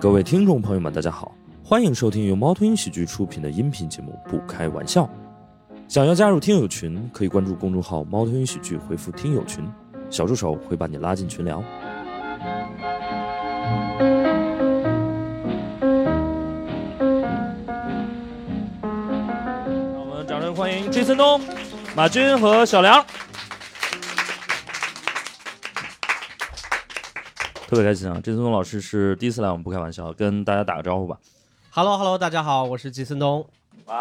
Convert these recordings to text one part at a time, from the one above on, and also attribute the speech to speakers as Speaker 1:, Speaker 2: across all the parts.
Speaker 1: 各位听众朋友们，大家好，欢迎收听由猫头鹰喜剧出品的音频节目《不开玩笑》。想要加入听友群，可以关注公众号“猫头鹰喜剧”，回复“听友群”，小助手会把你拉进群聊。让我们掌声欢迎 Jason 东、马军和小梁。特别开心啊！Jason 东老师是第一次来我们不开玩笑，跟大家打个招呼吧。
Speaker 2: Hello Hello，大家好，我是吉森东。
Speaker 1: 哇，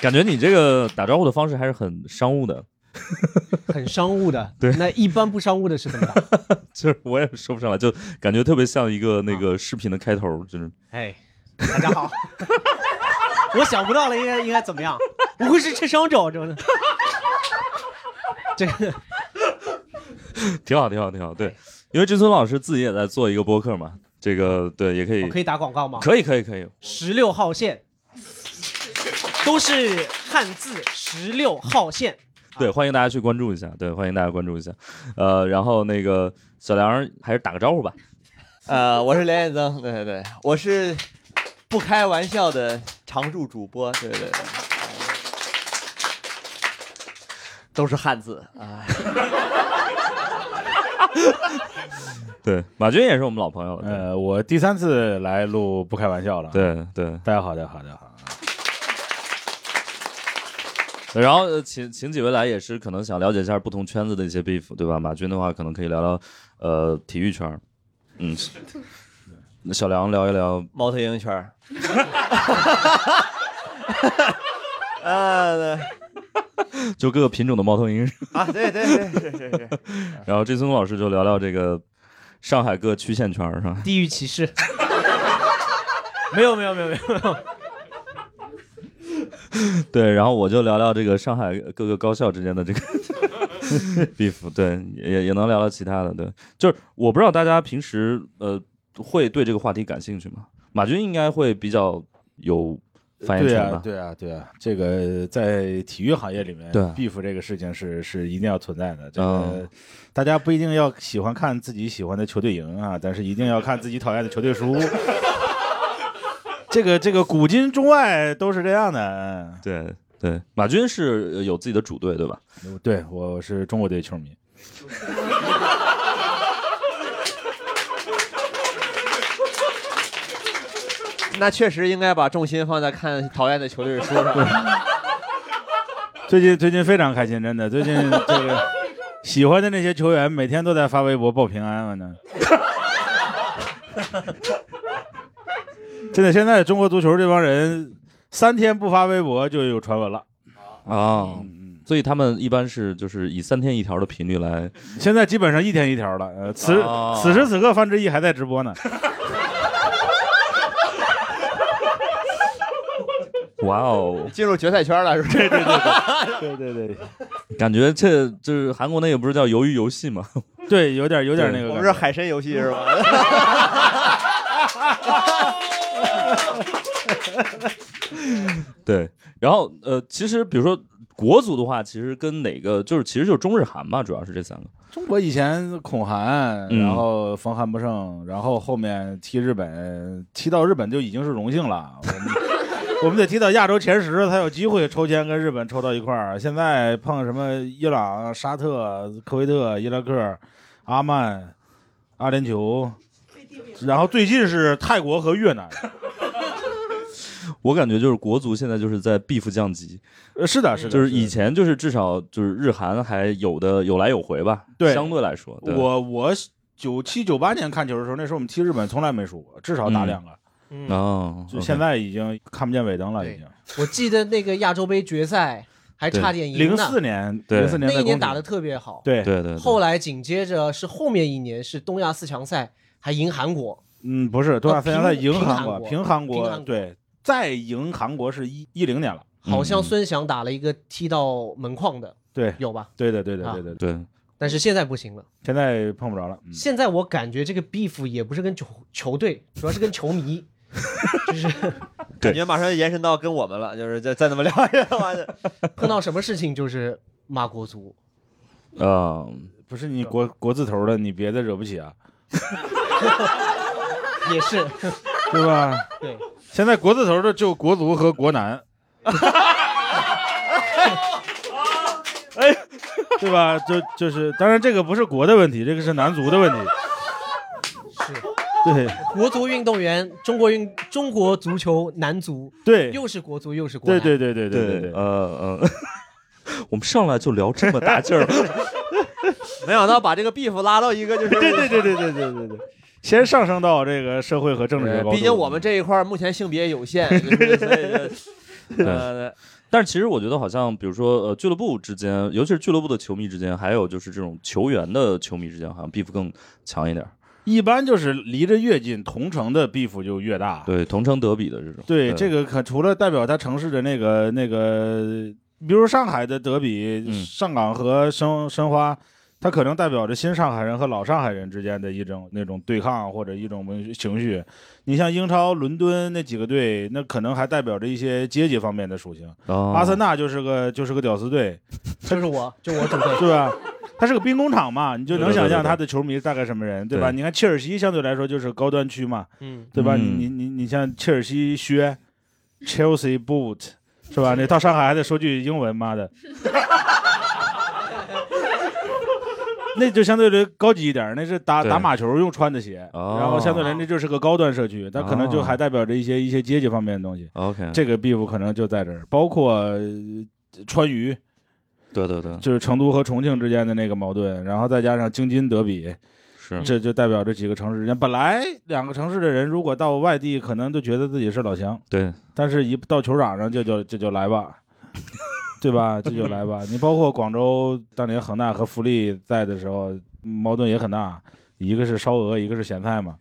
Speaker 1: 感觉你这个打招呼的方式还是很商务的，
Speaker 2: 很商务的，
Speaker 1: 对
Speaker 2: 那一般不商务的是 怎么打？
Speaker 1: 就是我也说不上来，就感觉特别像一个那个视频的开头，就是
Speaker 2: 哎，大家好， 我想不到了，应该应该怎么样？不会是吃伤肘这的？这个
Speaker 1: 挺好，挺好，挺好。对，因为志村老师自己也在做一个播客嘛，这个对也可以
Speaker 2: 我，可以打广告吗？
Speaker 1: 哦可以，可以，可以。
Speaker 2: 十六号线都是汉字，十六号线。
Speaker 1: 对，欢迎大家去关注一下，对，欢迎大家关注一下。呃，然后那个小梁还是打个招呼吧。
Speaker 3: 呃，我是梁彦增，对对对，我是不开玩笑的常驻主播，对对对，都是汉字啊、
Speaker 1: 对，马军也是我们老朋友了。
Speaker 4: 呃，我第三次来录不开玩笑了。，啊
Speaker 1: 对对对，
Speaker 4: 大家好，大家好，大家好。
Speaker 1: 然后呃请请几位来也是可能想了解一下不同圈子的一些 beef，对吧？马军的话可能可以聊聊呃体育圈儿，嗯，那小梁聊一聊，
Speaker 3: 猫头鹰圈儿。呃
Speaker 1: 就各个品种的猫头鹰，
Speaker 3: 啊，对对对，是是是，
Speaker 1: 然后这松老师就聊聊这个上海各区县圈儿是吧？
Speaker 2: 地域歧视。没有没有没有没有，
Speaker 1: 对，然后我就聊聊这个上海各个高校之间的这个 beef，对，也也能聊聊其他的，对，就是我不知道大家平时呃会对这个话题感兴趣吗？马军应该会比较有发言
Speaker 4: 对
Speaker 1: 权
Speaker 4: 啊
Speaker 1: 吧，？
Speaker 4: 对啊，对啊，这个在体育行业里面
Speaker 1: 对啊
Speaker 4: ，beef 这个事情是是一定要存在的。这
Speaker 1: 嗯
Speaker 4: 个大家不一定要喜欢看自己喜欢的球队赢啊，但是一定要看自己讨厌的球队输。 这个这个古今中外都是这样的。
Speaker 1: 对对，马军是呃有自己的主队，对吧？
Speaker 4: 嗯对，我是中国队球迷。
Speaker 3: 那确实应该把重心放在看讨厌的球队输上。
Speaker 4: 最近最近非常开心，真的，最近这个喜欢的那些球员每天都在发微博报平安，啊反正。 真的，现在中国足球这帮人三天不发微博就有传闻了。
Speaker 1: 啊、
Speaker 4: 嗯，
Speaker 1: 所以他们一般是就是以三天一条的频率来，
Speaker 4: 现在基本上一天一条了。呃，此、
Speaker 1: 哦
Speaker 4: 此时此刻，范志毅还在直播呢。
Speaker 1: 哇 哦，
Speaker 3: 进入决赛圈了，是不是？
Speaker 4: 对对对，
Speaker 1: 感觉这就是韩国那个不是叫鱿鱼游戏吗？
Speaker 4: 对，有点有点那个
Speaker 3: 我
Speaker 4: 感
Speaker 3: 们
Speaker 4: 觉。
Speaker 3: 是海参游戏是吧？
Speaker 1: 对，然后呃，其实比如说国足的话，其实跟哪个就是其实就是中日韩吧，主要是这三个。
Speaker 4: 中国以前恐韩，
Speaker 1: 嗯
Speaker 4: 然后逢韩不胜，然后后面踢日本，踢到日本就已经是荣幸了。我们 我们得踢到亚洲前十才有机会抽签跟日本抽到一块儿。现在碰什么伊朗、沙特、科威特、伊拉克、阿曼、阿联酋，然后最近是泰国和越南。
Speaker 1: 我感觉就是国足现在就是在 beef 降级，
Speaker 4: 呃，是的，是的，
Speaker 1: 就是以
Speaker 4: 以
Speaker 1: 前就是至少就是日韩还有的有来有回吧，
Speaker 4: 对
Speaker 1: 相对来说，对
Speaker 4: 我我九七九八年看球的时候，那时候我们踢日本从来没输过，至少打
Speaker 1: 嗯
Speaker 4: 两个。
Speaker 2: 嗯，
Speaker 1: 哦，
Speaker 4: 就现在已经看不见尾灯了，已经。
Speaker 2: 我记得那个亚洲杯决赛还差点赢
Speaker 4: 零
Speaker 2: 呢，
Speaker 4: 四年，
Speaker 1: 对
Speaker 4: 零四年
Speaker 2: 那
Speaker 4: 在
Speaker 2: 一年
Speaker 4: 公
Speaker 2: 打
Speaker 4: 主
Speaker 2: 的特别好。
Speaker 4: 对，
Speaker 1: 对对对，
Speaker 2: 后来紧接着是后面一年是东亚四强赛，还赢韩国。
Speaker 4: 嗯，不是，东亚
Speaker 2: 啊
Speaker 4: 非常在
Speaker 2: 平
Speaker 4: 赢
Speaker 2: 平
Speaker 4: 韩
Speaker 2: 韩
Speaker 4: 国，
Speaker 2: 国
Speaker 4: 平韩
Speaker 2: 平
Speaker 4: 国
Speaker 2: 韩国
Speaker 4: 对，再赢韩国是一一零年了，
Speaker 2: 好
Speaker 1: 嗯
Speaker 2: 像孙翔打了一个踢到门框的，
Speaker 4: 对
Speaker 2: 有吧？
Speaker 4: 对的，对的，
Speaker 2: 啊
Speaker 4: 对的，对
Speaker 1: 对
Speaker 2: 但是现在不行了。
Speaker 4: 现在碰不着了，嗯
Speaker 2: 现在我感觉这个 beef 也不是跟球球队， 主要是跟 球迷，就是
Speaker 1: 对
Speaker 3: 感觉马上延伸到跟我们了，就是再再怎么聊 一下，完了
Speaker 2: 碰到什么事情就是骂国足。
Speaker 1: 啊、
Speaker 4: 不是你国国字头的，你别的惹不起啊。
Speaker 2: 也是，
Speaker 4: 对吧？
Speaker 2: 对，
Speaker 4: 现在国字头的就国足和国男，哎， 对吧？就就是，当然这个不是国的问题，这个是男足的问题。是，对
Speaker 2: 国足运动员，中国运中国足球男足，
Speaker 4: 对
Speaker 2: 又是国足又是国
Speaker 4: 对
Speaker 2: 男，
Speaker 4: 对对对
Speaker 1: 对
Speaker 4: 对，
Speaker 1: 呃 呃，我们上来就聊这么大劲儿，
Speaker 3: 没想到把这个 beef 拉到一个就是
Speaker 4: 对对对对对对对对， 先上升到这个社会和政治学
Speaker 3: 对
Speaker 4: 高
Speaker 1: 呃
Speaker 4: 度。
Speaker 3: 毕竟我们这一块儿目前性别有限， 就是所以就呃，
Speaker 1: 但是其实我觉得，好像比如说，呃，俱乐部之间，尤其是俱乐部的球迷之间，还有就是这种球员的球迷之间，好像 beef 更强一点儿。
Speaker 4: 一般就是离着越近，同城的 beef 就越大。
Speaker 1: 对，同城德比的这种。
Speaker 4: 对，这个可除了代表他城市的那个那个，比如上海的德比、
Speaker 1: 嗯
Speaker 4: 上港和申申花，它可能代表着新上海人和老上海人之间的一种那种对抗或者一种文情绪。你像英超伦敦那几个队，那可能还代表着一些阶级方面的属性。
Speaker 1: 哦
Speaker 4: 阿森纳就是个就是个屌丝队，
Speaker 2: 就是我，就我主队，
Speaker 4: 是吧？它是个兵工厂嘛，你就能
Speaker 1: 对对对
Speaker 4: 想象
Speaker 1: 对对
Speaker 4: 他的球迷大概什么人，对吧？
Speaker 1: 对
Speaker 4: 你看切尔西相对来说就是高端区嘛，
Speaker 2: 嗯，
Speaker 4: 对吧？
Speaker 1: 嗯
Speaker 4: 你你你你像切尔西靴，Chelsea boot，是 吧？你到上海还得说句英文，妈的， 那就相对的高级一点，那是打
Speaker 1: 对
Speaker 4: 打马球用穿的鞋，
Speaker 1: 哦
Speaker 4: 然后相对来那就是个高端社区，它可能就
Speaker 1: 哦
Speaker 4: 还代表着一些一些阶级方面的东西。
Speaker 1: OK，
Speaker 4: 这个 beef 可能就在这儿，包括呃川渝，
Speaker 1: 对对对，
Speaker 4: 就是成都和重庆之间的那个矛盾，然后再加上京津德比，
Speaker 1: 是
Speaker 4: 这就代表这几个城市之间。本来两个城市的人如果到外地，可能都觉得自己是老乡，
Speaker 1: 对
Speaker 4: 但是一到球场上就就这就来吧，对吧？这就来吧。你包括广州当年恒大和富力在的时候，矛盾也很大，一个是烧鹅，一个是咸菜嘛。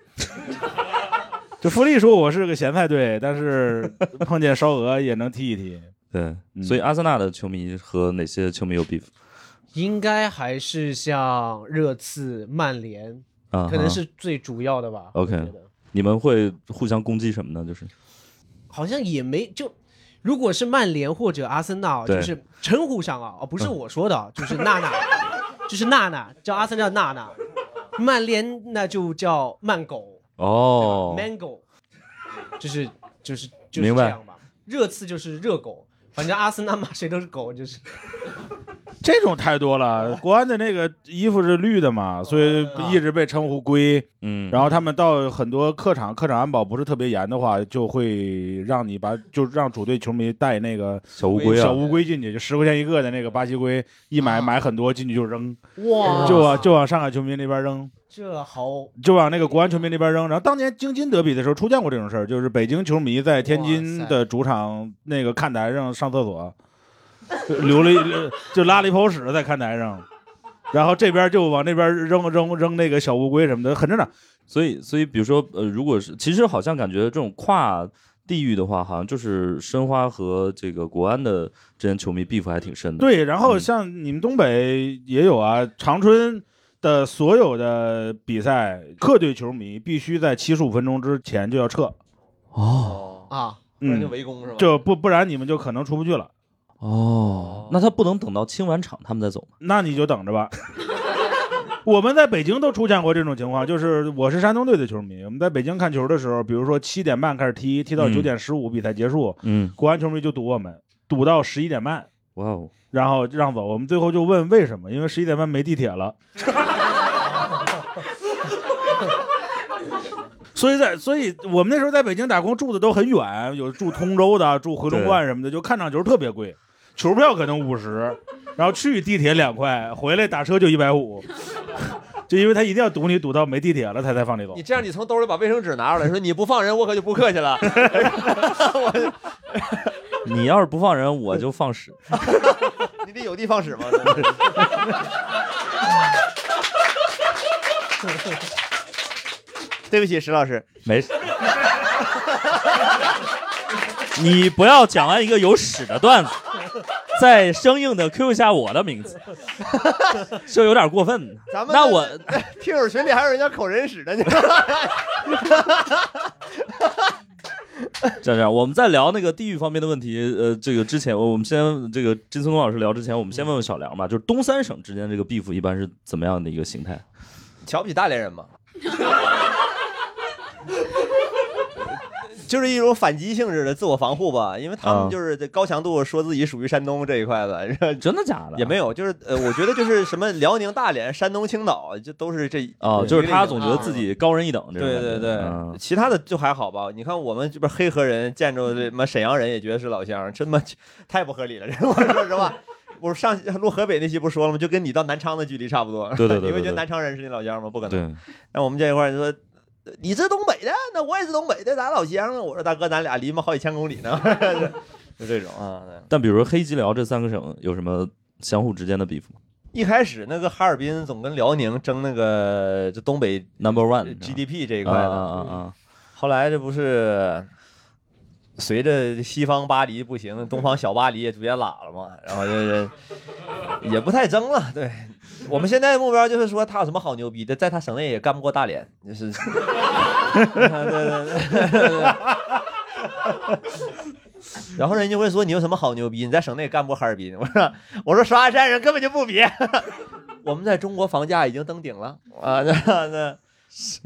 Speaker 4: 就富力说我是个咸菜队，但是碰见烧鹅也能踢一踢。
Speaker 1: 对、
Speaker 4: 嗯
Speaker 1: 所以阿森纳的球迷和哪些球迷有 beef
Speaker 2: 应该还是像热刺、曼联，
Speaker 1: 啊？
Speaker 2: 可能是最主要的吧。
Speaker 1: OK
Speaker 2: 我觉得
Speaker 1: 你们会互相攻击什么呢？就是
Speaker 2: 好像也没就。如果是曼联或者阿森纳啊，
Speaker 1: 对嗯
Speaker 2: 就是称呼上啊，哦，不是我说 的啊，就是娜娜，就是娜娜，叫阿森纳娜娜，曼联那就叫曼狗
Speaker 1: 哦，
Speaker 2: ，Mango，就是就是就是
Speaker 1: 明白
Speaker 2: 这样吧。热刺就是热狗，反正阿森纳骂谁都是狗，就是
Speaker 4: 这种太多了。国安的那个衣服是绿的嘛，所以一直被称呼龟。
Speaker 1: 嗯，
Speaker 4: 然后他们到很多客场，客场安保不是特别严的话，就会让你把就让主队球迷带那个
Speaker 1: 小乌龟啊
Speaker 4: 小，乌龟进去，就十块钱一个的那个巴西龟，一买
Speaker 2: 啊
Speaker 4: 买很多进去就扔，
Speaker 2: 哇
Speaker 1: 啊
Speaker 4: 就往就往上海球迷那边扔，
Speaker 2: 这好
Speaker 4: 就往那个国安球迷那边扔。然后当年京津德比的时候出现过这种事儿，就是北京球迷在天津
Speaker 2: 哇塞
Speaker 4: 的主场那个看台上上厕 所，就留了一就拉了一泡屎在看台上。然后这边就往那边扔扔扔那个小乌龟什么的，很正常。
Speaker 1: 所以所以比如说呃，如果是其实好像感觉这种跨地域的话，好像就是申花和这个国安的之间球迷 beef 还挺深的。
Speaker 4: 对，然后
Speaker 1: 嗯
Speaker 4: 像你们东北也有啊，长春的所有的比赛，客队球迷必须在七十五分钟之前就要撤，
Speaker 3: 哦，
Speaker 1: 哦
Speaker 2: 啊！
Speaker 3: 不然就
Speaker 4: 嗯，
Speaker 3: 围攻是吧？
Speaker 4: 就不不然你们就可能出不去了，
Speaker 1: 哦，那他不能等到清完场他们再走吗？
Speaker 4: 那你就等着吧。我们在北京都出现过这种情况，就是我是山东队的球迷，我们在北京看球的时候，比如说七点半开始踢，踢到
Speaker 1: 嗯
Speaker 4: 九点十五比赛结束，
Speaker 1: 嗯，
Speaker 4: 国安球迷就堵我们，堵到十一点半，
Speaker 1: 哇哦，
Speaker 4: 然后让走。我们最后就问为什么，因为十一点半没地铁了。所以在，所以我们那时候在北京打工住的都很远，有住通州的，住回龙观什么的，就看场球特别贵，球票可能五十，然后去地铁两块，回来打车就一百五，就因为他一定要堵你堵到没地铁了，他才放你走
Speaker 3: 你。这样，你从兜里把卫生纸拿出来，说你不放人，我可就不客气了。
Speaker 1: 嗯你要是不放人，我就放屎。
Speaker 3: 你得有地放 屎吗？ 对不起，石老师，
Speaker 1: 没事。你不要讲完一个有屎的段子，再生硬的 Q 一下我的名字， 就有点过分。
Speaker 3: 咱们
Speaker 1: 那我
Speaker 3: 听友群里还有人家口人屎的，你 知道
Speaker 1: 这样，我们在聊那个地域方面的问题，呃，这个之前我我们先这个金松东老师聊之前，我们先问问小梁吧，就是东三省之间这个 beef 一般是怎么样的一个形态？
Speaker 3: 瞧不起大连人吗？
Speaker 5: 就是一种反击性质的自我防护吧，因为他
Speaker 1: 啊
Speaker 5: 们就是这高强度说自己属于山东这一块的， 然后
Speaker 1: 真的假的？
Speaker 5: 也没有，就是呃，我觉得就是什么辽宁、大连、山东、青岛，这都是这
Speaker 1: 哦，就是他总觉得
Speaker 5: 啊
Speaker 1: 自己高人一等，这种
Speaker 5: 对对
Speaker 1: 感觉
Speaker 5: 对
Speaker 1: 嗯，
Speaker 5: 其他的就还好吧。你看我们这边黑河人见着这
Speaker 1: 嗯
Speaker 5: 妈沈阳人也觉得是老乡，真他妈太不合理了。这我 说实话，我上录河北那期不说了吗？就跟你到南昌的距离差不多。
Speaker 1: 对对对对对
Speaker 5: 你会觉得南昌人是你老乡吗？不可能。
Speaker 1: 对，
Speaker 5: 那我们这一块儿就说。呃你是东北的，那我也是东北的，咱老乡啊！我说大哥，咱俩离妈好几千公里呢， 就这种啊。对
Speaker 1: 但比如黑吉辽这三个省有什么相互之间的比负吗
Speaker 5: 一开始那个哈尔滨总跟辽宁争那个这东北呃
Speaker 1: ？Number one
Speaker 5: GDP 这
Speaker 1: 这
Speaker 5: 一块
Speaker 1: 啊
Speaker 5: 的，
Speaker 1: 啊啊啊！
Speaker 5: 后来这不是随着西方巴黎不行，东方小巴黎也逐渐拉了嘛， 然后就是也不太争了。对我们现在的目标就是说他有什么好牛逼的，在他省内也干不过大连，就是 对对对。然后人家会说你有什么好牛逼？你在省内干不过哈尔滨？我说我说刷鞍山人根本就不比， 我们在中国房价已经登顶了啊，那那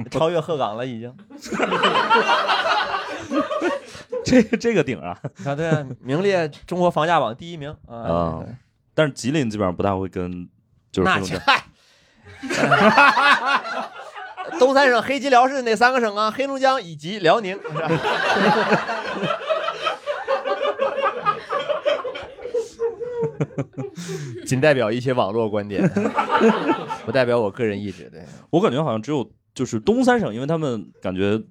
Speaker 5: 超越鹤岗了已经。
Speaker 1: 这这个顶啊
Speaker 5: 啊，对啊，名列中国房价榜第一名啊！
Speaker 1: 啊！但是吉林基本上不大会跟，就是
Speaker 5: 那
Speaker 1: 这种
Speaker 5: 这嗨， 东三省黑吉辽是哪三个省啊？黑龙江以及辽 宁。仅代表一些网络观 点，不代表我个人意志。对，
Speaker 1: 我感觉好像只有就是东三省，因为他们感觉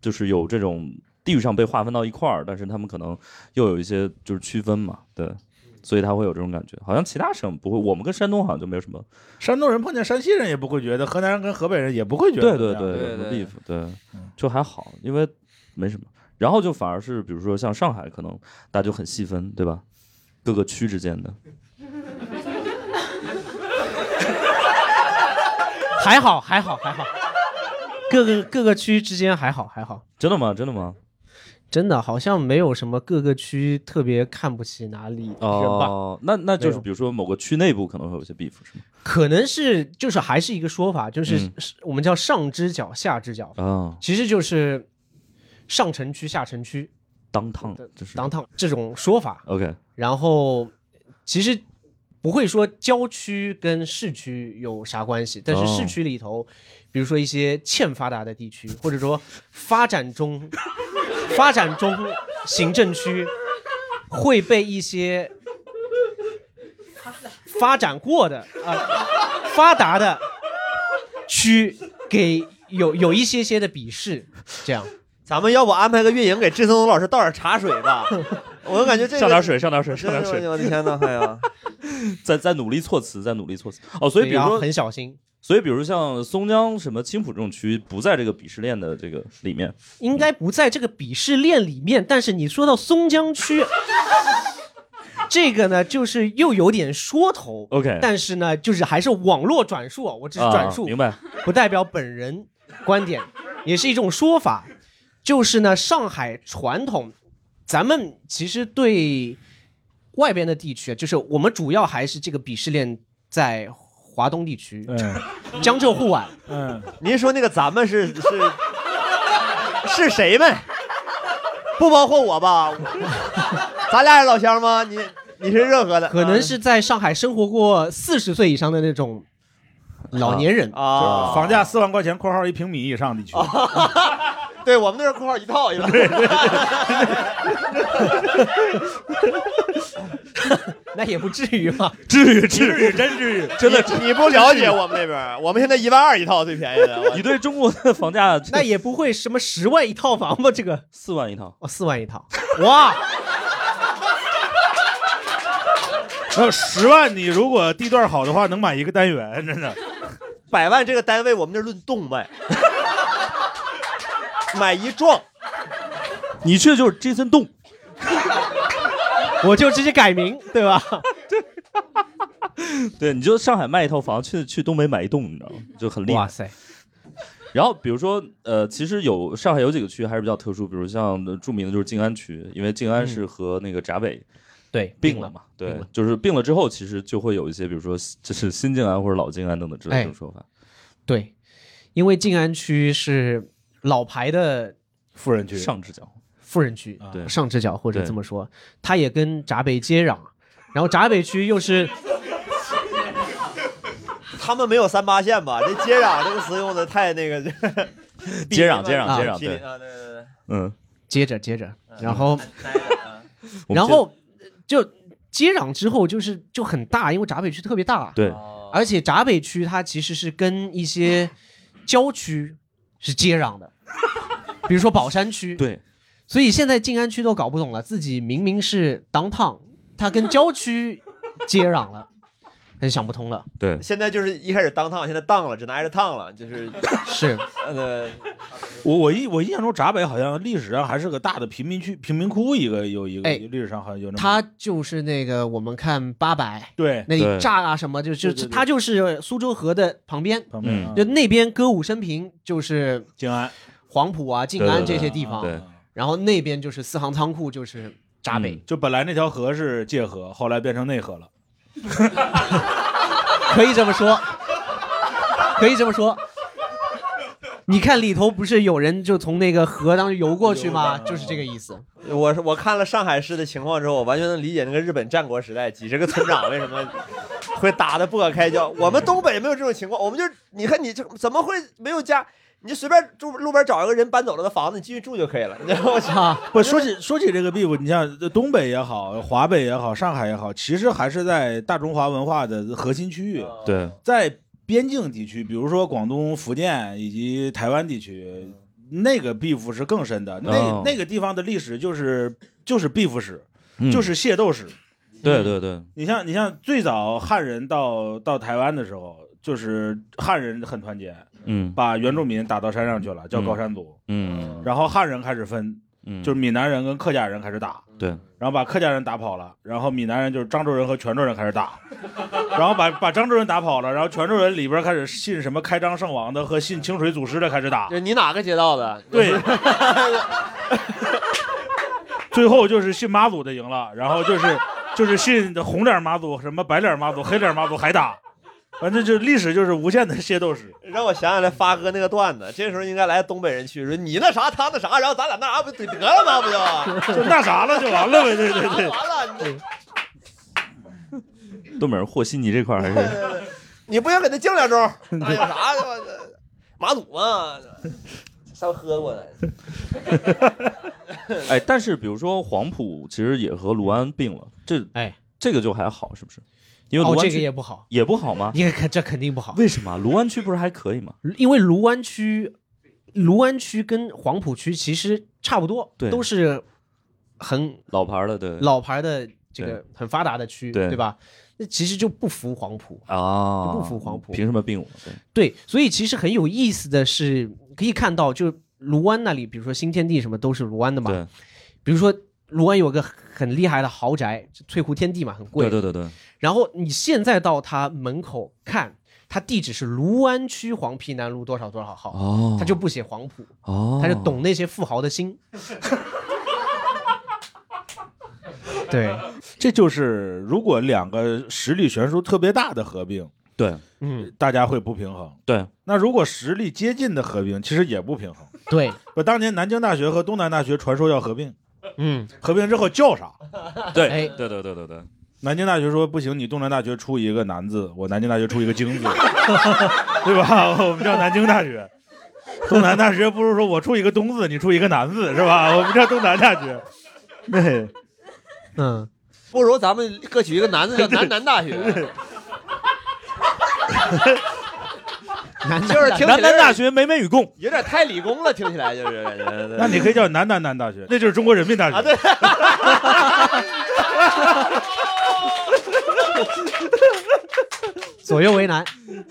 Speaker 1: 就是有这种地域上被划分到一块儿，但是他们可能又有一些就是区分嘛，对，所以他会有这种感觉。好像其他省不会，我们跟山东好像就没有什么，
Speaker 4: 山东人碰见山西人也不会觉得，河南人跟河北人也不会觉得
Speaker 1: 对
Speaker 4: 怎么样。
Speaker 1: 对
Speaker 4: 嗯
Speaker 1: 对，
Speaker 5: 对
Speaker 1: 有什么
Speaker 5: 对
Speaker 1: beef，对，就还好，因为没什么。然后就反而是比如说像上海，可能大家就很细分，对吧？各个区之间的，
Speaker 2: 还好还好还好，各个各个区之间还好还好。
Speaker 1: 真的吗？真的吗？
Speaker 2: 真的好像没有什么各个区特别看不起哪里人吧，
Speaker 1: 哦，那那就
Speaker 2: 没
Speaker 1: 是
Speaker 2: 有
Speaker 1: 比如说某个区内部可能会有一些 beef 是吗？
Speaker 2: 可能是就是还是一个说法，就是
Speaker 1: 嗯
Speaker 2: 是我们叫上支脚下支脚，
Speaker 1: 啊、哦，
Speaker 2: 其实就是上城区下城区
Speaker 1: 当烫就是
Speaker 2: 当趟这种说法。
Speaker 1: OK，
Speaker 2: 然后其实不会说郊区跟市区有啥关系，但是
Speaker 1: 哦
Speaker 2: 市区里头，比如说一些欠发达的地区，或者说发展中 发展中行政区，会被一些发展过的啊、发达的区给有有一些些的鄙视，这样。
Speaker 5: 咱们要不安排个运营给志松老师倒点茶水吧？ 我就感觉这个
Speaker 1: 上点水，上点水，上
Speaker 5: 真
Speaker 1: 点
Speaker 5: 是
Speaker 1: 水。
Speaker 5: 我的天呐， 哎呀！
Speaker 1: 在在努力措辞，在努力措辞。哦，所以比如
Speaker 2: 要
Speaker 1: 说，
Speaker 2: 很小心，
Speaker 1: 所以比如像松江、什么青浦这种区，不在这个鄙视链的这个里面。
Speaker 2: 应该不在这个鄙视链里面。但是你说到松江 区，这个呢，就是又有点说头。
Speaker 1: OK，
Speaker 2: 但是呢，就是还是网络转述，啊，我只是转
Speaker 1: 啊
Speaker 2: 述，
Speaker 1: 明白？
Speaker 2: 不代表本人观点，也是一种说法。就是呢，上海传统，咱们其实对外边的地区啊，就是我们主要还是这个鄙视链在华东地区，
Speaker 4: 嗯
Speaker 2: 江浙沪皖。
Speaker 4: 嗯，
Speaker 5: 您说那个咱们是是是谁们？不包括我吧？ 咱俩是老乡吗？你你是任何的？
Speaker 2: 可能是在上海生活过四十岁以上的那种老年人，
Speaker 5: 啊，
Speaker 4: 房价四万块钱（括号一平米以上地区）
Speaker 5: 哦对我们那边括号一套一套。
Speaker 2: 那也不至于嘛。
Speaker 1: 至于至于，真至于，真的。
Speaker 5: 你不了解我们那边，我们现在一万二一套最便宜的。我
Speaker 1: 你对中国的房价
Speaker 2: 那也不会什么十万一套房吧？这个
Speaker 1: 四万一套，
Speaker 2: 哦，四万一套，哇，
Speaker 4: 呃，十万你如果地段好的话，能买一个单元，真的。
Speaker 5: 百万这个单位，我们这论栋卖， 买一幢。
Speaker 1: 你去的就是 Jason 洞，
Speaker 2: 我就直接改名，对吧？
Speaker 1: 对，你就上海卖一套房，去去东北买一栋，你知道吗？就很厉害
Speaker 2: 哇。塞，
Speaker 1: 然后比如说，呃，其实有上海有几个区还是比较特殊，比如像呃著名的就是静安区，因为静安是和那个闸北
Speaker 2: 嗯对，
Speaker 1: 病
Speaker 2: 了
Speaker 1: 了
Speaker 2: 嘛。
Speaker 1: 嘛，对，
Speaker 2: 病了
Speaker 1: 就是病了之后，其实就会有一些，比如说就是新
Speaker 2: 哎
Speaker 1: 静安或者老静安等等之类的这种说法。
Speaker 2: 对，因为静安区是老牌的
Speaker 4: 富人区
Speaker 1: 上至脚，
Speaker 2: 富人区，
Speaker 1: 对
Speaker 2: 上直角或者
Speaker 1: 对
Speaker 2: 这么说，它也跟闸北接壤，然后闸北区又是
Speaker 3: 他们没有三八线吧？这接壤这个词用的太 那个，
Speaker 1: 接壤接壤
Speaker 2: 啊
Speaker 1: 接壤，
Speaker 3: 毗邻
Speaker 1: 对，
Speaker 3: 啊，对对嗯对，
Speaker 1: 嗯，
Speaker 2: 接着接着，然后
Speaker 3: 挨着啊
Speaker 1: 我们
Speaker 2: 然
Speaker 1: 接
Speaker 2: 后呃就接壤之后就是就很大，因为闸北区特别大，
Speaker 1: 对
Speaker 3: 哦
Speaker 2: 而且闸北区它其实是跟一些郊区是接壤的，比如说宝山区，
Speaker 1: 对
Speaker 2: 所以现在静安区都搞不懂了，自己明明是 downtown，它跟郊区接壤了，很想不通了，
Speaker 1: 对，
Speaker 3: 现在就是一开始当烫，现在当了，只能挨着烫了，就是
Speaker 2: 是。
Speaker 3: 呃，
Speaker 4: 我我印我印象中闸北好像历史上还是个大的贫民区、贫民窟，一个有一个、
Speaker 2: 哎
Speaker 4: 历史上好像有那么
Speaker 2: 他就是那个我们看八百
Speaker 4: 对
Speaker 2: 那
Speaker 1: 对
Speaker 2: 一炸啊什么，就
Speaker 4: 对
Speaker 2: 就
Speaker 4: 对对
Speaker 2: 他就是苏州河的旁边，
Speaker 4: 旁边、啊
Speaker 2: 就那边歌舞升平，就是
Speaker 4: 静安
Speaker 2: 黄浦啊、静
Speaker 1: 对
Speaker 2: 安
Speaker 1: 对
Speaker 2: 这些地方，
Speaker 1: 对
Speaker 2: 然后那边就是四行仓库，就是闸北，
Speaker 4: 就本来那条河是界河，后来变成内河了。
Speaker 2: 可以这么说，可以这么说。你看里头不是有人就从那个河当中游过去吗？
Speaker 4: 游过去
Speaker 2: 就是这个意思。
Speaker 3: 我是我看了上海市的情况之后，我完全能理解那个日本战国时代几十个村长为什么会打得不可开交。我们东北没有这种情况，我们就是你看你这怎么会没有家？你就随便住路边找一个人搬走了的房子，你继续住就可以了。 你知道吗？
Speaker 2: 啊，
Speaker 4: 嗯不说起说起这个 beef，你像东北也好，华北也好，上海也好，其实还是在大中华文化的核心区域，
Speaker 1: 对
Speaker 4: 在边境地区，比如说广东、福建以及台湾地区，那个 beef 是更深的。那、
Speaker 1: 哦
Speaker 4: 那个地方的历史就是就是 beef 史，
Speaker 1: 嗯
Speaker 4: 就是械斗史。
Speaker 1: 对对对，
Speaker 4: 你像你像最早汉人到到台湾的时候，就是汉人很团结，
Speaker 1: 嗯
Speaker 4: 把原住民打到山上去了，叫高山族。
Speaker 1: 嗯
Speaker 4: 然后汉人开始分，
Speaker 1: 嗯，
Speaker 4: 就是闽南人跟客家人开始打，
Speaker 1: 对
Speaker 4: 然后把客家人打跑了，然后闽南人就是漳州人和泉州人开始打，然后把把漳州人打跑了，然后泉州人里边开始信什么开漳圣王的和信清水祖师的开始打
Speaker 3: 就，是你哪个街道的？
Speaker 4: 对，最后就是信妈祖的赢了，然后就是就是信红脸妈祖、什么白脸妈祖、黑脸妈祖还打，反正就历史就是无限的械斗史。
Speaker 3: 让我想起来发哥那个段子，这时候应该来东北人去说你那啥，他那啥，然后咱俩那啥不得得了吗？不就
Speaker 4: 就那啥了，就完了呗，对对对。
Speaker 3: 完了？你
Speaker 1: 东北人和稀泥这块儿还是
Speaker 3: 你不行，给他敬两盅，
Speaker 1: 哎
Speaker 3: 那有啥的吧？马祖嘛，上喝过的。
Speaker 1: 哎，但是比如说黄埔其实也和卢安并了，这
Speaker 2: 哎，
Speaker 1: 这个就还好是不是？因为
Speaker 2: 哦
Speaker 1: 卢，湾
Speaker 2: 这个
Speaker 1: 区
Speaker 2: 也不好，
Speaker 1: 也不好 吗？
Speaker 2: 你看这肯定不好。
Speaker 1: 为什么卢湾区不是还可以吗？
Speaker 2: 因为卢湾区，卢湾区跟黄浦区其实差不多，
Speaker 1: 对
Speaker 2: 都是很
Speaker 1: 老牌儿的对
Speaker 2: 老牌的这个很发达的区，
Speaker 1: 对
Speaker 2: 吧？那其实就不服黄浦，
Speaker 1: 啊，
Speaker 2: 不服黄埔
Speaker 1: 凭什么并我？对
Speaker 2: 对，所以其实很有意思的是，可以看到，就卢湾那里，比如说新天地什么都是卢湾的嘛，
Speaker 1: 对
Speaker 2: 比如说卢湾有个很厉害的豪宅，就翠湖天地嘛，很贵，
Speaker 1: 对对对对，
Speaker 2: 然后你现在到他门口看，他地址是卢湾区黄陂南路多少多少号，
Speaker 1: 哦，
Speaker 2: 他就不写黄埔。
Speaker 1: 哦，
Speaker 2: 他就懂那些富豪的心。对，
Speaker 4: 这就是如果两个实力悬殊特别大的合并，
Speaker 1: 对
Speaker 2: 嗯，
Speaker 4: 大家会不平衡。
Speaker 1: 对
Speaker 4: 那如果实力接近的合并，其实也不平衡。
Speaker 2: 对，
Speaker 4: 不，当年南京大学和东南大学传说要合并，
Speaker 2: 嗯，
Speaker 4: 合并之后叫啥？
Speaker 1: 对
Speaker 2: 哎
Speaker 1: 对对对对对，
Speaker 4: 南京大学说不行，你东南大学出一个南字，我南京大学出一个京字，对吧？我们叫南京大学。东南大学不是说我出一个东字，你出一个南字是吧？我们叫东南大学。对，
Speaker 2: 嗯，
Speaker 3: 不如咱们各取一个男的，叫南南大学，
Speaker 2: 南
Speaker 3: 就是听
Speaker 4: 南
Speaker 3: 起来
Speaker 4: 南大学美美与共。
Speaker 3: 有点太理工了，听起来就是。 那
Speaker 4: 那你可以叫南南南大学，那就是中国人民大学。
Speaker 3: 啊对
Speaker 2: 左右为难。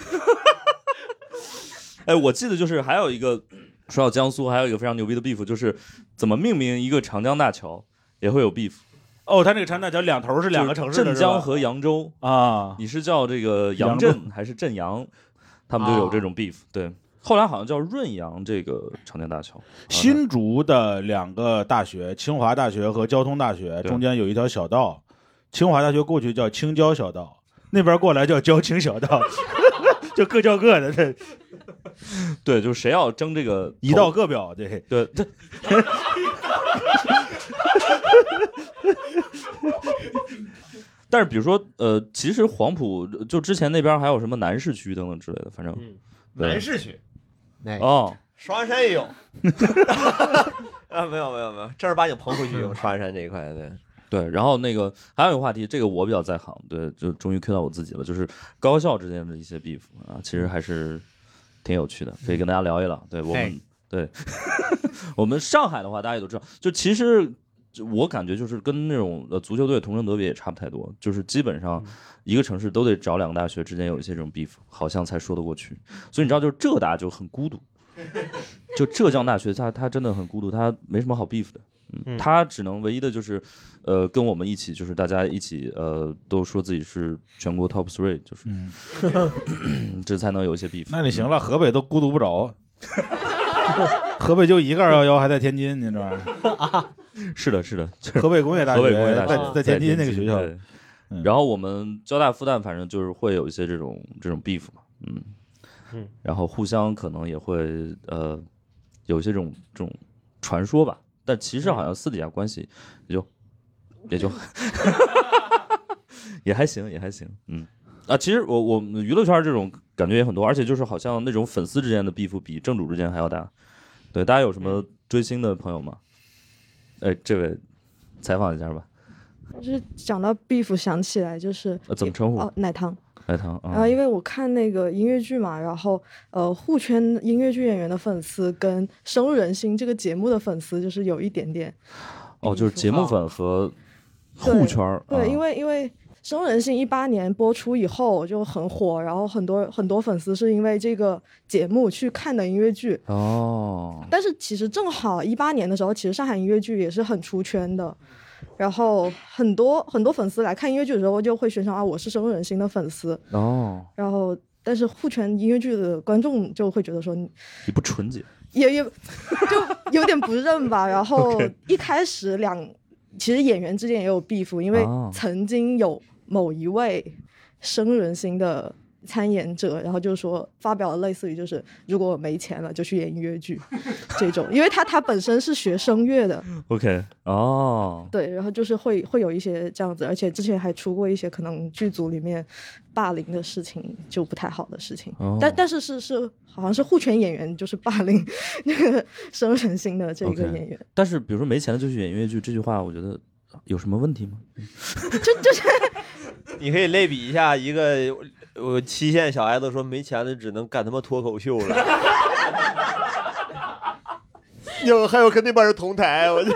Speaker 1: 哎，我记得就是还有一个说到江苏，还有一个非常牛逼的 beef，就是怎么命名一个长江大桥也会有 beef，
Speaker 4: 哦，他那个长大桥两头是两个城市的
Speaker 1: 镇
Speaker 4: 是吧
Speaker 1: 江和扬州，
Speaker 4: 啊，
Speaker 1: 你是叫这个
Speaker 4: 扬
Speaker 1: 扬
Speaker 4: 州啊
Speaker 1: 镇还是镇阳？他们就有这种 beef，、对。后来好像叫润阳这个长江大桥，
Speaker 4: 嗯新竹的两个大学，清华大学和交通大学
Speaker 1: 对
Speaker 4: 中间有一条小道， 清华大学过去叫青交小道，那边过来叫交青小道，就各较各的，这
Speaker 1: 对，就是谁要争这个
Speaker 4: 一
Speaker 1: 头
Speaker 4: 道各表，对
Speaker 1: 对对， 但是比如说，呃，其实黄埔就之前那边还有什么南市区等等之类的，反正对
Speaker 3: 嗯南市区，
Speaker 2: 哎
Speaker 1: 哦，
Speaker 3: 双鸭山 也有。啊，没有没有没有，正儿八经棚户区有双鸭山这一块，对，
Speaker 1: 对，然后那个还有一个话题，这个我比较在行，对，就终于 Q 到我自己了，就是高校之间的一些 beef 啊，其实还是挺有趣的，可以跟大家聊一聊。对我
Speaker 2: 哎
Speaker 1: 们，对 我们上海的话，大家也都知道，就其实就我感觉就是跟那种呃足球队同城德比也差不太多，就是基本上一个城市都得找两个大学之间有一些这种 beef，好像才说得过去。所以你知道，就是浙大就很孤独，就浙江大学它它真的很孤独，它没什么好 beef 的。嗯，
Speaker 2: 嗯
Speaker 1: 它只能唯一的就是，呃，跟我们一起，就是大家一起，呃，都说自己是全国 top three，就是，
Speaker 4: 嗯
Speaker 1: 这才能有一些 beef。
Speaker 4: 那你行了，河北都孤独不着，啊河北就一个二幺幺还在天津，你知道吗？
Speaker 1: 是的，是的，
Speaker 4: 河北工业大
Speaker 1: 河
Speaker 4: 学
Speaker 1: 北工业大学
Speaker 4: 在在天津那个学校，
Speaker 1: 对
Speaker 4: 嗯
Speaker 1: 然后我们交大、复旦，反正就是会有一些这种这种 beef 嘛，嗯
Speaker 2: 嗯，
Speaker 1: 然后互相可能也会呃有一些这种这种传说吧，但其实好像私底下关系也就也就也还行，也还行，嗯啊，其实我我们娱乐圈这种感觉也很多，而且就是好像那种粉丝之间的 beef 比正主之间还要大，对，大家有什么追星的朋友吗？哎，这位采访一下吧。
Speaker 6: 就是讲到 beef，想起来就是
Speaker 1: 呃怎么称呼
Speaker 6: 哦，呃奶糖。
Speaker 1: 白糖啊
Speaker 6: 然后因为我看那个音乐剧嘛，然后呃，互圈音乐剧演员的粉丝跟《深入人心》这个节目的粉丝就是有一点点
Speaker 1: 哦，就是节目粉和
Speaker 6: 对
Speaker 1: 互圈儿，啊
Speaker 6: 对，因为因为《生人性》一八年播出以后就很火，然后很多很多粉丝是因为这个节目去看的音乐剧。
Speaker 1: 哦，
Speaker 6: 但是其实正好一八年的时候，其实上海音乐剧也是很出圈的，然后很多很多粉丝来看音乐剧的时候就会宣称啊，我是《深入人心》的粉丝，
Speaker 1: 哦，
Speaker 6: 然后。但是互圈音乐剧的观众就会觉得说你，
Speaker 1: 你不 纯洁，
Speaker 6: 也也就有点不认吧。然后
Speaker 1: OK
Speaker 6: 一开始两，其实演员之间也有 beef，因为
Speaker 1: 哦
Speaker 6: 曾经有某一位生人心的参演者，然后就说发表了类似于就是如果我没钱了就去演音乐剧这种，因为他他本身是学声乐的，
Speaker 1: ，OK，哦，
Speaker 6: 对，然后就是会会有一些这样子，而且之前还出过一些可能剧组里面霸凌的事情，就不太好的事情。
Speaker 1: 哦
Speaker 6: 但但是是是好像是互圈演员就是霸凌那个生成星的这一个
Speaker 1: OK
Speaker 6: 演员
Speaker 1: 但是比如说没钱了就去演音乐剧，这句话我觉得有什么问题吗？
Speaker 3: 你可以类比一下一个我期限小孩子说没钱的只能干他妈脱口秀了。有还有跟那帮人同台，我这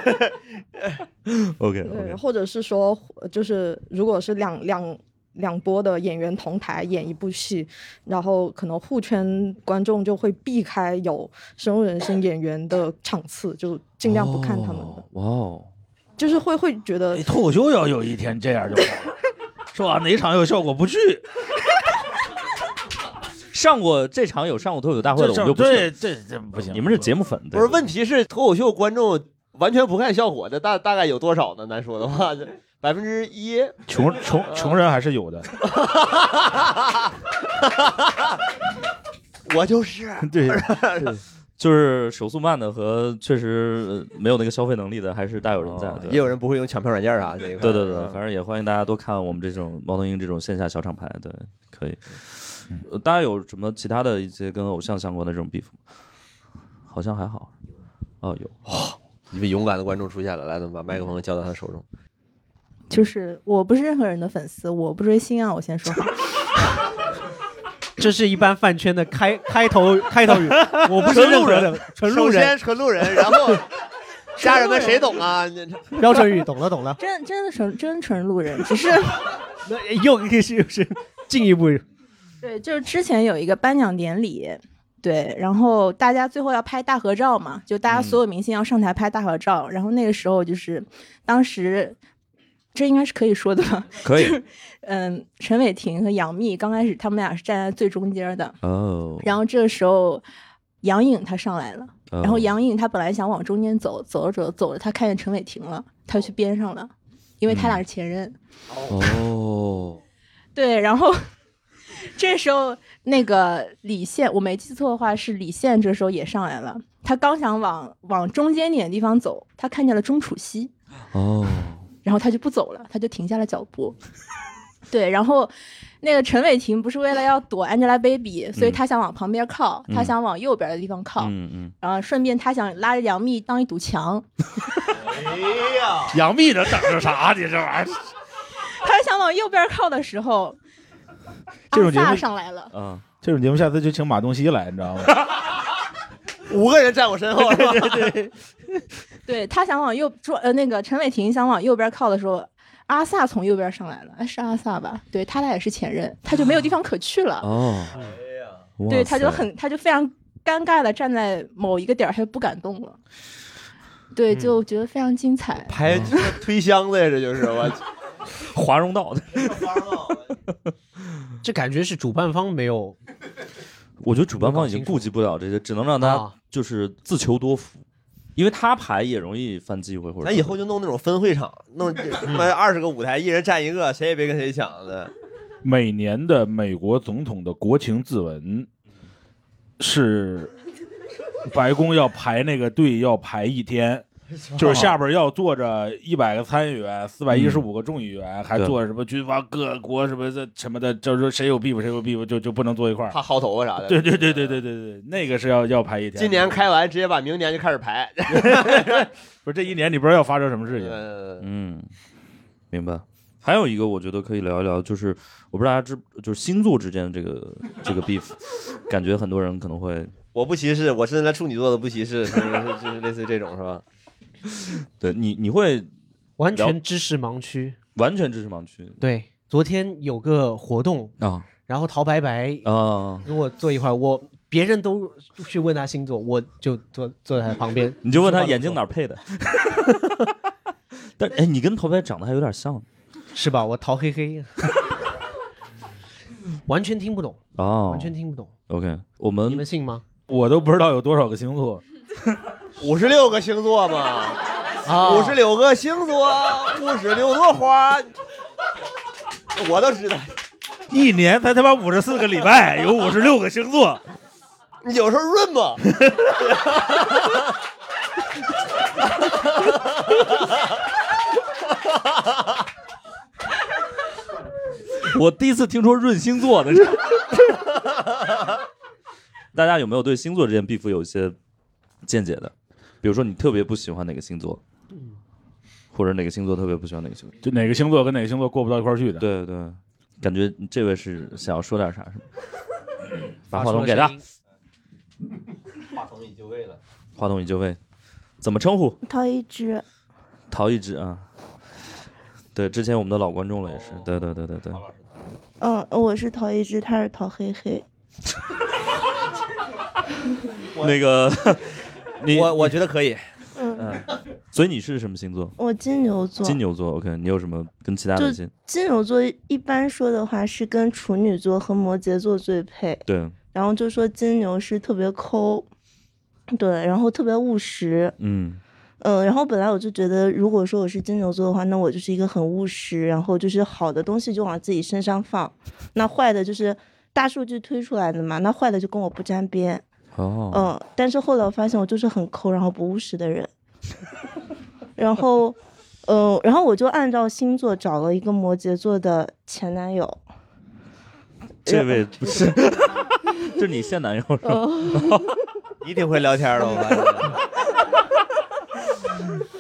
Speaker 1: OK
Speaker 6: 对，
Speaker 1: OK，
Speaker 6: 或者是说呃就是如果是两两。两波的演员同台演一部戏，然后可能互圈观众就会避开有深入人心演员的场次，就尽量不看他们的，
Speaker 1: 哦 哇哦，
Speaker 6: 就是会会觉得
Speaker 4: 哎脱口秀要有一天这样就 好了，是吧？哪场有效果不去，
Speaker 1: 上过这场有上过脱口秀大会的，我
Speaker 4: 这
Speaker 1: 们就不去
Speaker 4: 对
Speaker 1: 了。
Speaker 4: 这这不行，
Speaker 1: 你们是节目粉，
Speaker 3: 不是
Speaker 1: 对
Speaker 3: 问题是脱口秀观众完全不看效果的大大概有多少呢？咱说的 话，这百分之 一，
Speaker 4: 穷穷穷人还是有的，
Speaker 3: 我 就是。
Speaker 4: 对，
Speaker 1: 就是手速慢的和确实呃没有那个消费能力的，还是大有人在。
Speaker 3: 哦
Speaker 1: 对
Speaker 3: 也有人不会用抢票软件啥的。这一块
Speaker 1: 对对对，反正也欢迎大家多看我们这种猫头鹰这种线下小厂牌，对，可以。呃大家有什么其他的一些跟偶像相关的这种 beef 吗？好像还好。哦，有
Speaker 3: 一位勇敢的观众出现了，来，咱们把麦克风交到他手中。
Speaker 7: 就是我不是任何人的粉丝，我不追星啊，我先说好。
Speaker 2: 这是一般饭圈的开 开头开头语，我不是任何人， 纯路人，
Speaker 3: 纯路人，然后家人们谁懂啊？你这
Speaker 2: 标准语，懂了懂了。
Speaker 7: 真真的纯真纯路 人，只是
Speaker 2: 那又又是又是进一步，
Speaker 7: 对，就是之前有一个颁奖典礼，对，然后大家最后要拍大合照嘛，就大家所有明星要上台拍大合照，然后那个时候就是当时。这应该是可以说的吧？
Speaker 1: 可以
Speaker 7: 嗯，陈伟霆和杨幂刚开始他们俩是站在最中间的，
Speaker 1: 哦。
Speaker 7: 然后这个时候杨颖她上来了，
Speaker 1: 然
Speaker 7: 然后杨颖她本来想往中间走，走着走着走着，她看见陈伟霆了，她
Speaker 1: 哦
Speaker 7: 就去边上了，
Speaker 1: 嗯
Speaker 7: 因为他俩是前任。
Speaker 1: 哦，
Speaker 7: 对，然后 这时候那个李现，我没记错的话是李现，这时候也上来了。他刚想往往中间点的地方走，他看见了钟楚曦，
Speaker 1: 哦，
Speaker 7: 然后他就不走了，他就停下了脚步。 对，然后那个陈伟霆不是为了要躲 Angelababy，所以他想往旁边靠，
Speaker 1: 嗯
Speaker 7: 他想往右边的地方靠，
Speaker 1: 嗯嗯，
Speaker 7: 然后呃顺便他想拉着杨幂当一堵墙，
Speaker 3: 哎呀，
Speaker 4: 杨幂这等着啥？你这玩意儿，
Speaker 7: 他想往右边靠的时候，
Speaker 4: 这种
Speaker 7: 阿
Speaker 4: 节目
Speaker 7: 萨上来了，
Speaker 1: 啊，
Speaker 4: 这种节目下次就请马东锡来，你知道吗？
Speaker 2: 五个人站我身后，是吧？
Speaker 7: 对他想往右说呃那个陈伟霆想往右边靠的时候。阿萨从右边上来了，哎是阿萨吧？对他俩也是前任，他就没有地方可去了。
Speaker 1: 哦，
Speaker 5: 哎
Speaker 1: 哇
Speaker 7: 对，他就
Speaker 1: 塞
Speaker 7: 很，他就非常尴尬的站在某一个点儿，他就不敢动了。对，就觉得非常精彩。
Speaker 3: 拍
Speaker 2: 推箱子呀，这就 是我。
Speaker 1: 华容道的。
Speaker 2: 这感觉是主办方没有
Speaker 1: 我觉得主办方已经顾及不了这些，只能让他
Speaker 2: 啊，
Speaker 1: 就是自求多福，因为他排也容易犯忌讳或者。
Speaker 3: 咱以后就弄那种分会场，弄妈二十个舞台，一人占一个，谁也别跟谁抢的。
Speaker 4: 每年的美国总统的国情咨文是白宫要排那个队要排一天，就是下边要坐着一百个参议员、四百一十五个众议员，还
Speaker 1: 对
Speaker 4: 坐着什么军方各国什么的什么的，就是谁有弊吧谁有弊吧就就不能坐一块儿。
Speaker 3: 怕薅头发啥的。
Speaker 4: 对对对对对对对，那个是要要排一天的。
Speaker 3: 今年开完，直接把明年就开始 排。
Speaker 4: 不是这一年，你不知道要发生什么事情。
Speaker 3: 嗯
Speaker 1: 嗯，明白。还有一个我觉得可以聊一聊，就是我不知道大家知就是星座之间的这个这个 beef，感觉很多人可能会
Speaker 3: 我不歧视，我是那处女座的不歧视，是不是就是类似于这种是吧？
Speaker 1: 对你你会
Speaker 2: 完全知识盲区。
Speaker 1: 完全支持盲区
Speaker 2: 对，昨天有个活动，
Speaker 1: 啊
Speaker 2: 然后陶白白
Speaker 1: 啊，。
Speaker 2: 跟我坐一块儿，我别人都去问他星座，我就坐坐在他旁边
Speaker 1: 你就问他眼睛哪儿配 的。但哎，你跟头牌长得还有点像
Speaker 2: 是吧？我陶黑黑， 完全听不懂，
Speaker 1: 哦
Speaker 2: 完。全听不懂。
Speaker 1: OK，我
Speaker 2: 你们
Speaker 1: 们
Speaker 2: 信吗？
Speaker 4: 我都不知道有多少个星座，
Speaker 3: 五十六个星座嘛，
Speaker 2: 啊
Speaker 3: 五十六个星座，五十六朵花，我都知道。
Speaker 4: 一年才他妈五十四个礼拜，有五十六个星座。
Speaker 3: 你有时候润 吗？
Speaker 1: 我第一次听说润星座的。 大家有没有对星座之间 beef 有一些见解的？比如说你特别不喜欢哪个星座，或者哪个星座特别不喜欢哪个星座？
Speaker 4: 就哪个星座跟哪个星座过不到一块儿去的。
Speaker 1: 对对，感觉这位是想要说点啥是吗？
Speaker 4: 嗯
Speaker 1: 把话筒
Speaker 2: 发出了
Speaker 1: 给他
Speaker 2: 声，音
Speaker 3: 话筒已就位了。
Speaker 1: 话筒已就位。怎么称呼？
Speaker 7: 掏一只，
Speaker 1: 陶一只啊。对，之前我们的老观众了，也
Speaker 4: 哦
Speaker 1: 是。对对对对对。
Speaker 8: 嗯，我是陶一只，他是陶黑黑。
Speaker 1: 那个，你
Speaker 3: 我我觉得可以，
Speaker 8: 嗯，
Speaker 1: 所以你是什么星座？
Speaker 8: 我金牛座，
Speaker 1: 金牛座。OK，你有什么跟其他的
Speaker 8: 就
Speaker 1: 一些？
Speaker 8: 金牛座一般说的话是跟处女座和摩羯座最配，
Speaker 1: 对，
Speaker 8: 然后就说金牛是特别抠，对，然后特别务实，
Speaker 1: 嗯
Speaker 8: 嗯，然后本来我就觉得，如果说我是金牛座的话，那我就是一个很务实，然后就是好的东西就往自己身上放，那坏的就是大数据推出来的嘛，那坏的就跟我不沾边，
Speaker 1: 哦，
Speaker 8: 嗯，但是后来我发现我就是很抠，然后不务实的人， 然后，嗯，然后我就按照星座找了一个摩羯座的前男友，
Speaker 1: 这位不是， 这是你现男友是吧？
Speaker 3: 哦 你挺
Speaker 7: 嗯
Speaker 3: 会聊天的，我发
Speaker 5: 哦
Speaker 3: 现。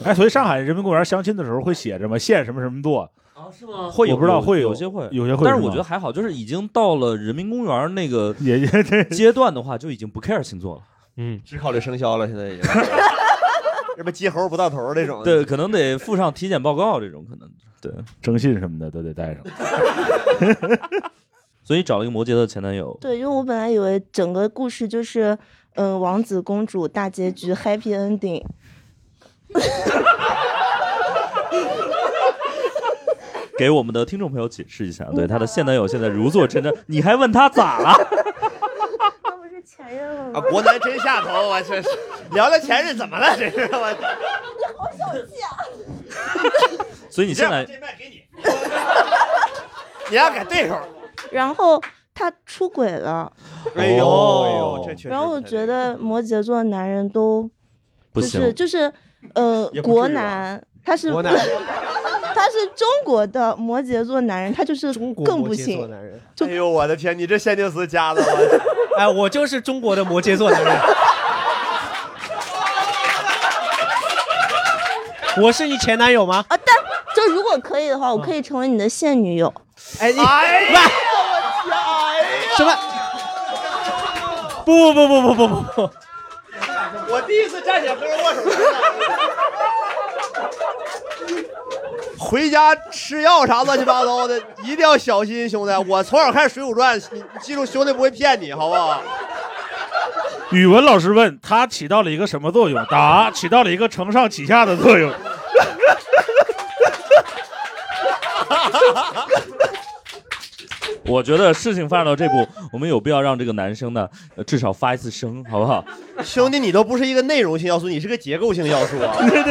Speaker 4: 哎，所以上海人民公园相亲的时候会写着吗？现什么什么座？
Speaker 2: 哦
Speaker 1: 会有
Speaker 4: 我不知道
Speaker 1: 有
Speaker 4: 会
Speaker 1: 有
Speaker 4: 有
Speaker 1: 些会
Speaker 4: 有些会
Speaker 1: 但是
Speaker 4: 是
Speaker 1: 我
Speaker 4: 吗
Speaker 1: 觉得还好，就是已经到了人民公园那个
Speaker 4: 也也这
Speaker 1: 阶段的话，就已经不 care 星座了。
Speaker 2: 嗯，
Speaker 3: 只考虑生肖了，现在已经。这不鸡猴不到头那种。
Speaker 1: 对，，可能得附上体检报告这种可能。对，
Speaker 4: 征信什么的都得带上。
Speaker 1: 所以找了一个摩羯的前男友。
Speaker 8: 对，因为我本来以为整个故事就是，嗯、王子公主大结局 happy ending，
Speaker 1: 给我们的听众朋友解释一下，对他的现男友现在如坐针毡，你还问他咋了？
Speaker 8: 那不是前任
Speaker 3: 啊，
Speaker 8: 了
Speaker 3: 国男真下头，我这是聊聊前任怎么了？这是我。
Speaker 1: 所以你现在
Speaker 3: 麦给你，你要给对手。
Speaker 8: 然后。他出轨了。
Speaker 5: 哎呦
Speaker 1: 哦
Speaker 5: 这确实
Speaker 8: 然后我觉得摩羯座的男人都
Speaker 1: 嗯不
Speaker 8: 就
Speaker 1: 行
Speaker 8: 是就是呃
Speaker 1: 也不
Speaker 8: 国
Speaker 1: 至于吧
Speaker 8: 男，他是
Speaker 2: 国
Speaker 8: 不
Speaker 2: 男
Speaker 8: 他是中国的摩羯座男人，他就是
Speaker 2: 国
Speaker 8: 更
Speaker 2: 摩
Speaker 8: 不
Speaker 2: 羯
Speaker 8: 行
Speaker 2: 座。男人，
Speaker 5: 哎呦我的天，你这限定词加的吗？
Speaker 2: 哎，我就是中国的摩羯座男人。我是你前男友吗？嗯
Speaker 8: 啊，但就如果可以的话，我可以成为你的现女友。
Speaker 2: 哎，你
Speaker 5: 哎呀，我天！
Speaker 2: 什么？不不不不不不不不！
Speaker 5: 我第一次站起来和人握手。回家吃药啥乱七八糟的，一定要小心，兄弟！我从小看《水浒传》，你你记住，兄弟不会骗你，好不好？
Speaker 4: 语文老师问它起到了一个什么作用？答：起到了一个承上启下的作用。
Speaker 1: 我觉得事情发展到这步，我们有必要让这个男生呢，呃至少发一次声，好不好？
Speaker 5: 兄弟，你都不是一个内容性要素，你是个结构性 要素啊！
Speaker 8: 别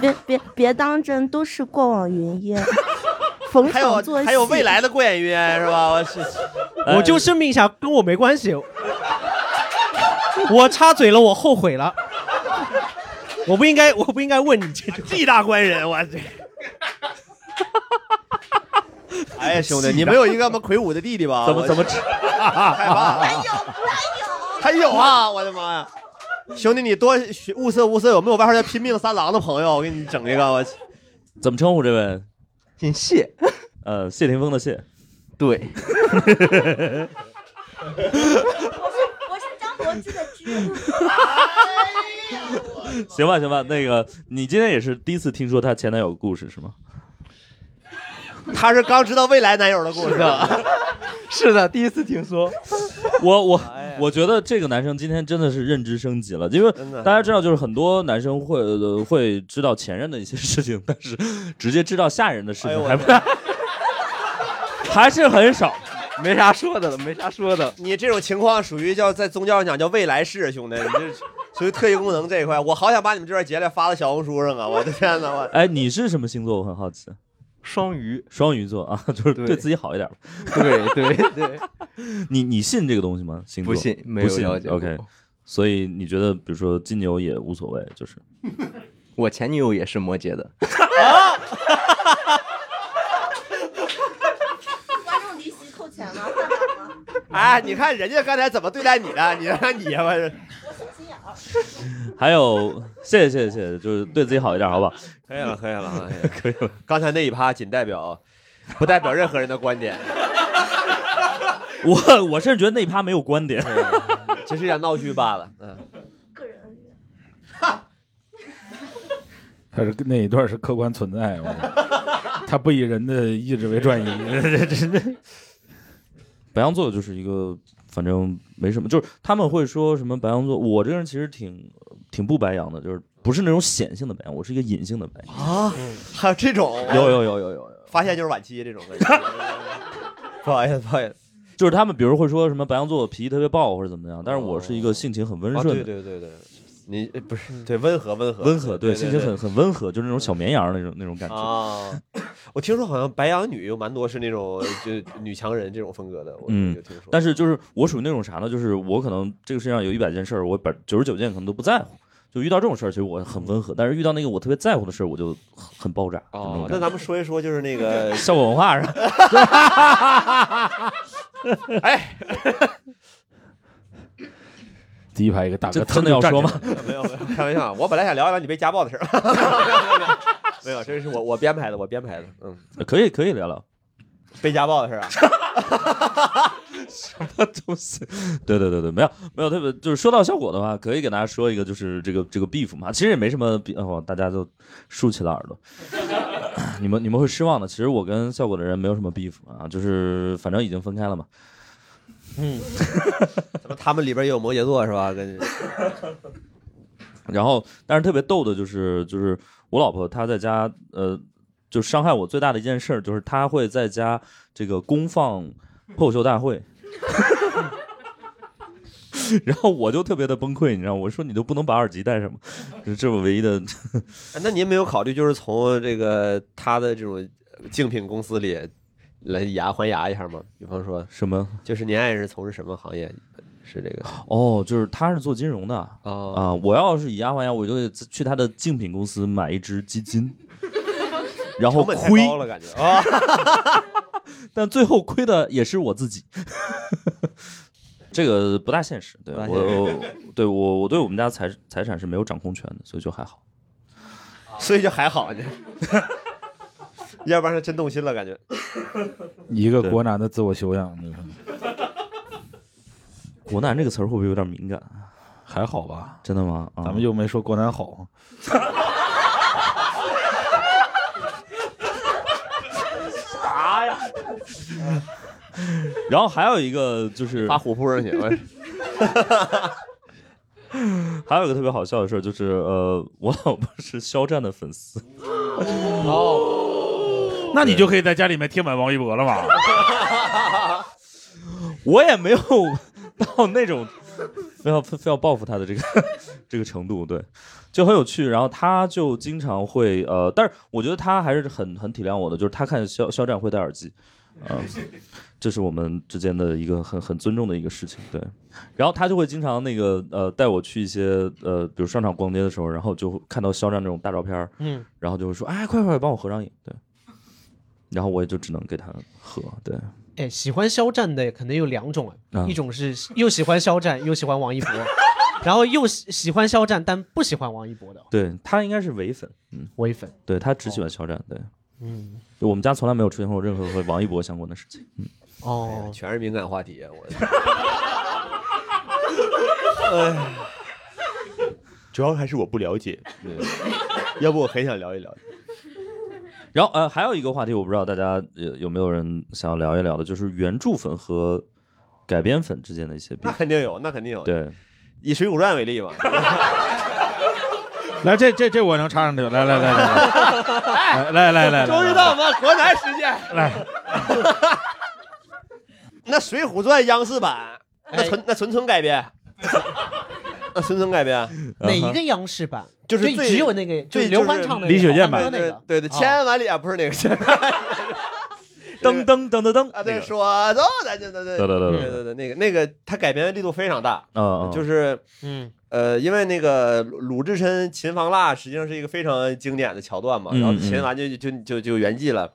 Speaker 8: 别别别当真，都是过往 云烟。逢
Speaker 5: 还有
Speaker 8: 场作戏，
Speaker 5: 还有未来的郭演员是 吧？我是呃哎
Speaker 2: 我就声明一下，跟我没关系。我插嘴了，我后悔了。我不应该，我不应该问你这种。
Speaker 5: 地大官人，我这。哎呀，兄弟，你没有一个么魁梧的弟弟吧？
Speaker 1: 怎么
Speaker 5: 我
Speaker 1: 怎么 吃？
Speaker 5: 害怕？还有还有啊！我的妈呀！兄弟，你多学物色物色，有没有外号叫“拼命三郎”的朋友？我给你整一个，我去。
Speaker 1: 怎么称呼这位？
Speaker 3: 姓谢，
Speaker 1: 呃，谢霆锋的谢，
Speaker 3: 对，
Speaker 8: 我是张柏芝的哎芝。
Speaker 1: 行吧行吧，那个你今天也是第一次听说她前男友的故事是 吗？
Speaker 5: 他是刚知道未来男友的故事。
Speaker 3: 是的，第一次听说。
Speaker 1: 我我
Speaker 5: 哎呀
Speaker 1: 我觉得这个男生今天真的是认知升级了，因为
Speaker 5: 真的
Speaker 1: 大家知道，就是很多男生会、呃会知道前任的一些事情，但是直接知道下人的事
Speaker 5: 哎呦
Speaker 1: 情
Speaker 5: 我
Speaker 1: 还不、还是很少。
Speaker 3: 没啥说的了，没啥说的。
Speaker 5: 你这种情况属于叫在宗教上讲叫未来式，兄弟，你这属于特异功能这一块。我好想把你们这段截来发到小红书上啊！我的天哪， 我
Speaker 1: 哎，你是什么星座？我很好奇。
Speaker 3: 双鱼，
Speaker 1: 双鱼座啊， 就是
Speaker 3: 对
Speaker 1: 对自己好一点吧。
Speaker 3: 对对对，
Speaker 1: 你你信这个东西吗？星座
Speaker 3: 不信，没
Speaker 1: 不
Speaker 3: 有
Speaker 1: 信
Speaker 3: 了解过。
Speaker 1: OK，所以你觉得，比如说金牛也无所谓，就是
Speaker 3: 我前女友也是摩羯的，
Speaker 1: 啊
Speaker 8: 观众离席扣钱吗？
Speaker 5: 哎，你看人家刚才怎么对待你的？你看你我是
Speaker 1: 还有，谢谢谢谢谢谢，就是对自己好一点，好 不好？
Speaker 5: 可以了，可以了，
Speaker 1: 可以了。
Speaker 5: 刚才那一趴仅代表，不代表任何人的观点。
Speaker 1: 我我甚至觉得那一趴没有观 点。
Speaker 5: 只是想闹剧罢了。嗯，
Speaker 8: 个人恩怨。
Speaker 4: 他是那一段是客观存在， 我他不以人的意志为转移，这这这
Speaker 1: 白羊座就是一个，反正没什么，就是他们会说什么白羊座，我这个人其实挺挺不白羊的，就是不是那种显性的白羊，我是一个隐性的白羊。
Speaker 5: 啊还有这种，
Speaker 1: 有有有有有有，
Speaker 5: 发现就是晚期这种。不好意思，不好意思。
Speaker 1: 就是他们比如会说什么白羊座脾气特别暴或者怎么样，但是我是一个性情很温
Speaker 5: 啊，
Speaker 1: 顺
Speaker 5: 对
Speaker 1: 的。
Speaker 5: 对对对，你呃不是对温和温和
Speaker 1: 温和，
Speaker 5: 对，
Speaker 1: 性情很很温和，就是那种小绵羊那种那种感觉。
Speaker 5: 啊。我听说好像白羊女有蛮多是那种就女强人这种风格的，我
Speaker 1: 嗯
Speaker 5: 有听说。
Speaker 1: 但是就是我属于那种啥呢？就是我可能这个世界上有一百件事儿，我百九十九件可能都不在乎。就遇到这种事儿，其实我很温和，但是遇到那个我特别在乎的事儿，我就很很爆炸。就那种
Speaker 5: 嗯
Speaker 1: 感
Speaker 5: 哦，那
Speaker 1: 觉
Speaker 5: 咱们呃说一说，就是 那个
Speaker 1: 效果文化是 吧？
Speaker 5: 哎
Speaker 4: 第一排一个大
Speaker 1: 这
Speaker 4: 哥，
Speaker 1: 真的要说吗？？
Speaker 5: 没有没 有开玩笑，我本来想聊一聊你被家暴的事儿， 没有没有没有没有，这是我我编排的，我编排的，嗯，
Speaker 1: 可以可以聊聊。
Speaker 5: 被家暴的事儿啊，
Speaker 1: 东西。 对对对对，没有没有特别，就是说到效果的话，可以给大家说一个，就是这个这个 beef 嘛，其实也没什么 beef，、哦、大家就竖起了耳朵。 你们你们会失望的，其实我跟效果的人没有什么 beef 啊，就是反正已经分开了嘛。
Speaker 5: 嗯怎么 他们里边也有摩羯座是吧？跟
Speaker 1: 然后，但是特别逗的就是，就是我老婆她在家，呃，就伤害我最大的一件事儿，就是她会在家这个公放脱口秀大会， 然后我就特别的崩溃，你知道吗，我说你都不能把耳机戴上吗？ 这是我唯一的，
Speaker 5: 那您没有考虑，就是从这个他的这种竞品公司里来以牙还牙一下吗？比方说，
Speaker 1: 什么？
Speaker 5: 就是您爱人是从事什么行业？是这个
Speaker 1: 哦，就是他是做金融的啊、
Speaker 5: 哦
Speaker 1: 我要是以牙还牙，我就得去他的竞品公司买一只基金，然后
Speaker 5: 成本太
Speaker 1: 亏
Speaker 5: 高了感觉
Speaker 1: 어?
Speaker 5: 啊，
Speaker 1: 但最后亏的也是我自己。 这个不大现实，对
Speaker 5: 不大现实
Speaker 1: 我，我对我我对我们家财财产是没有掌控权的，所以就还好。
Speaker 5: 啊所以就还好呢。 要不然是真动心了，感觉。
Speaker 4: 一个
Speaker 1: 对
Speaker 4: 国男的自我修养，你看
Speaker 1: 国难这个词儿会不会有点敏感？啊
Speaker 4: 还好吧？
Speaker 1: 真的吗？啊
Speaker 4: 咱们又没说国男好，
Speaker 1: 然后还有一个就是
Speaker 5: 发虎扑上去，我
Speaker 1: 还有一个特别好笑的事儿，就是呃，我老婆是肖战的粉丝，
Speaker 4: 那你就可以在家里面贴满王一博了嘛？
Speaker 1: 我也没有到那种 非要非要报复他的这个 这个程度，对，就很有趣。然后他就经常会呃，但是我觉得他还是很很体谅我的，就是他看肖肖战会戴耳机，啊、这是我们之间的一个很很尊重的一个事情，对。然后他就会经常那个呃带我去一些呃，比如商场逛街的时候，然后就看到肖战这种大照片，
Speaker 2: 嗯，
Speaker 1: 然后就会说，哎，快快帮我合张影，对。然后我也就只能给他合，对，
Speaker 2: 哎，喜欢肖战的可能有两种，
Speaker 1: 啊
Speaker 2: 一种是又喜欢肖战又喜欢 王一博，然后又喜喜欢肖战但不喜欢王一博的
Speaker 1: 对他应该是伪粉，嗯。
Speaker 2: 微粉。哦
Speaker 1: 对他只喜欢肖战，对，
Speaker 2: 嗯，
Speaker 1: 就我们家从来没有出现过任何和王一博相关的事情。
Speaker 2: 哦，
Speaker 5: 哎全是敏感话题，啊我 主要还是我不了解， 要不我很想聊一聊。
Speaker 1: 然后呃，还有一个话题，我不知道大家有有没有人想要聊一聊的，就是原著粉和改编粉之间的一些比
Speaker 5: 那肯定有，那肯定有。，
Speaker 1: 对，
Speaker 5: 以《水浒传》为例吧，
Speaker 4: 来，这这这我能插上去，来来来来 来来来来来，
Speaker 5: 终于到我们国难时间。
Speaker 4: 来，
Speaker 5: 那《水浒传》央视版，
Speaker 2: 哎
Speaker 5: 那纯那纯纯改 编，那纯纯改编，啊
Speaker 2: 哪一个央视版？
Speaker 5: 就是
Speaker 2: 对
Speaker 5: 最
Speaker 2: 只有那个，就
Speaker 5: 最
Speaker 2: 是刘
Speaker 5: 就是
Speaker 2: 欢唱的
Speaker 4: 李雪健
Speaker 2: 版
Speaker 4: 版
Speaker 2: 那个。
Speaker 5: 对对，
Speaker 2: 啊
Speaker 5: 千万里啊，不是 那个千万
Speaker 1: 噔噔噔噔噔
Speaker 5: 啊，
Speaker 1: 那
Speaker 5: 对，
Speaker 1: 个
Speaker 5: 说走，咱就咱
Speaker 1: 对
Speaker 5: 就。
Speaker 1: 对对
Speaker 5: 对
Speaker 1: 对，
Speaker 5: 对对，那个那个，它改编的力度非常大，
Speaker 1: 嗯，
Speaker 5: 就是是
Speaker 2: 嗯，
Speaker 5: 呃，因为那个鲁鲁智深擒房腊实际上是一个非常经典的桥段嘛，
Speaker 1: 嗯
Speaker 5: 然后
Speaker 1: 嗯
Speaker 5: 擒完就就就就圆寂了。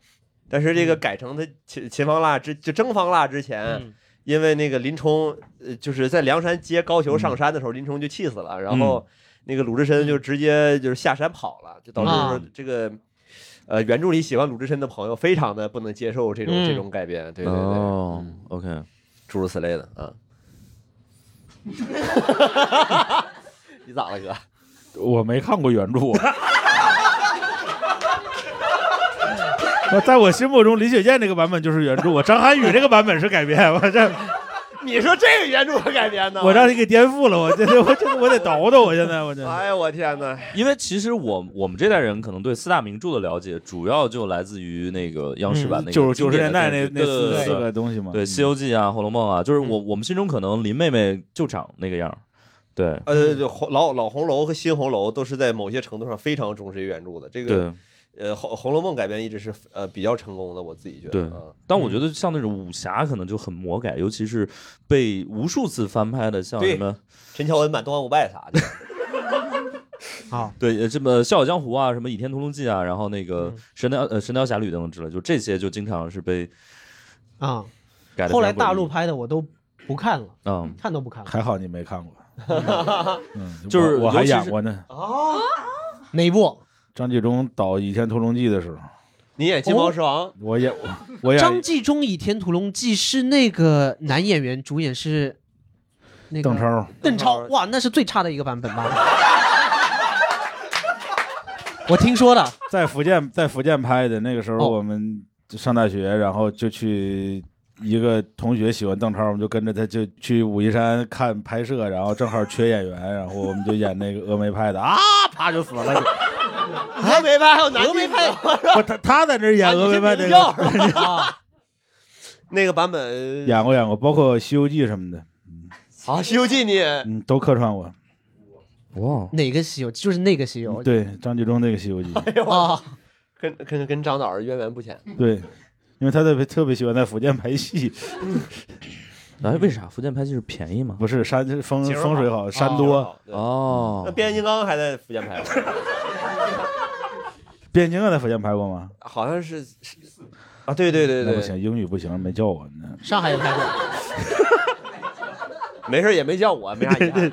Speaker 5: 但是这个改成他擒擒房腊之就征房腊之前，
Speaker 2: 嗯
Speaker 5: 因为那个林冲呃就是在梁山接高俅
Speaker 1: 嗯
Speaker 5: 上山的时候，林冲就气死了，然后那个鲁智深就直接就是下山跑了，就导致
Speaker 2: 啊
Speaker 5: 说这个。呃，原著里喜欢鲁智深的朋友非常的不能接受这种、这
Speaker 2: 嗯
Speaker 5: 种改编，对对对，
Speaker 1: 哦
Speaker 5: 嗯
Speaker 1: ，OK，
Speaker 5: 诸如此类的啊。 你咋了，哥？
Speaker 4: 我没看过原著。那 在我心目中，李雪健这个版本就是原著，我张涵予这个版本是改编，我这
Speaker 5: 你说这个原著改编的？
Speaker 4: 我让你给颠覆了，我 这我这我得倒腾，我现在我这
Speaker 5: 哎呦我天哪！
Speaker 1: 因为其实我我们这代人可能对四大名著的了解，主要就来自于那个央
Speaker 4: 嗯
Speaker 1: 视版那个
Speaker 4: 九九
Speaker 1: 经
Speaker 4: 十
Speaker 1: 典
Speaker 4: 年
Speaker 1: 的
Speaker 4: 代那
Speaker 1: 电视剧
Speaker 4: 那四
Speaker 1: 对对
Speaker 4: 四
Speaker 1: 对
Speaker 4: 个东西嘛。嗯
Speaker 1: 对《西游记》啊，《红楼梦》啊，就是我我们心中可能林妹妹就长那个样儿，对
Speaker 5: 呃，就红老老红楼和新红楼都是在某些程度上非常忠实于原著的。这个
Speaker 1: 对。
Speaker 5: 呃，红《红楼梦》改编一直是呃比较成功的，我自己觉
Speaker 1: 对
Speaker 5: 得。
Speaker 2: 呃
Speaker 5: 啊
Speaker 1: 但
Speaker 4: 嗯
Speaker 1: 我觉得像那种武侠可能就很魔改，尤其是被无数次翻拍的，像什
Speaker 5: 对
Speaker 1: 么
Speaker 5: 陈乔恩版《东方不败》啥 的，
Speaker 1: 对呃这么《笑傲江湖》啊，什么《倚天屠龙记》啊，然后那个
Speaker 2: 嗯
Speaker 1: 《神雕》呃《神雕侠侣》等等之类，就这些就经常是被
Speaker 2: 啊，
Speaker 1: 改的。
Speaker 2: 后来大陆拍的我都不看了，
Speaker 1: 嗯，
Speaker 2: 看都不看了。
Speaker 4: 还好你没看过。 嗯，
Speaker 1: 就是
Speaker 3: 뭐?
Speaker 4: 我我还
Speaker 1: 尤其是
Speaker 4: 演过呢，
Speaker 2: 哪一部？
Speaker 4: 张纪中导《倚天屠龙记》的时候，
Speaker 5: 你演金毛狮王，
Speaker 4: 我演我演
Speaker 2: 哦张纪中《倚天屠龙记》是那个男演员，主演是那个
Speaker 4: 邓超，
Speaker 2: 邓超，哇，那是最差的一个版本吧？我听说的，
Speaker 4: 在福建在福建拍的。那个时候
Speaker 2: 哦
Speaker 4: 我们就上大学，然后就去。一个同学喜欢邓超，我们就跟着他就去武夷山看拍摄，然后正好缺演员，然后我们就演那个峨眉派的啊，啪就死了。
Speaker 5: 峨眉派还有南眉派，
Speaker 4: 不，他他在这儿演峨眉派这个，
Speaker 2: 啊，
Speaker 5: 那个版本
Speaker 4: 演过演过，包括《西游记》什么的，
Speaker 5: 啊，《西游记》你
Speaker 4: 嗯，都客串过。
Speaker 1: 哇，
Speaker 2: 哪个西游？就是那个西游
Speaker 4: 对，张纪中那个《西游记》，
Speaker 2: 啊，
Speaker 5: 跟跟跟张导渊源不浅，
Speaker 4: 对，因为他特别特别喜欢在福建拍戏，
Speaker 1: 哎，为啥福建拍戏是便宜吗？
Speaker 4: 不是山风
Speaker 5: 景儿
Speaker 4: 风水好，山多。
Speaker 5: 好对那
Speaker 1: 哦，
Speaker 5: 变形金刚还在福建拍过，
Speaker 4: 变形金刚啊在福建拍过吗？
Speaker 5: 好像是是啊，对对对
Speaker 4: 那不
Speaker 5: 对，
Speaker 4: 行，英语不行，没叫我呢。
Speaker 2: 嗯上海也拍过，
Speaker 5: 没事也没 叫我，没啥遗憾。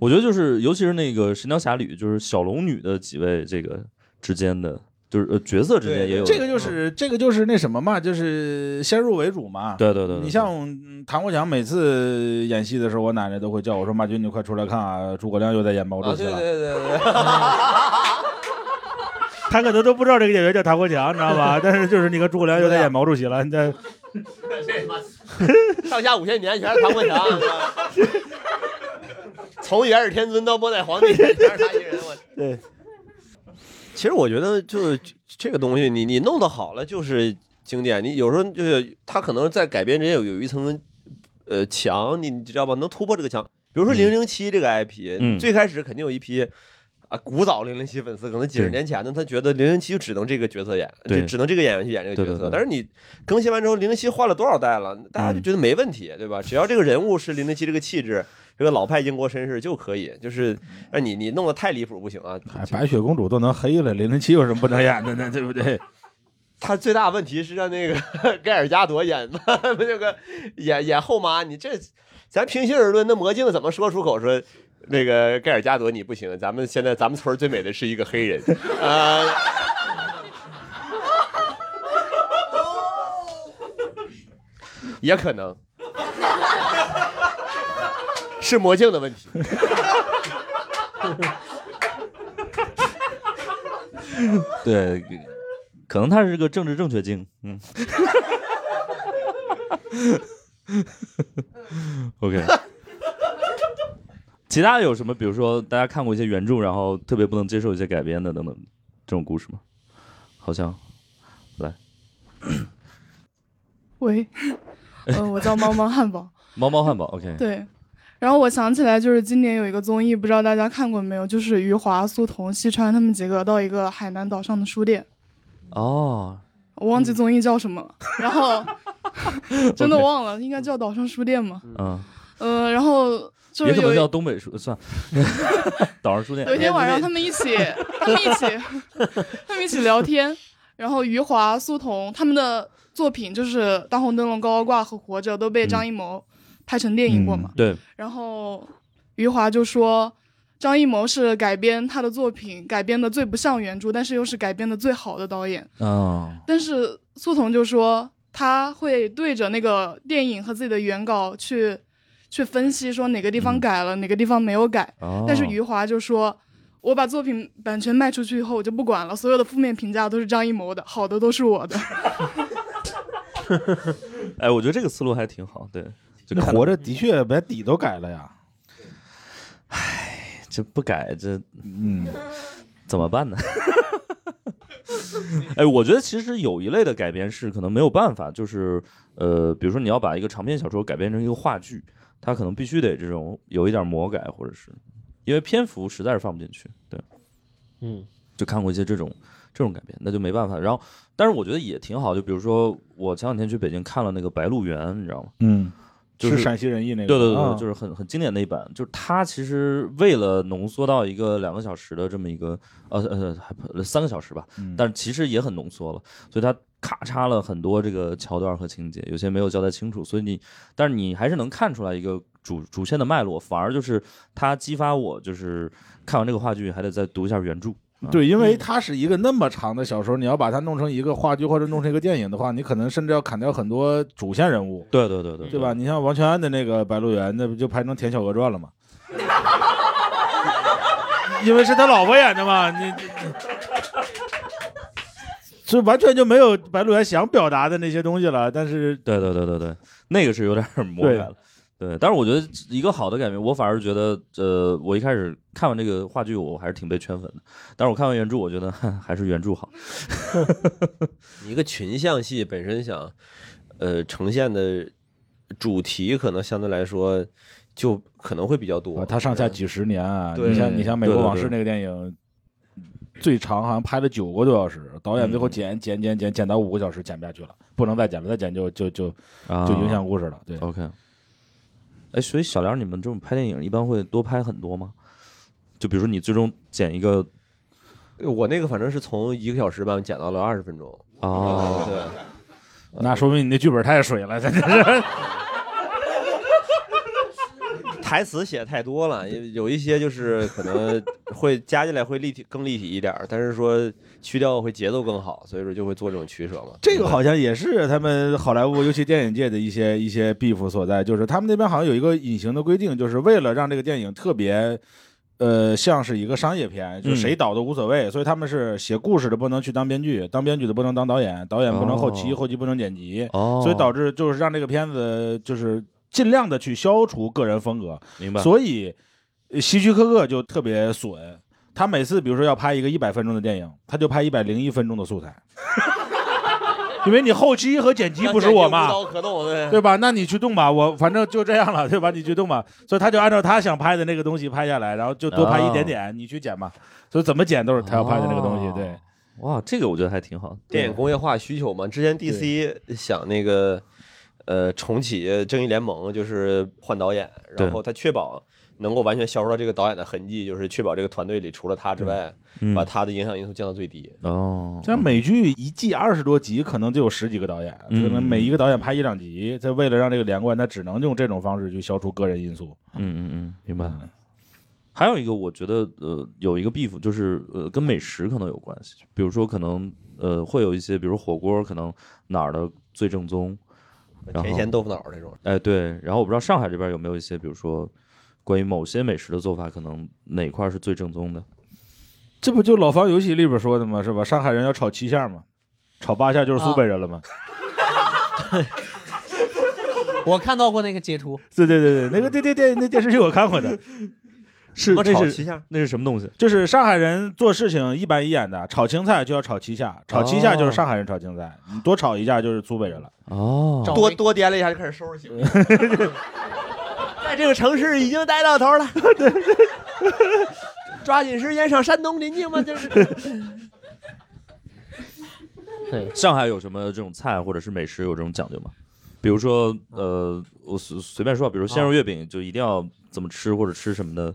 Speaker 1: 我觉得就是，尤其是那个《神雕侠侣》，就是小龙女的几位这个之间的，就是呃角色之间
Speaker 5: 对
Speaker 1: 也有
Speaker 4: 这个就是这个就是那什么嘛，就是先入为主嘛。
Speaker 1: 对对对对
Speaker 4: 你像嗯唐国强每次演戏的时候，我奶奶都会叫我说：“马军，你快出来看啊，诸葛亮又在演毛
Speaker 3: 아,
Speaker 4: 主
Speaker 5: 啊，
Speaker 3: 네,
Speaker 4: 席
Speaker 5: 对
Speaker 4: 了。
Speaker 5: 对对对对。
Speaker 4: 他可能都不知道这个演员叫唐国强，你知 道吧？但是就是你看诸葛亮又在演毛主席了，你这
Speaker 5: 上下五千年全是唐国强， 从元始天尊到末代皇帝全是他一人。我
Speaker 4: 对。
Speaker 5: 其实我觉得就是这个东西你，你弄得好了就是经典。你有时候就是他可能在改编之前有有一层呃墙，你你知道吧？能突破这个墙。比如说
Speaker 1: 嗯
Speaker 5: 零零七这个 IP，、
Speaker 1: 嗯
Speaker 5: 最开始肯定有一批啊古早零零七粉丝，可能几十
Speaker 1: 对
Speaker 5: 年前的，他觉得零零七就只能这个角色演，
Speaker 1: 对
Speaker 5: 就只能这个演员去演这个角色。
Speaker 1: 对对对
Speaker 5: 但是你更新完之后，零零七换了多少代了，大家就
Speaker 1: 嗯
Speaker 5: 觉得没问题，对吧？只要这个人物是零零七这个气质，这个老派英国绅士就可以。就是，让你你弄得太离谱不行啊！
Speaker 4: 哎白雪公主都能黑了，零零七有什么不能演的呢？对不对？
Speaker 5: 他最大问题是让那个 盖尔加朵演嘛，那个演演后妈，你这咱平心而论，那魔镜怎么说出口说？那个盖尔加朵你不行，咱们现在咱们村最美的是一个黑人，呃，也可能是魔镜的问题。
Speaker 1: 对，可能他是个政治正确精，嗯。OK，其他有什么？比如说大家看过一些原著，然后特别不能接受一些改编的等等这种故事吗？好像
Speaker 9: 喂，嗯，我叫猫猫汉堡。
Speaker 1: 猫猫汉堡 OK，
Speaker 9: 对，然后我想起来，就是今年有一个综艺，不知道大家看过没有？就是余华、苏童、西川他们几个到一个海南岛上的书店，
Speaker 1: 哦，
Speaker 9: 我忘记综艺叫什么了，然 后真的忘了，应该叫岛上书店嘛。
Speaker 1: 嗯，
Speaker 9: 呃，然后就
Speaker 1: 也
Speaker 9: 是
Speaker 1: 可
Speaker 9: 有
Speaker 1: 能
Speaker 9: 一
Speaker 1: 叫东北 书，算了 岛上书店
Speaker 9: 有一天晚上，他们一起，他们一起，他们一起聊天。然后余华、苏童他们的作品就是《当红灯笼高高挂》和《活着》都
Speaker 1: 嗯
Speaker 9: 被张艺谋拍成电影过嘛。
Speaker 1: 对，
Speaker 9: 然后余华就说，张艺谋是改编他的作品改编的最不像原著，但是又是改编的最好的导演。
Speaker 1: 哦，
Speaker 9: 但是苏童就说他会对着那个电影和自己的原稿去去分析，说哪个地方改了，哪个地方没有改。
Speaker 1: 哦
Speaker 9: 但是余华就说。我把作品版权卖出去以后，我就不管了，所有的负面评价都是张艺谋的，好的都是我的。
Speaker 1: 哎，我觉得这个思路还挺好，对，就
Speaker 4: 那
Speaker 1: 看
Speaker 4: 活着的确把底都改了呀。
Speaker 1: 这不改这
Speaker 4: 嗯，
Speaker 1: 怎么办呢？ 哎，我觉得其实有一类的改编是可能没有办法，就是呃，比如说你要把一个长篇小说改编成一个话剧，它可能必须得这种有一点魔改，或者是因为篇幅实在是放不进去，对，
Speaker 2: 嗯，
Speaker 1: 就看过一些这种这种改编，那就没办法。然后，但是我觉得也挺好，就比如说我前两天去北京看了那个《白鹿原》，你知道吗？
Speaker 4: 嗯，
Speaker 1: 就是
Speaker 4: 是陕西人艺那个，
Speaker 1: 对对对对，
Speaker 4: 啊
Speaker 1: 就是很很经典的一版，就是它其实为了浓缩到一个两个小时的这么一个呃呃还不三个小时吧，
Speaker 4: 嗯
Speaker 1: 但是其实也很浓缩了，所以它咔嚓了很多这个桥段和情节，有些没有交代清楚，所以你但是你还是能看出来一个主主线的脉络，反而就是它激发我就是看完这个话剧还得再读一下原著，啊
Speaker 4: 对，因为它是一个那么长的小说，你要把它弄成一个话剧或者弄成一个电影的话，你可能甚至要砍掉很多主线人物，
Speaker 1: 对对对对
Speaker 4: 对吧？？你像王全安的那个《白鹿原》，那不就拍成《田小娥传》了吗？因为是他老婆演的嘛，你这这完全 就没有《白鹿原》想表达的那些东西了。但是，
Speaker 1: 对 对对对对，那个是有点儿魔改了。对，但是我觉得一个好的改编，我反而觉得，呃，我一开始看完这个话剧，我还是挺被圈粉的。但是我看完原著，我觉得 哼还是原著好。
Speaker 5: 你 一个群像戏本身想，呃，呈现的主题可能相对来说就可能会比较多。
Speaker 4: 啊，他上下
Speaker 5: 嗯
Speaker 4: 几十年啊，
Speaker 5: 对
Speaker 4: 你像你像《美
Speaker 1: 对
Speaker 4: 国
Speaker 1: 对
Speaker 4: 往事
Speaker 1: 对》
Speaker 4: 那个电影，最长好像拍了九个多小时，导演最后剪剪剪剪剪到五个小时，剪不下去了，不能再剪了，再剪就就就
Speaker 1: 啊
Speaker 4: 就影响故事了。对，
Speaker 1: OK。哎，所以小梁，你们这种拍电影一般会多拍很多吗？就比如说你最终剪一个
Speaker 5: 我那个反正是从一个小时吧剪到了二十分钟。
Speaker 4: 啊
Speaker 5: 啊
Speaker 1: 哦，
Speaker 5: 对，
Speaker 4: 那说明你那剧本太水了，真是。
Speaker 5: 台词写太多了，有有一些就是可能会加进来会立体更立体一点儿，但是说去掉会节奏更好，所以说就会做这种取舍嘛。
Speaker 4: 这个好像也是他们好莱坞，尤其电影界的一些一些 beef 所在，就是他们那边好像有一个隐形的规定，就是为了让这个电影特别。呃，像是一个商业片，就
Speaker 1: 嗯
Speaker 4: 谁导都无所谓，所以他们是写故事的不能去当编剧，当编剧的不能当导演，导演不能后期，
Speaker 1: 哦
Speaker 4: 后期不能剪辑，
Speaker 1: 哦
Speaker 4: 所以导致就是让这个片子就是尽量的去消除个人风格，
Speaker 1: 明白
Speaker 4: 所以呃希区柯克就特别损，他每次比如说要拍一个一百分钟的电影，他就拍一百零一分钟的素材， 因为你后期和剪辑不是我嘛，
Speaker 5: 刀可动对
Speaker 4: 对吧？那你去动吧，我反正就这样了，对吧？你去动吧，所以他就按照他想拍的那个东西拍下来，然后就多拍一点点，你去剪吧。所以怎么剪都是他要拍的那个东西，对。
Speaker 1: 啊哇，这个我觉得还挺好。
Speaker 5: 电影工业化需求嘛。之前 DC 想那个呃重启正义联盟，就是换导演，
Speaker 1: 对
Speaker 5: 然后他确保能够完全消除到这个导演的痕迹，就是确保这个团队里除了他之外，
Speaker 1: 嗯
Speaker 5: 把他的影响因素降到最低。
Speaker 1: 哦，
Speaker 4: 像美剧一季二十多集，可能就有十几个导演，
Speaker 1: 嗯
Speaker 4: 可能每一个导演拍一两集。他为了让这个连贯，他只能用这种方式去消除个人因素。
Speaker 1: 嗯嗯嗯，明白。还有一个，我觉得呃，有一个 beef 就是呃，跟美食可能有关系。比如说，可能呃，会有一些，比如火锅，可能哪儿的最正宗，然后
Speaker 5: 甜咸豆腐脑这种，
Speaker 1: 哎对。然后我不知道上海这边有没有一些，比如说关于某些美食的做法，可能哪块儿是最正宗的？
Speaker 4: 这不就老方游戏里边说的吗？是吧？上海人要炒七下嘛，炒八下就是
Speaker 5: 啊
Speaker 4: 苏北人了嘛。
Speaker 2: 我看到过那个截图，
Speaker 4: 对对对对，那个电电电那电视剧我看过 的，是
Speaker 5: 我炒
Speaker 4: 那
Speaker 5: 七
Speaker 4: 是
Speaker 5: 下，
Speaker 1: 那是什么东西？
Speaker 4: 就是上海人做事情一板一眼的，炒青菜就要炒七下，炒七下就是上海人炒青菜，你多炒一下就是苏北人了。
Speaker 1: 哦
Speaker 2: 找
Speaker 5: 多
Speaker 2: 那
Speaker 5: 多掂了一下就开始收拾 行李。在这个城市已经待到头 了，抓紧时间上山东临近吧，就是。
Speaker 1: 上海有什么这种菜或者是美食有这种讲究吗？比如说，呃，我随随便说，比如鲜肉月饼就一定要怎么吃或者吃什么的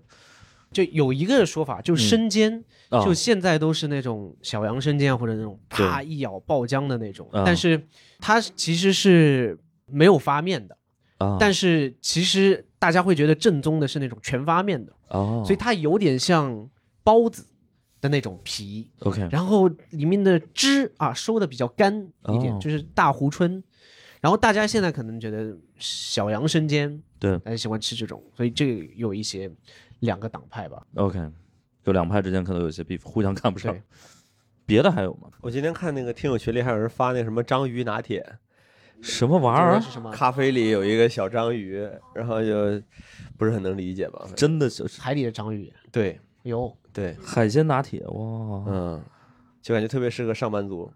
Speaker 2: 就有一个说法，就是生煎，
Speaker 1: 嗯啊？
Speaker 2: 就现在都是那种小羊生煎或者那种啪一咬爆浆的那种，
Speaker 1: 啊
Speaker 2: 但是它其实是没有发面的，
Speaker 1: 啊，
Speaker 2: 但是其实大家会觉得正宗的是那种全发面的，
Speaker 1: 哦，
Speaker 2: 所以它有点像包子的那种皮，
Speaker 1: OK，
Speaker 2: 然后里面的汁啊收的比较干一点，
Speaker 1: 哦
Speaker 2: 就是大珢春。然后大家现在可能觉得小羊生煎，
Speaker 1: 对
Speaker 2: 大家喜欢吃这种，所以这个有一些两个党派吧。
Speaker 1: OK，就两派之间可能有一些 beef，互相看不上
Speaker 2: 对。
Speaker 1: 别的还有吗？
Speaker 5: 我今天看那个听友群里还有人发那什么章鱼拿铁，
Speaker 1: 什么玩
Speaker 3: 啊
Speaker 1: 意儿
Speaker 2: 这个？是什么？
Speaker 5: 咖啡里有一个小章鱼，然后就不是很能理解吧？
Speaker 1: 真的就是
Speaker 2: 海里的章鱼
Speaker 5: 对
Speaker 2: 有，
Speaker 5: 对，
Speaker 1: 海鲜拿铁哇！
Speaker 5: 嗯，就感觉特别适合上班族。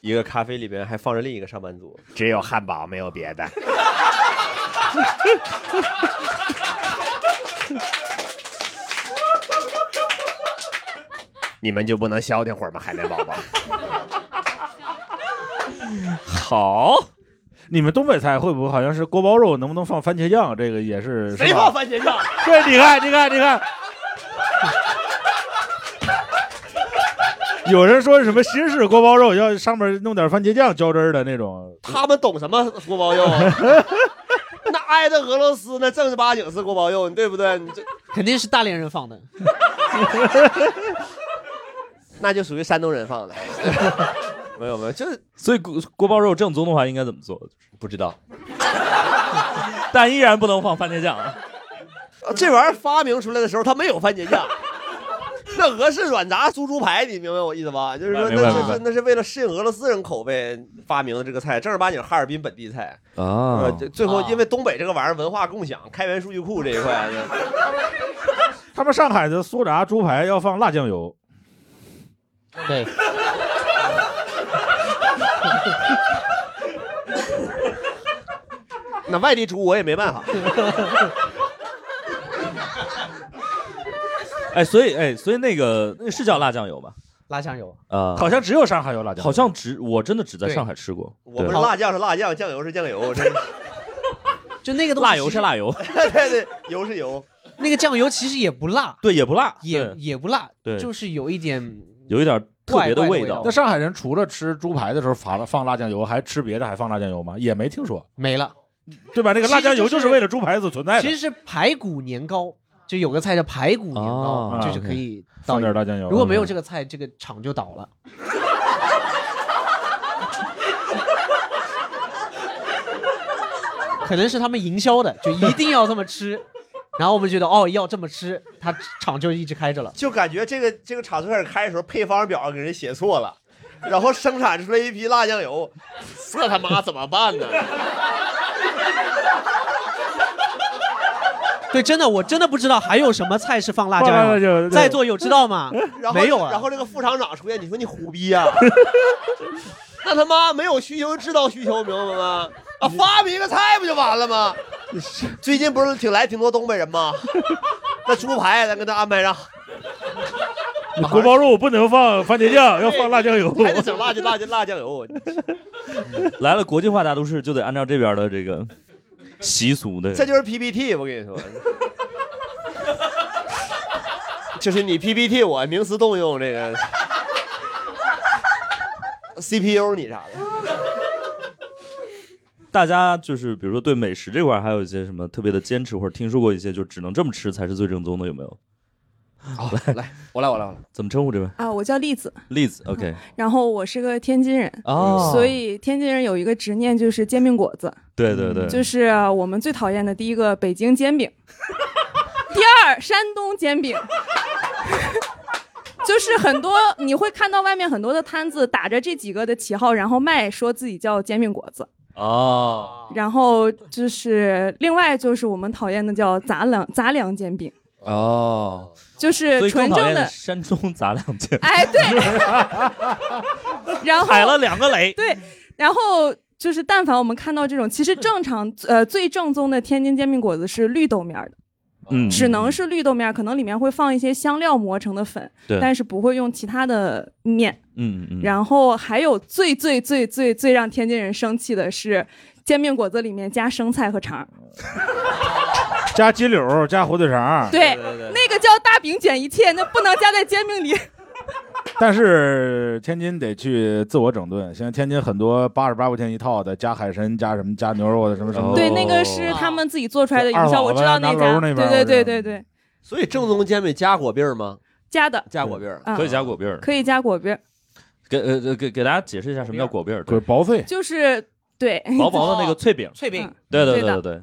Speaker 5: 一个咖啡里边还放着另一个上班族，
Speaker 3: 只有汉堡，没有别的。你们就不能消停会儿吗，海绵宝宝？
Speaker 1: 好，
Speaker 4: 你们东北菜会不会好像是锅包肉？能不能放番茄酱？这个也是
Speaker 5: 谁
Speaker 4: 是吧
Speaker 5: 放番茄酱？
Speaker 4: 对，你看，你看，你 看。有人说什么新式锅包肉要上面弄点番茄酱浇汁儿的那种，
Speaker 5: 他们懂什么 锅包肉啊？那挨着俄罗斯那正儿八经是锅包肉，你对不对？你这
Speaker 2: 肯定是大连人放的。
Speaker 5: 那就属于山东人放的。没有没有，就是
Speaker 1: 所以锅锅包肉正宗的话应该怎么做？
Speaker 5: 不知道、
Speaker 1: 但依然不能放番茄酱。
Speaker 5: 啊这玩意儿发明出来的时候，它没有番茄酱。 那俄式软炸猪猪排，你明白我意思吧？就是说，那
Speaker 1: 明白明
Speaker 5: 是
Speaker 1: 白
Speaker 5: 那是为了适应俄罗斯人口味发明的这个菜，正儿八经哈尔滨本地菜。
Speaker 1: 啊
Speaker 5: 呃，这最后
Speaker 2: 啊
Speaker 5: 因为东北这个玩意儿文化共享、开源数据库这一块，
Speaker 4: 他们上海的酥炸猪排要放辣酱油，
Speaker 2: 对，
Speaker 5: 那外地猪我也没办法。
Speaker 1: 哎，所以哎，所以那个那个是叫辣酱油吧？
Speaker 2: 辣 酱油，
Speaker 1: 啊，
Speaker 4: 好像只有上海有辣椒，
Speaker 1: 好像只我真的只在上海吃过，
Speaker 5: 我们
Speaker 1: 对
Speaker 5: 辣酱是辣酱，酱油是酱油，这
Speaker 2: 就那个东西
Speaker 1: 辣油是辣油，
Speaker 5: 对对，油是油。
Speaker 2: 那个酱油其实也不辣，
Speaker 1: 对，也不辣，
Speaker 2: 也
Speaker 1: 对
Speaker 2: 也不辣，
Speaker 1: 对
Speaker 2: 就是有一点
Speaker 1: 有一点特别的
Speaker 2: 怪怪的
Speaker 1: 味
Speaker 2: 味道
Speaker 1: 道
Speaker 4: 那。上海人除了吃猪排的时候放放辣酱油，还吃别的还放辣酱油吗？也没听说，
Speaker 2: 没了。
Speaker 4: 对吧？那个
Speaker 2: 其实
Speaker 4: 辣酱油
Speaker 2: 就
Speaker 4: 就是是为了猪排子存在
Speaker 2: 其
Speaker 4: 的
Speaker 2: 实，是排骨年糕，就有个菜叫 排骨年糕，
Speaker 10: 哦
Speaker 1: 啊
Speaker 2: 就是可以倒
Speaker 4: 放
Speaker 2: 一
Speaker 4: 点辣酱油。嗯
Speaker 2: 如果没有这个菜，这个厂就倒了。可能是他们营销的，就一定要这么吃。然后我们觉得哦，要这么吃，他厂就一直开着了。
Speaker 5: 就感觉这个这个厂最开始开的时候，配方表给人写错了，然后生产出来一批辣酱油， 这他妈怎么办呢？
Speaker 2: 对，真的，我真的不知道还有什么菜是放辣
Speaker 4: 放
Speaker 2: 椒
Speaker 4: 辣椒
Speaker 2: 油。
Speaker 4: 对
Speaker 2: 啊在座有知道吗？
Speaker 5: 然后
Speaker 2: 没有啊。
Speaker 5: 然后这个副厂长出现，你说你虎逼呀、 那他妈没有需求，制造需求，明白吗？啊，发明一个菜不就完了吗？最近不是挺来挺多东北人吗？ 那猪排咱给他安排上，
Speaker 4: 锅包肉不能放番茄酱，要放辣椒油。
Speaker 5: 还得整辣椒辣椒辣酱油。
Speaker 1: 来了国际化大都市，就得按照这边的这个习俗的。
Speaker 5: 这就是 PPT，我跟你 说，就是你 PPT 我名词动用这个 CPU 你啥的，
Speaker 1: 大家就是比如说对美食这块儿还有一些什么特别的坚持，或者听说过一些就只能这么吃才是最正宗的，有没有？
Speaker 5: 好来，我来我来我来，
Speaker 1: 怎么称呼这位？
Speaker 11: 啊，我叫栗子，
Speaker 1: 栗子，OK，
Speaker 11: 然后我是个天津人，
Speaker 1: 哦，
Speaker 11: 所以天津人有一个执念就是煎饼果子，
Speaker 1: 对对对，
Speaker 11: 嗯就是我们最讨厌的第一个北京煎饼，第二山东煎饼。 就是很多你会看到外面很多的摊子打着这几个的旗号，然后卖说自己叫煎饼果子，
Speaker 1: 哦，
Speaker 11: 然后就是另外就是我们讨厌的叫杂粮杂粮煎饼，
Speaker 1: 哦，
Speaker 11: 就是
Speaker 1: 所以
Speaker 11: 纯
Speaker 1: 更讨
Speaker 11: 正
Speaker 1: 厌
Speaker 11: 的
Speaker 1: 山东杂粮煎，
Speaker 11: 哎 对，然后
Speaker 1: 踩了两个雷。
Speaker 11: 对，然后就是但凡我们看到这种，其实正常呃最正宗的天津煎饼果子是绿豆面儿的，
Speaker 1: 嗯，
Speaker 11: 只能是绿豆面儿，可能里面会放一些香料磨成的粉，
Speaker 1: 对
Speaker 11: 但是不会用其他的面。
Speaker 1: 嗯嗯嗯，
Speaker 11: 然后还有最最最最最让天津人生气的是。煎饼果子里面加生菜和肠儿，
Speaker 4: 加鸡柳，加火腿
Speaker 1: 啊
Speaker 4: 肠。
Speaker 11: 对，那个叫大饼卷一切，那不能加在煎饼里。
Speaker 4: 但是天津得去自我整顿，现在天津很多八十八块钱一套的，加海参、加什么、加牛肉的什么什么。
Speaker 11: 对，
Speaker 1: 哦
Speaker 11: 那个是他们自己做出来的
Speaker 4: 二
Speaker 11: 营销，
Speaker 4: 宝
Speaker 11: 我知
Speaker 4: 吧
Speaker 1: 啊
Speaker 11: 道
Speaker 4: 南楼
Speaker 11: 家，
Speaker 4: 那边
Speaker 11: 对对对
Speaker 4: 儿我知道
Speaker 11: 对对，
Speaker 5: 所以正宗煎饼加果篦儿吗？
Speaker 11: 加的，
Speaker 5: 加果篦儿，
Speaker 11: 嗯
Speaker 1: 可以加果篦儿，
Speaker 11: 可以加果篦儿，
Speaker 1: 给呃呃给给大家解释一下什么叫果篦儿，
Speaker 4: 对，
Speaker 1: 对，
Speaker 4: 薄脆。
Speaker 11: 就是哎对，
Speaker 1: 薄薄的那个脆饼，
Speaker 2: 脆饼，
Speaker 1: 对
Speaker 11: 对
Speaker 1: 对对
Speaker 11: 的
Speaker 1: 对对，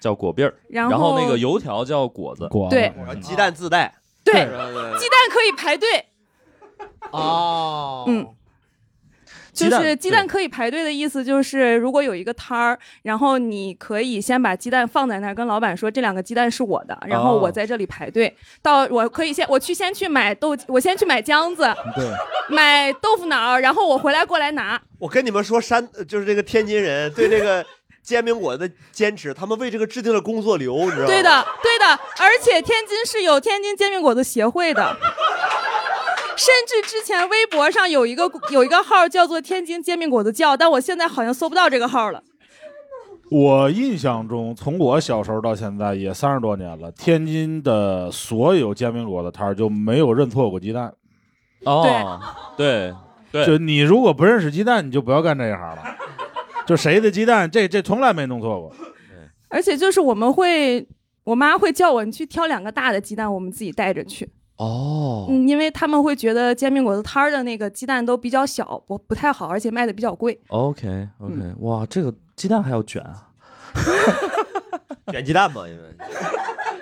Speaker 1: 叫果篦儿，
Speaker 11: 然
Speaker 1: 然
Speaker 11: 后
Speaker 1: 后那个油条叫果子，
Speaker 4: 果
Speaker 11: 对
Speaker 5: 然后鸡蛋自带，
Speaker 11: 对
Speaker 5: 是吧
Speaker 11: 鸡蛋可以排队，
Speaker 2: 哦，
Speaker 11: 嗯，
Speaker 1: 鸡
Speaker 11: 就
Speaker 1: 蛋
Speaker 11: 是鸡蛋可以排队的意思就是，如果有一个摊儿，然后你可以先把鸡蛋放在那儿，跟老板说这两个鸡蛋是我的，然
Speaker 1: 哦
Speaker 11: 后我在这里排队，到我可以先我去先去买豆，我先去买浆子，
Speaker 4: 对，
Speaker 11: 买豆腐脑儿，然后我回来过来拿。
Speaker 5: 我跟你们说，山呃就是这个天津人对这个煎饼果子的坚持，他们为这个制定了工作流，你知道吗？
Speaker 11: 对的，对的，而且天津是有天津煎饼果子协会的。甚至之前微博上有一个有一个号叫做“天津煎饼果子教”，但我现在好像搜不到这个号了。
Speaker 4: 我印象中，从我小时候到现在也三十多年了，天津的所有煎饼果子摊儿就没有认错过鸡蛋。
Speaker 1: 哦，对对
Speaker 4: 就你如果不认识鸡蛋，你就不要干这一行了。就谁的鸡蛋，这这从来没弄错过。
Speaker 11: 而且就是我们会，我妈会叫我你去挑两个大的鸡蛋，我们自己带着去。
Speaker 1: 哦，
Speaker 11: 嗯，因为他们会觉得煎饼果子摊儿的那个鸡蛋都比较小，不不太好，而且卖的比较贵。
Speaker 1: OK OK，、哇，
Speaker 5: 嗯
Speaker 1: 这个鸡蛋还要卷啊！
Speaker 5: 卷鸡蛋嘛，因为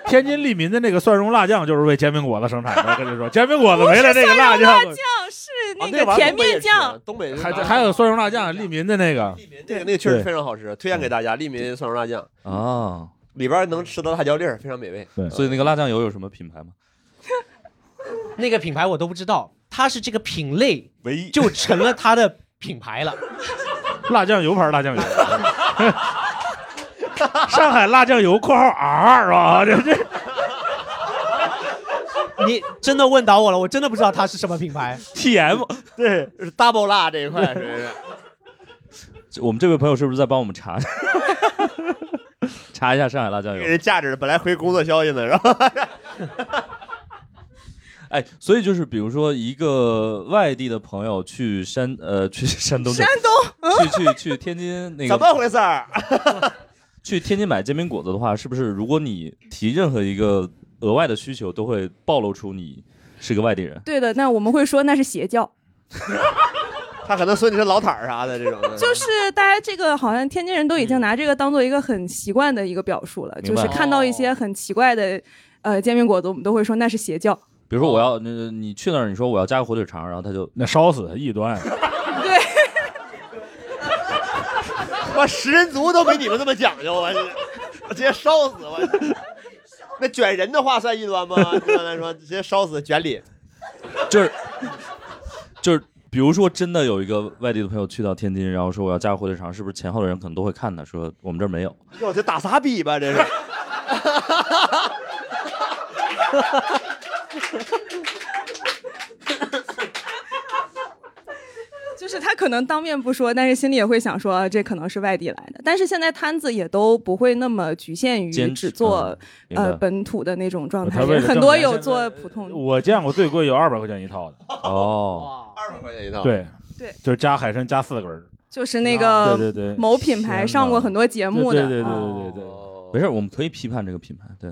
Speaker 4: 天津利民的那个蒜蓉辣酱就是为煎饼果子生产的。我 跟你说，煎饼果子没了这个辣酱，
Speaker 11: 酱是
Speaker 5: 啊
Speaker 11: 那个甜面酱，，
Speaker 5: 东北
Speaker 4: 还还 有蒜蓉辣酱，利民的那个。
Speaker 5: 那个那个确实非常好吃，推荐给大家。利民蒜蓉辣酱
Speaker 1: 啊，
Speaker 5: 里边能吃到辣椒粒儿，非常美味。
Speaker 1: 所以那个辣酱油有什么品牌吗？
Speaker 2: 那个品牌我都不知道，它是这个品类
Speaker 5: 唯一
Speaker 2: 就成了它的品牌了。
Speaker 4: 辣酱油牌辣酱油。 啊上海辣酱油（括号 R） 是吧？这这。
Speaker 2: 你真的问倒我了，我真的不知道它是什么品牌。
Speaker 1: TM
Speaker 5: 对，double 辣这一块是不 是？
Speaker 1: 我们这位朋友是不是在帮我们查 查一下上海辣椒
Speaker 5: 给
Speaker 1: 油？
Speaker 5: 人架着，本来回工作消息呢，然后
Speaker 1: 哎，所以就是比如说一个外地的朋友去山呃去山东
Speaker 5: 山
Speaker 1: 东去去去天 津那个
Speaker 5: 怎么回事儿？
Speaker 1: 去天津买煎饼果子的话，是不是如果你提任何一个额外的需求，都会暴露出你是个外地人？
Speaker 11: 对的，那我们会说那是邪教。
Speaker 5: 他可能说你是老坦儿啥的这 种的。
Speaker 11: 就是大家这个好像天津人都已
Speaker 4: 嗯
Speaker 11: 经拿这个当做一个很习惯的一个表述了，
Speaker 1: 明
Speaker 11: 就
Speaker 1: 白
Speaker 11: 是看到一
Speaker 4: 哦
Speaker 11: 些很奇怪的呃煎饼果子，我们都会说那是邪教。
Speaker 1: 比如说我
Speaker 5: 哦
Speaker 1: 要那、那你去那儿，你说我要加个火腿肠，然后他就
Speaker 4: 那烧死他异端。
Speaker 5: 我食人族都没你们这么讲究，我是我直接烧死我。那卷人的话算异端吗？一般来说，直接烧死卷里。
Speaker 1: 就是就是，比如说真的有一个外地的朋友去到天津，然后说我要加个火腿肠，是不是前后的人可能都会看他说我们这儿没有？
Speaker 5: 哟，这打啥比吧？这是。
Speaker 11: 就是他可能当面不说，但是心里也会想说啊这可能是外地来的。但是现在摊子也都不会那么局限于
Speaker 4: 坚
Speaker 11: 只
Speaker 4: 持
Speaker 11: 做、
Speaker 4: 嗯明
Speaker 11: 呃
Speaker 4: 白
Speaker 11: 本土的那种状
Speaker 4: 他
Speaker 11: 态，
Speaker 4: 为了
Speaker 11: 很
Speaker 4: 挣
Speaker 11: 多
Speaker 4: 钱
Speaker 11: 有
Speaker 4: 现在呃
Speaker 11: 做普通。
Speaker 4: 我见过最贵有二百块钱一套的，
Speaker 1: 哦，
Speaker 5: 二百块钱一套
Speaker 4: 对
Speaker 11: 对
Speaker 4: 就是加海参加四个人，
Speaker 11: 就是那个
Speaker 4: 对对对
Speaker 11: 某品牌上过很多节目的，啊
Speaker 4: 对对对对对
Speaker 1: 没事，我们可以批判这个品牌，对，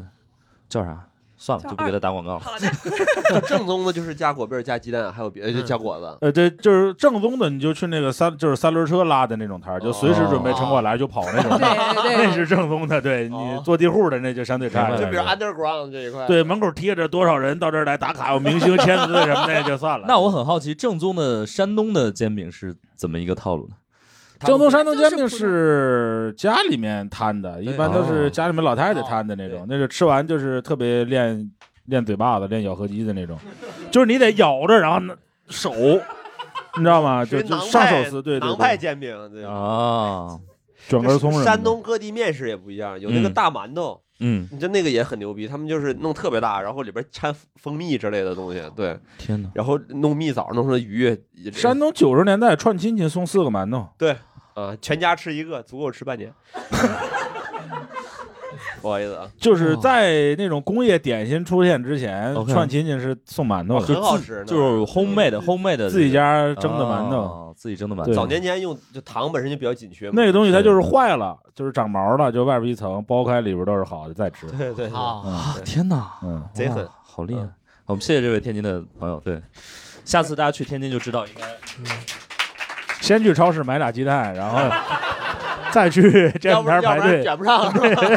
Speaker 1: 叫啥？算了，
Speaker 11: 叫
Speaker 1: 就不给他打广告了。
Speaker 5: 正宗的就是加果篦儿、加鸡蛋，还有别的就加果子。
Speaker 4: 呃，对，就是正宗的，你就去那个三，就是三轮车拉的那种摊儿，就随时准备撑过
Speaker 5: 哦
Speaker 4: 来就跑那种，
Speaker 5: 对 对
Speaker 4: 那是正宗的。对
Speaker 5: 哦
Speaker 4: 你坐地户的那就相对差一
Speaker 5: 就
Speaker 4: 点
Speaker 5: 比如。underground 这一块，
Speaker 4: 对，门口贴着多少人到这儿来打卡，有哦明星签字什么的就算了。
Speaker 1: 那我很好奇，正宗的山东的煎饼是怎么一个套路呢？
Speaker 4: 正宗山东煎饼是家里面摊的，一般都
Speaker 1: 哦
Speaker 4: 是家里面老太太摊的那种，那是吃完就是特别练练嘴巴子、练咬合肌的那种， 就是你得咬着，然后那 手，你知道吗？就就上手撕，对对
Speaker 5: 囊派
Speaker 4: 对，
Speaker 5: 煎饼对
Speaker 1: 啊，
Speaker 4: 卷根葱什么的
Speaker 5: 山东各地面食也不一样，有那个
Speaker 4: 嗯
Speaker 5: 大馒头，
Speaker 1: 嗯，
Speaker 5: 你就那个也很牛逼，他们就是弄特别大，然后里边掺蜂蜜之类的东西，对，
Speaker 1: 天哪！
Speaker 5: 然后弄蜜枣，弄成鱼，也
Speaker 4: 山东九十年代串亲戚送四个馒头，
Speaker 5: 对，啊、全家吃一个足够吃半年。不好意思啊，
Speaker 4: 就是在那种工业点心出现之前，
Speaker 1: 哦 OK 哦
Speaker 4: 串亲戚是送馒头的，
Speaker 1: 就
Speaker 4: 就
Speaker 1: 自
Speaker 4: 自
Speaker 1: 就是 homemade homemade
Speaker 4: 自己家蒸的馒头
Speaker 1: 哦啊自己蒸的馒头。
Speaker 4: 对
Speaker 5: 早年间用就糖本身就比较紧缺嘛，
Speaker 4: 那个东西它就是坏了，就是长毛了，就外边一层剥开，里边都是好的，再吃。
Speaker 5: 对对
Speaker 1: 啊
Speaker 5: 啊，
Speaker 1: 天哪，
Speaker 4: 嗯，
Speaker 5: 贼狠
Speaker 1: 哇，好厉害！好我们谢谢这位天津的朋友，对，下次大家去天津就知道应该
Speaker 4: 嗯先去超市买俩鸡蛋，然后再 去这
Speaker 5: 要
Speaker 4: 样
Speaker 5: 不然
Speaker 4: 摊排
Speaker 5: 要不然
Speaker 4: 队。
Speaker 5: 卷不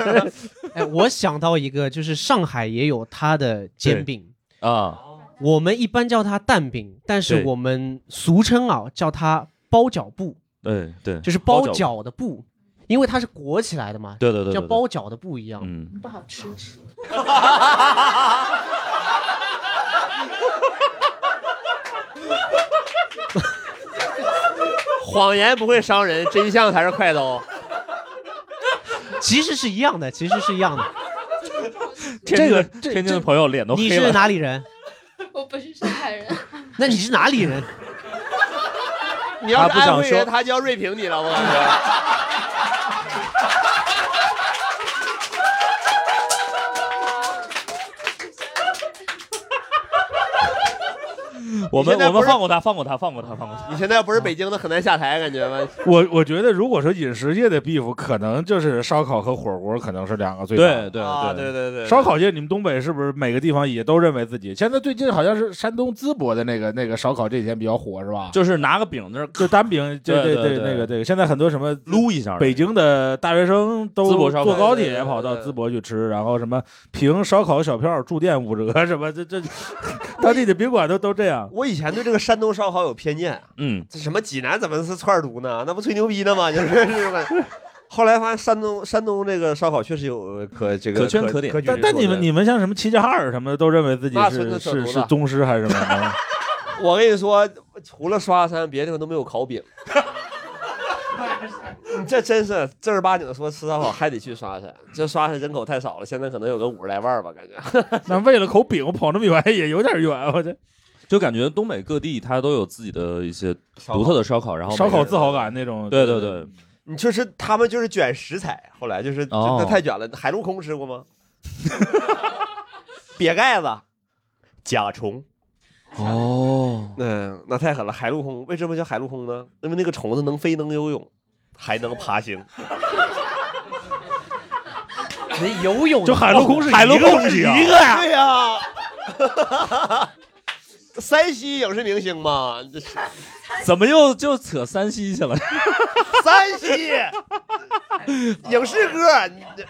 Speaker 5: 上了。
Speaker 2: 哎，我想到一个，就是上海也有它的煎饼，
Speaker 1: 啊，
Speaker 2: 我们一般叫它蛋饼，但是
Speaker 1: 对
Speaker 2: 我们俗称啊叫它包饺布，
Speaker 1: 对对，
Speaker 2: 就是包饺的布，因为它是裹起来的嘛，
Speaker 1: 对对对对
Speaker 2: 叫
Speaker 1: 对
Speaker 2: 包饺的布一样。
Speaker 1: 嗯，
Speaker 8: 不好吃。
Speaker 5: 谎言不会伤人，真相才是快刀。
Speaker 2: 其实是一样的，其实是一样的。
Speaker 1: 这个
Speaker 2: 这
Speaker 1: 天津的朋友脸都
Speaker 2: 你
Speaker 1: 黑
Speaker 2: 是
Speaker 1: 了。
Speaker 2: 哪里人？
Speaker 12: 我不是上海人，
Speaker 2: 那你是哪里人？
Speaker 5: 你要是
Speaker 1: 他不想
Speaker 5: 安徽人，
Speaker 1: 说
Speaker 5: 他就要锐评你了，我感觉。
Speaker 1: 我们
Speaker 5: 现在
Speaker 1: 我
Speaker 5: 不
Speaker 1: 们
Speaker 5: 是
Speaker 1: 放过他，放过他，放过他，放过他。
Speaker 5: 你现在不是北京的，很难下台，感觉吗？
Speaker 4: 我我觉得，如果说饮食界的 beef，可能就是烧烤和火锅，可能是两个最大的
Speaker 1: 对对
Speaker 5: 啊，对对对，
Speaker 4: 烧烤界，你们东北是不是每个地方也都认为自己？现在最近好像是山东淄博的那个那个烧烤这几天比较火，是吧？
Speaker 1: 就是拿个饼在那儿
Speaker 4: 就单饼，
Speaker 1: 对
Speaker 4: 对
Speaker 1: 对对
Speaker 4: 那个这个，现在很多什么
Speaker 1: 撸一下。
Speaker 4: 北京的大学生都
Speaker 1: 淄博烧烤
Speaker 4: 坐高
Speaker 5: 对对
Speaker 4: 铁
Speaker 5: 对
Speaker 4: 跑到
Speaker 5: 对
Speaker 4: 淄博去吃，然后什么凭烧烤小票住店五折，什么这这当地的宾馆都都这样。
Speaker 5: 我以前对这个山东烧烤有偏见啊，
Speaker 1: 嗯，
Speaker 5: 这什么济南怎么是串儿毒呢？那不吹牛逼呢吗？就是这个。后来发现山东山东这个烧烤确实有可这个
Speaker 1: 可圈
Speaker 5: 可
Speaker 1: 可点
Speaker 5: 取
Speaker 4: 但
Speaker 5: 之
Speaker 4: 但
Speaker 5: 处
Speaker 4: 你
Speaker 5: 的
Speaker 4: 们你们像什么齐齐哈尔什么的，都认为自己
Speaker 5: 那纯
Speaker 4: 是
Speaker 5: 粹扯
Speaker 4: 是
Speaker 5: 犊
Speaker 4: 是
Speaker 5: 子
Speaker 4: 宗师还是什么 的？
Speaker 5: 我跟你说，除了刷山，别的地方都没有烤饼。你 这真是正儿八经的说吃烧烤还得去刷山，这刷山人口太少了，现在可能有个五十来万吧，感觉。
Speaker 4: 那为了口饼跑那么远也有点远，我这
Speaker 1: 就感觉东北各地它都有自己的一些独特的烧烤，然后
Speaker 4: 烧烤自
Speaker 1: 豪，
Speaker 4: 豪嗯感那种。
Speaker 1: 对对对，
Speaker 5: 你就是他们就是卷食材，后来就是
Speaker 1: 哦
Speaker 5: 那太卷了。海陆空吃过吗？ 瘪盖子、甲虫。
Speaker 1: 哦，
Speaker 5: 嗯，那太狠了。海陆空为什么叫海陆空呢？因为那个虫子能飞、能游泳，还能爬行。
Speaker 2: 那游泳
Speaker 5: 就海陆空是一个
Speaker 2: 海陆空是
Speaker 5: 一
Speaker 2: 一
Speaker 5: 个
Speaker 2: 个呀
Speaker 5: 对呀。 山西影视明星嘛，这是
Speaker 1: 怎么又就扯山西去了？
Speaker 5: 山西影视歌，你这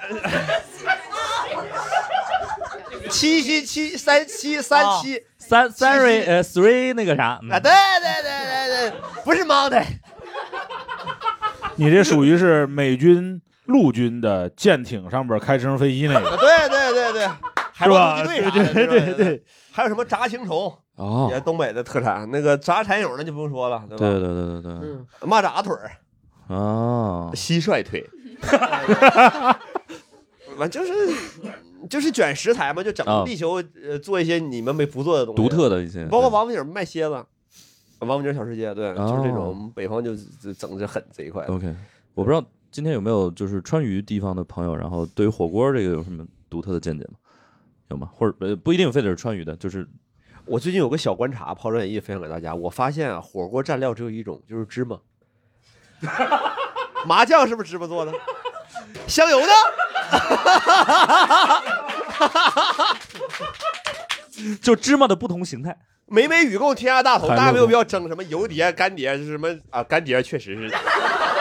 Speaker 5: 七七七三七三七
Speaker 1: 三三瑞呃 three 那个啥，嗯
Speaker 5: 啊，对对对对对，不是 Monday，
Speaker 4: 你这属于是美军陆军的舰艇上边开直升飞机那个，
Speaker 5: 啊对对对对，海
Speaker 4: 是
Speaker 5: 豹
Speaker 4: 吧？
Speaker 5: 突击
Speaker 4: 对
Speaker 5: 队啥的，
Speaker 4: 对对
Speaker 5: 对
Speaker 4: 对，
Speaker 5: 还有什么炸青虫，
Speaker 1: 哦
Speaker 5: 也是东北的特产，那个炸蚕蛹那就不用说了，对吧？嗯
Speaker 1: 对对对对对，
Speaker 5: 蚂蚱腿儿
Speaker 1: 哦，
Speaker 5: 蟋蟀腿， 完就是就是卷食材嘛，就整
Speaker 1: 啊
Speaker 5: 个地球呃做一些你们没不做的东西，
Speaker 1: 独特的一些，
Speaker 5: 包括王府井卖蝎子，王府井小吃街，对，
Speaker 1: 哦
Speaker 5: 就是这种我们北方就就整这狠这一块。
Speaker 1: OK，我不知道今天有没有就是川渝地方的朋友，然后对于火锅这个有什么独特的见解吗？有吗？或者呃不一定非得是川渝的，就是
Speaker 5: 我最近有个小观察，抛砖引玉分享给大家。我发现啊，火锅蘸料只有一种，就是芝麻。麻酱是不是芝麻做的？香油呢？
Speaker 1: 就芝麻的不同形态。
Speaker 5: 美美与共，天下大同，
Speaker 1: 海
Speaker 5: 大
Speaker 1: 陆
Speaker 5: 家没有
Speaker 1: 空
Speaker 5: 必要争什么油碟、干碟，就是什么啊？干碟确实是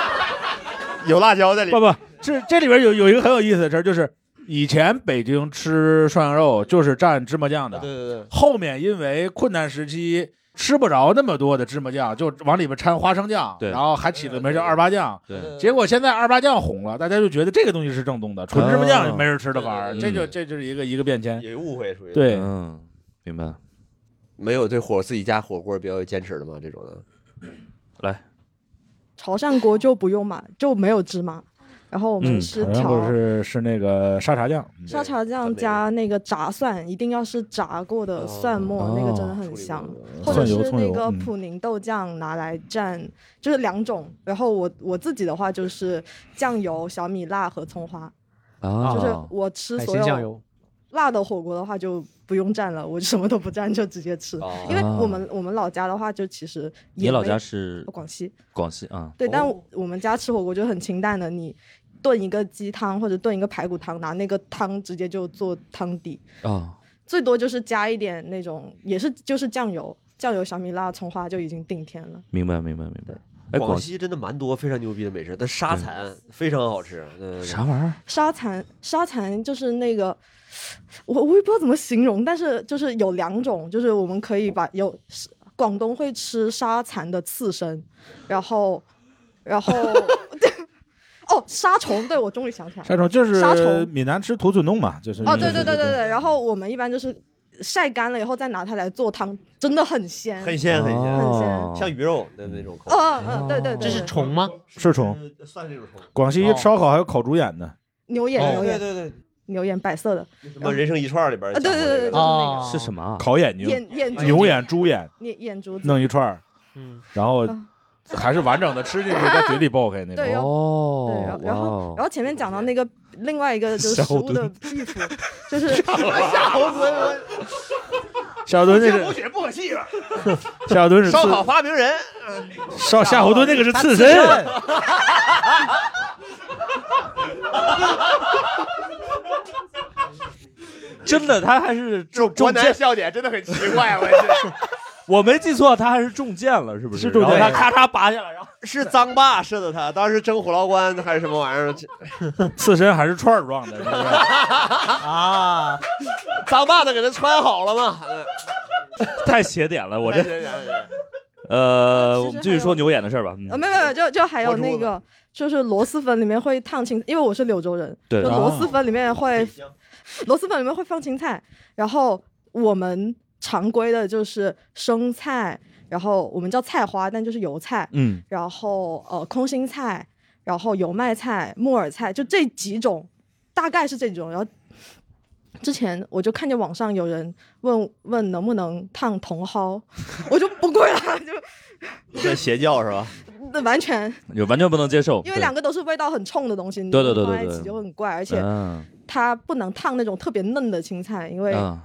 Speaker 5: 有辣椒在里。
Speaker 4: 不不，这这里边有有一个很有意思的事儿，就是以前北京吃涮羊肉就是蘸芝麻酱的，
Speaker 5: 对对对，
Speaker 4: 后面因为困难时期吃不着那么多的芝麻酱，就往里边掺花生酱，
Speaker 1: 对
Speaker 4: 然后还起了个名叫二八酱。
Speaker 1: 对
Speaker 4: 结果现在二八酱红了，大家就觉得这个东西是正宗的，纯芝麻酱就没人吃的玩意儿，
Speaker 1: 嗯
Speaker 4: 这就这就是一个一个变迁。
Speaker 5: 有误会属于
Speaker 4: 对
Speaker 1: 嗯，明白。
Speaker 5: 没有对火自己家火锅比较有坚持的吗？这种的，
Speaker 1: 来，
Speaker 6: 潮汕锅就不用买，就没有芝麻。然后我们是
Speaker 4: 然
Speaker 6: 调
Speaker 4: 后是是那个沙茶酱，
Speaker 6: 沙茶酱加那个炸蒜，一定要是炸过
Speaker 1: 哦
Speaker 6: 的蒜末，那个真的很香。或者
Speaker 4: 哦蒜油
Speaker 6: 是
Speaker 4: 葱油
Speaker 6: 那个
Speaker 4: 嗯
Speaker 6: 普宁豆酱拿来蘸，就是两种。然后我我自己的话就是酱油、小米辣和葱花。
Speaker 1: 啊
Speaker 6: 就是我吃
Speaker 2: 海
Speaker 6: 所
Speaker 2: 鲜酱
Speaker 6: 有
Speaker 2: 油，
Speaker 6: 辣的火锅的话就不用蘸了，我什么都不蘸就直接吃。因
Speaker 4: 啊
Speaker 6: 为我们我们老家的话就其实也
Speaker 1: 哦你老
Speaker 6: 没
Speaker 1: 家是
Speaker 6: 广西？
Speaker 1: 广西啊，
Speaker 6: 对，
Speaker 4: 哦
Speaker 6: 但我们家吃火锅就很清淡的，你炖一个鸡汤或者炖一个排骨汤，拿那个汤直接就做汤底，
Speaker 1: 啊，
Speaker 6: 最多就是加一点那种，也是就是酱油、酱油、小米辣、葱花就已经顶天了。
Speaker 1: 明白明白明白。哎，
Speaker 5: 广
Speaker 1: 广西
Speaker 5: 西真的蛮多非常牛逼的美食，但沙蚕非常好吃。嗯
Speaker 1: 啥玩意儿？
Speaker 6: 沙蚕，沙蚕就是那个， 我我也不知道怎么形容，但是就是有两种，就是我们可以把有是广东会吃沙蚕的刺身，然后，然后， 哦，沙虫，对我终于想起来了，
Speaker 4: 沙虫就是
Speaker 6: 沙虫，
Speaker 4: 闽南吃土笋冻嘛，就是
Speaker 6: 哦，对对对对对，然后我们一般就是晒干了以后再拿它来做汤，真的很鲜，
Speaker 5: 很鲜很鲜，
Speaker 4: 哦
Speaker 5: 像鱼肉的那种口
Speaker 6: 嗯
Speaker 5: 感。
Speaker 6: 嗯嗯，对对对，
Speaker 2: 这是
Speaker 6: 对
Speaker 2: 虫吗？
Speaker 4: 是虫。
Speaker 5: 算这种虫。
Speaker 4: 广西烧烤还有烤猪眼呢，
Speaker 6: 牛眼
Speaker 4: 哦
Speaker 6: 牛眼，
Speaker 5: 对对对，
Speaker 6: 牛眼白色的，
Speaker 5: 什么人生一串里边
Speaker 6: 啊对对对对，就是那
Speaker 2: 哦
Speaker 6: 个
Speaker 4: 是什啊
Speaker 1: 么？
Speaker 4: 烤眼睛、
Speaker 6: 哦眼眼珠
Speaker 4: 牛眼、猪眼，
Speaker 6: 眼眼珠子，
Speaker 4: 弄一串哦儿，
Speaker 5: 嗯，
Speaker 4: 然后还是完整的吃进去，在嘴里爆开那
Speaker 6: 对，然
Speaker 4: 种。
Speaker 6: 后对，
Speaker 1: 哦
Speaker 6: 然后然后
Speaker 1: 哇
Speaker 6: 然后前面讲到那个另外一个就是
Speaker 4: 小
Speaker 6: 食物的
Speaker 4: 炖
Speaker 6: 壁虎， 就是
Speaker 5: 夏侯惇，
Speaker 4: 夏侯惇那
Speaker 5: 这补
Speaker 4: 是
Speaker 5: 血不可啊气了。
Speaker 4: 夏侯惇是
Speaker 5: 烧烤
Speaker 4: 刺
Speaker 5: 发明人，
Speaker 4: 烧夏侯惇那个是刺身，
Speaker 1: 真的，他还是中
Speaker 5: 国
Speaker 1: 中
Speaker 5: 男
Speaker 1: 箭，
Speaker 5: 笑点真的很奇怪，啊我去，
Speaker 1: 我没记错，他还是中箭了，是不是？
Speaker 4: 是中箭
Speaker 1: 然后他咔嚓拔下来，然后
Speaker 5: 是脏爸射的他，当时争虎牢关还是什么玩意儿？这
Speaker 4: 刺身还是串儿状的是不是，
Speaker 2: 啊，
Speaker 5: 脏爸的给他穿好了嘛？嗯
Speaker 1: 太邪点了，我
Speaker 5: 哎
Speaker 1: 这
Speaker 5: 对对对
Speaker 1: 呃，
Speaker 6: 其实
Speaker 1: 我们继续说牛眼的事儿吧。嗯
Speaker 6: 呃，没有没有，就就还有
Speaker 5: 我
Speaker 6: 那
Speaker 5: 煮的
Speaker 6: 个，就是螺蛳粉里面会烫青，因为我是柳州人，
Speaker 1: 对
Speaker 6: 就螺
Speaker 4: 哦
Speaker 6: 蛳粉里面会， 螺蛳粉里面会放青菜，然后我们常规的就是生菜，然后我们叫菜花，但就是油菜，
Speaker 1: 嗯，
Speaker 6: 然后呃空心菜，然后油麦菜、木耳菜，就这几种，大概是这种。然后之前我就看见网上有人问问能不能烫茼蒿，我就不贵了，
Speaker 5: 这邪教是吧？
Speaker 6: 那完全
Speaker 1: 就完全不能接受，
Speaker 6: 因为两个都是味道很冲的东西，你
Speaker 1: 哦对对对
Speaker 6: 放
Speaker 1: 对
Speaker 6: 在一
Speaker 1: 对
Speaker 6: 起就很怪，而且
Speaker 1: 嗯
Speaker 6: 它不能烫那种特别嫩的青菜，因为
Speaker 1: 啊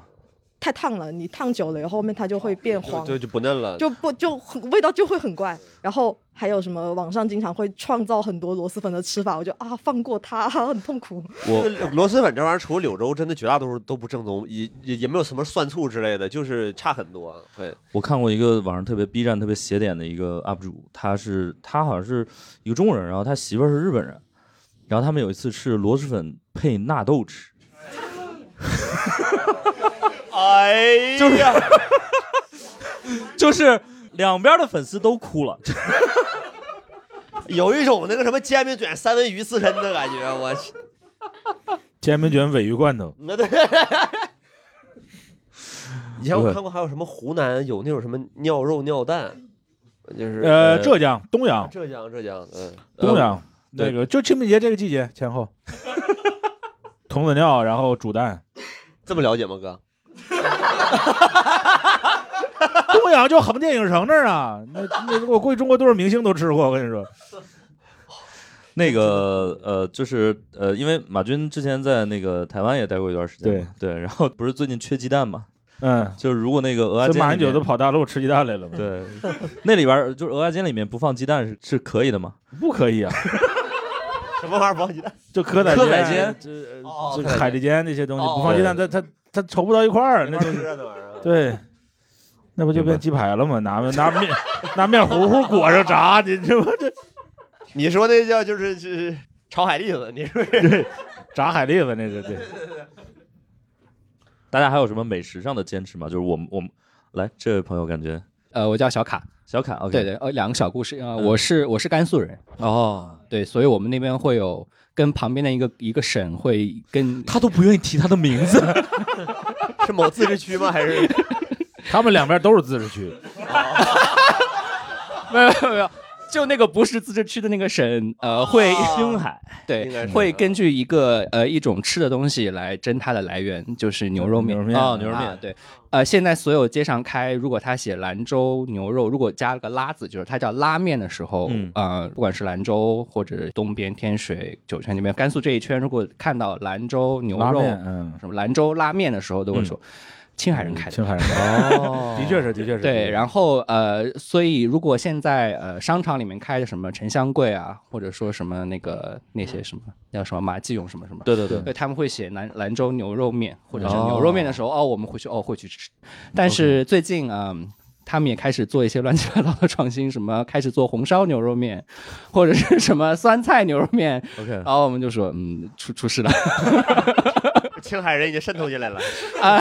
Speaker 6: 太烫了，你烫久了以后后面它就会变黄，
Speaker 5: 就就不嫩了，
Speaker 6: 就不就很味道就会很怪。然后还有什么网上经常会创造很多螺蛳粉的吃法，我就啊放过它， 很痛苦。
Speaker 5: 这个螺蛳粉这玩意儿，除了柳州，真的绝大多数都不正宗，也也也没有什么蒜醋之类的，就是差很多。对，
Speaker 1: 我看过一个网上特别 B 站特别邪点的一个 UP 主，他是他好像是一个中国人，然后他媳妇儿是日本人，然后他们有一次是螺蛳粉配纳豆吃，
Speaker 5: 哎
Speaker 1: 就是就是两边的粉丝都哭了，
Speaker 5: 有一种那个什么煎饼卷三文鱼刺身的感觉，我去，
Speaker 4: 煎饼卷鲔鱼罐头，
Speaker 5: 那对。以前我看过，还有什么湖南有那种什么尿肉尿蛋，就是
Speaker 4: 呃，浙江东阳，
Speaker 5: 浙江浙江，嗯，
Speaker 4: 东阳、
Speaker 5: 对
Speaker 4: 那个就清明节这个季节前 后，童子尿，然后煮蛋，
Speaker 5: 这么了解吗，哥？
Speaker 4: 东阳就横电影城那儿啊，那那我估计中国多少明星都吃过，我跟你说，
Speaker 1: 那个呃，就是呃，因为马军之前在那个台湾也待过一段时间嘛，对，然后不是最近缺鸡蛋嘛，
Speaker 4: 嗯，
Speaker 1: 就是如果那个鹅
Speaker 4: 这
Speaker 1: 鸭
Speaker 4: 马英九
Speaker 1: 煎里
Speaker 4: 都
Speaker 1: 面，
Speaker 4: 跑大陆吃鸡蛋来了嘛，
Speaker 1: 对，那里边儿就是鹅鸭煎里面不放鸡蛋是是可以的吗？
Speaker 4: 不可以啊，
Speaker 5: 什么玩意儿不放鸡蛋？
Speaker 4: 就蚵仔
Speaker 1: 蚵仔
Speaker 4: 煎哦这
Speaker 1: 煎
Speaker 5: 哦
Speaker 4: 这
Speaker 5: 蚵仔哦
Speaker 4: 海蛎煎那些东西不放鸡蛋，它它它稠不到一块儿，那东西
Speaker 5: 那玩意儿
Speaker 4: 对，那不就变鸡排了吗？拿拿面 拿面糊糊裹上炸，你这不这
Speaker 5: 你说那叫就是就是炒海蛎子，你是不是？
Speaker 4: 对炸海蛎子那是对。
Speaker 1: 大家还有什么美食上的坚持吗？就是我们我们来这位朋友感觉
Speaker 10: 呃，我叫小卡，
Speaker 1: 小卡，OK，
Speaker 10: 对对，呃，两个小故事啊、呃
Speaker 1: 嗯
Speaker 10: 我是我是甘肃人
Speaker 1: 哦，
Speaker 10: 对，所以我们那边会有跟旁边的一个一个省会 跟
Speaker 1: 他都不愿意提他的名 字，
Speaker 5: 是某自治区吗？还是
Speaker 4: 他们两边都是自治区，
Speaker 10: 没有没有没有，就那个不是自治区的那个省，呃，会
Speaker 4: 哦
Speaker 1: 青海，
Speaker 5: 应该
Speaker 10: 对，
Speaker 5: 是
Speaker 10: 会根据一个呃一种吃的东西来争它的来源，就是牛肉面
Speaker 1: 牛
Speaker 3: 哦
Speaker 1: 肉面
Speaker 10: 啊
Speaker 1: 牛肉面
Speaker 10: 对，
Speaker 4: 嗯
Speaker 10: 呃，现在所有街上开，如果他写兰州牛肉，如果加了个拉字，就是它叫拉面的时候，
Speaker 1: 嗯
Speaker 10: 呃，不管是兰州或者东边天水、酒泉那边，甘肃这一圈，如果看到兰州牛
Speaker 4: 拉
Speaker 10: 肉，
Speaker 4: 面嗯，
Speaker 10: 什么兰州拉面的时候，都会说。青海人开的，
Speaker 4: 青海人
Speaker 10: 哦
Speaker 4: 的确是的确是的确
Speaker 10: 对，
Speaker 4: 是
Speaker 10: 然后呃，所以如果现在呃商场里面开的什么沉香柜啊，或者说什么那个那些什么叫什么马继勇什么什么，
Speaker 1: 对对对
Speaker 10: 对他们会写兰兰州牛肉面或者是
Speaker 1: 哦
Speaker 10: 牛肉面的时候，哦，我们会去哦会去吃，但是最近啊。嗯他们也开始做一些乱七八糟的创新，什么开始做红烧牛肉面，或者是什么酸菜牛肉面。
Speaker 1: OK
Speaker 10: 然后我们就说，嗯，出出事了。
Speaker 5: 青海人已经渗透进来了？
Speaker 10: 啊，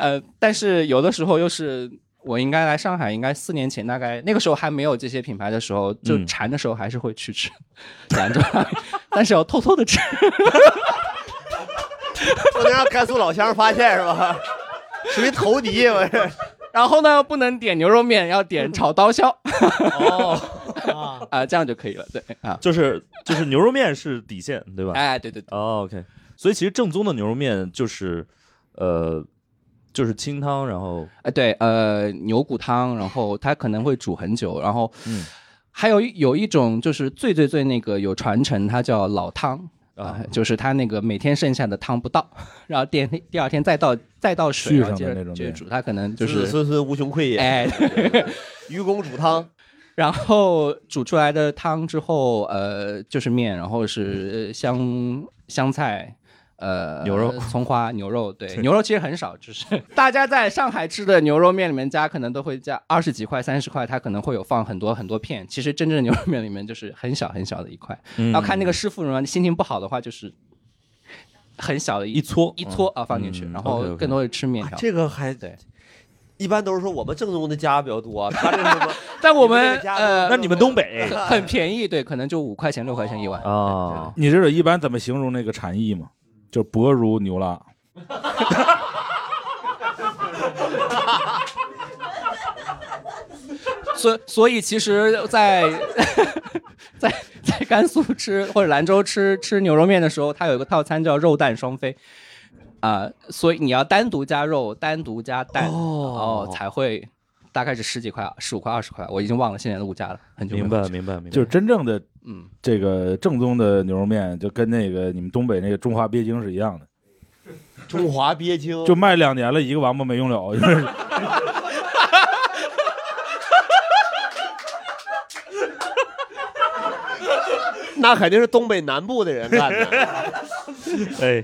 Speaker 10: 呃，但是有的时候又是我应该来上海，应该四年前，大概那个时候还没有这些品牌的时候，就
Speaker 1: 嗯
Speaker 10: 馋的时候还是会去吃兰州拉面， 但是要偷偷的吃。
Speaker 5: 不能让甘肃老乡发现 是吧？属于投敌，我是。
Speaker 10: 然后呢，不能点牛肉面，要点炒刀 削。哦， 啊，这样就可以了。对啊，
Speaker 1: 就是就是牛肉面是底线，对吧？
Speaker 10: 哎，对对对。
Speaker 1: 哦，OK，所以其实正宗的牛肉面就是呃就是清汤，然后
Speaker 10: 哎，对，呃，牛骨汤，然后它可能会煮很久，然后，
Speaker 1: 嗯，
Speaker 10: 还有一有一种就是最最最那个有传承，它叫老汤啊、就是它那个每天剩下的汤不倒， 然后第二天第二天再倒
Speaker 5: 啊
Speaker 10: 再倒水，
Speaker 4: 续
Speaker 10: 然
Speaker 4: 上
Speaker 10: 后接
Speaker 4: 的
Speaker 10: 着
Speaker 4: 那种
Speaker 10: 接着
Speaker 4: 面
Speaker 10: 煮，它可能就
Speaker 5: 子
Speaker 10: 是
Speaker 5: 子孙孙无穷匮也。
Speaker 10: 哎，
Speaker 5: 愚公煮汤，
Speaker 10: 然后煮出来的汤之后，呃，就是面，然后是呃香香菜。呃，
Speaker 1: 牛肉
Speaker 10: 葱花、牛肉，对，牛肉其实很少，就是大家在上海吃的牛肉面里面加，可能都会加二十几块、三十块，它可能会有放很多很多片。其实真正的牛肉面里面就是很小很小的一块，
Speaker 1: 嗯
Speaker 10: 要看那个师傅呢，心情不好的话就是很小的一
Speaker 1: 撮
Speaker 10: 一撮啊放进去，
Speaker 1: 嗯
Speaker 10: 然后
Speaker 1: OK，OK
Speaker 10: 更多的吃面条。
Speaker 5: 啊这个还
Speaker 10: 对，
Speaker 5: 一般都是说我们正宗的家比较多，他这是什么？
Speaker 10: 但我
Speaker 5: 你
Speaker 10: 们
Speaker 5: 这个家
Speaker 10: 呃，
Speaker 1: 那你们东 北
Speaker 10: 很很便宜，对，可能就五块钱、六块钱一碗。
Speaker 1: 啊，
Speaker 10: 哦
Speaker 4: 你知道一般怎么形容那个禅意吗？就薄如牛拉，
Speaker 10: 所所以其实在，在在甘肃吃或者兰州吃吃牛肉面的时候，它有一个套餐叫肉蛋双飞，啊、所以你要单独加肉，单独加蛋，哦，才会大概是十几块、十五块、二十块，我已经忘了现在的物价了，很久没有
Speaker 1: 明白
Speaker 10: 吃
Speaker 1: 明白明白
Speaker 4: 就是真正的，
Speaker 10: 嗯，
Speaker 4: 这个正宗的牛肉面，就跟那个你们东北那个中华鳖精是一样的，
Speaker 5: 中华鳖精
Speaker 4: 就卖两年了，一个王八没用
Speaker 10: 哦
Speaker 4: 了， 就是
Speaker 5: 那肯定是东北南部的人干的。
Speaker 1: 哎，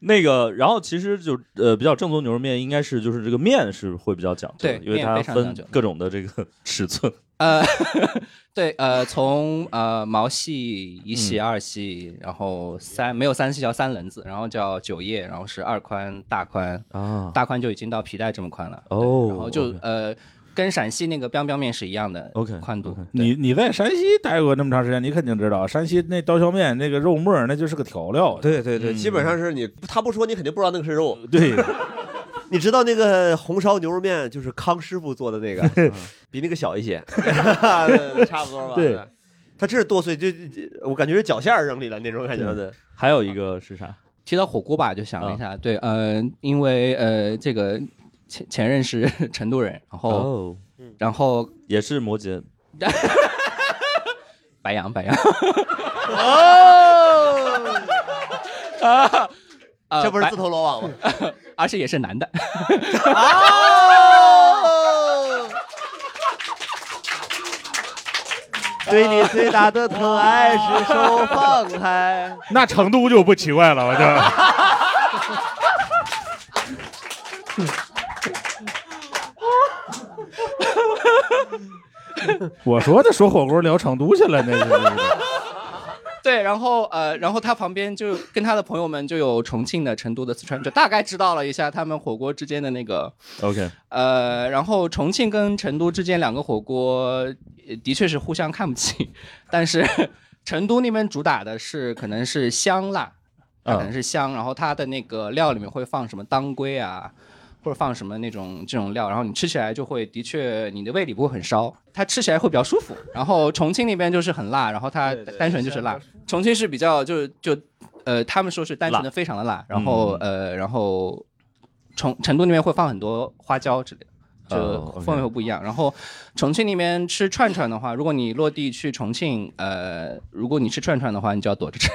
Speaker 1: 那个，然后其实就呃比较正宗牛肉面，应该是就是这个面是会比较讲究的，
Speaker 10: 对
Speaker 1: 因为
Speaker 10: 面
Speaker 1: 它
Speaker 10: 非常
Speaker 1: 分
Speaker 10: 讲究
Speaker 1: 各种的这个尺寸。
Speaker 10: 呃， 对，呃，从呃毛细、一细、
Speaker 1: 嗯
Speaker 10: 二细，然后三没有三细叫三棱子，然后叫九叶，然后是二宽、大宽
Speaker 1: 啊，
Speaker 10: 大宽就已经到皮带这么宽了，
Speaker 1: 哦，
Speaker 10: 然后就、呃跟陕西那个 biang biang 面是一样的
Speaker 4: OK，
Speaker 10: 宽度。
Speaker 4: 你你在山西待过那么长时间，你肯定知道，山西那刀削面那个肉末儿那就是个调料。啊
Speaker 5: 对对
Speaker 10: 嗯
Speaker 5: 对，基本上是你他不说，你肯定不知道那个是 肉。
Speaker 4: 对，
Speaker 5: 你知道那个红烧牛肉面就是康师傅做的那 个，比那个小一 些，差不多吧？
Speaker 1: 对，
Speaker 5: 他这是剁碎，就就我感觉是脚馅儿扔里了那种感觉的。
Speaker 1: 还有一个是啥？
Speaker 10: 提到火锅吧，就
Speaker 1: 啊
Speaker 10: 想了一下，对，呃，因为呃这个前前任是 成都人，然后、
Speaker 1: 哦
Speaker 10: 然后
Speaker 1: 也是摩羯，
Speaker 10: 白羊白羊
Speaker 5: 哦，
Speaker 10: 啊，呃
Speaker 5: 这不是
Speaker 10: 白
Speaker 5: 自投罗网吗？
Speaker 10: 而且也是 男的。
Speaker 5: 啊哦， 对你最大的疼爱 是手放开。
Speaker 4: 那成都就不奇怪了，我 就我说的说火锅聊成都去了，那是
Speaker 10: 对，然后呃，然后他旁边就跟他的朋友们就有重庆的、成都的、四川，就大概知道了一下他们火锅之间的那个
Speaker 1: OK，
Speaker 10: 呃，然后重庆跟成都之间两个火锅呃的确是互相看不起，但是成都那边主打的是可能是香辣，它可能是香，然后它的那个料里面会放什么当归啊。或者放什么那种这种料，然后你吃起来就会的确你的胃里不会很烧，它吃起来会比较舒服。然后重庆那边就是很辣，然后它单纯就是辣。重庆是比较就就呃，他们说是单纯的非常的辣，然后、呃，然后重成都那边会放很多花椒之类的。就
Speaker 1: 哦，OK
Speaker 10: 氛围会不一样。然后重庆那边吃串串的话，如果你落地去重庆，呃，如果你吃串串的话，你就要躲着吃。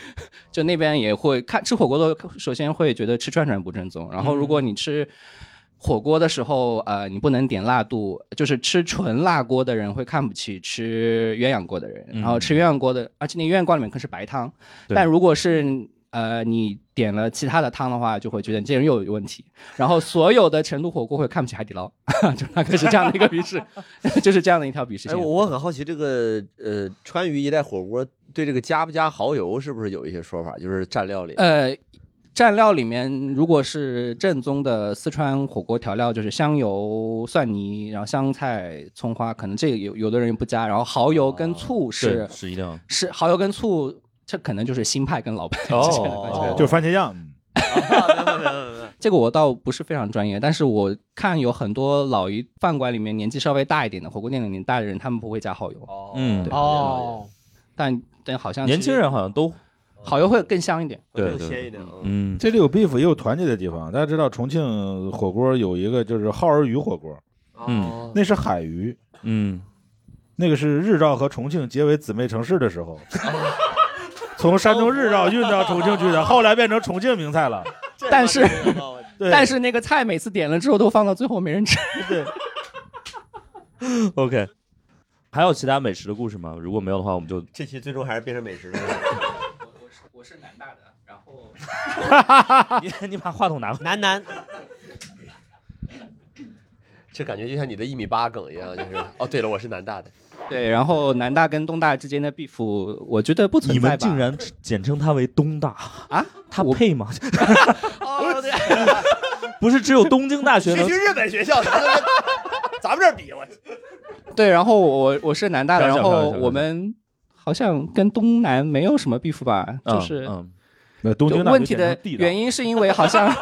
Speaker 10: 就那边也会看吃火锅的，首先会觉得吃串串不正宗。然后如果你吃火锅的时候，呃，你不能点辣度，就是吃纯辣锅的人会看不起吃鸳鸯锅的人。然后吃鸳鸯锅的，而且那鸳鸯锅里面可是白汤，
Speaker 1: 对
Speaker 10: 但如果是呃你点了其他的汤的话，就会觉得你这人又有问题。然后所有的成都火锅会看不起海底捞， 就大概是这样的一个鄙视， 就是这样的一条鄙视
Speaker 5: 哎，
Speaker 10: 线。
Speaker 5: 我我很好奇这个呃，川渝一带火锅对这个加不加蚝油是不是有一些说法？就是蘸料里，
Speaker 10: 呃，蘸料里面如果是正宗的四川火锅调料，就是香油、蒜泥，然后香菜、葱花，可能这个有有的人不加，然后蚝油跟醋 是、
Speaker 1: 哦对是一定要
Speaker 10: 是蚝油跟醋，这可能就是新派跟老派之
Speaker 1: 哦
Speaker 10: 间的关系，
Speaker 4: 就番茄酱。
Speaker 10: 这个我倒不是非常专业，但是我看有很多老一饭馆里面年纪稍微大一点的火锅店里年纪大的人，他们不会加蚝油。哦
Speaker 1: 嗯
Speaker 10: 哦，但但好像
Speaker 1: 年轻人
Speaker 10: 好
Speaker 1: 好像都
Speaker 10: 蚝油会更香一点。
Speaker 1: 对
Speaker 5: 更鲜一点。
Speaker 1: 嗯，
Speaker 4: 这里有 beef 也有团结的地方。大家知道重庆火锅有一个就是耗儿鱼火锅，
Speaker 1: 嗯，
Speaker 4: 那是海鱼，
Speaker 1: 嗯，
Speaker 4: 那个是日照和重庆结为姊妹城市的时候，从山东日照运到重庆去的，后来变成重庆名菜了。
Speaker 10: 但是
Speaker 5: 哦
Speaker 4: 对
Speaker 10: 但是那个菜每次点了之后都放到最后没人吃。
Speaker 4: 对，
Speaker 1: OK，还有其他美食的故事吗？如果没有的话，我们就
Speaker 5: 这期最终还是变成美食了。
Speaker 10: 我是南大的，然后
Speaker 1: 你你把话筒拿过
Speaker 2: 来。南南，
Speaker 5: 这感觉就像你的一米八梗一样，就是哦，对了，我是南大的，
Speaker 10: 对，然后南大跟东大之间的 beef，我觉得不存
Speaker 1: 你
Speaker 10: 在吧。
Speaker 1: 们竟然简称它为东大
Speaker 10: 啊？
Speaker 1: 它配吗？
Speaker 5: 哦，对，
Speaker 1: 不是只有东京大学
Speaker 5: 是
Speaker 1: 能
Speaker 5: 去日本学校的，咱们这儿 比我。
Speaker 10: 对，然后我我是南大的，
Speaker 1: 开玩笑
Speaker 10: 然
Speaker 1: 开玩
Speaker 10: 后
Speaker 1: 笑
Speaker 10: 我们好像跟东南没有什么 beef 吧，
Speaker 1: 嗯
Speaker 10: 就是
Speaker 1: 嗯
Speaker 4: 那东京大学
Speaker 10: 问题
Speaker 4: 简
Speaker 10: 的
Speaker 4: 称地大
Speaker 10: 原因是因为好 像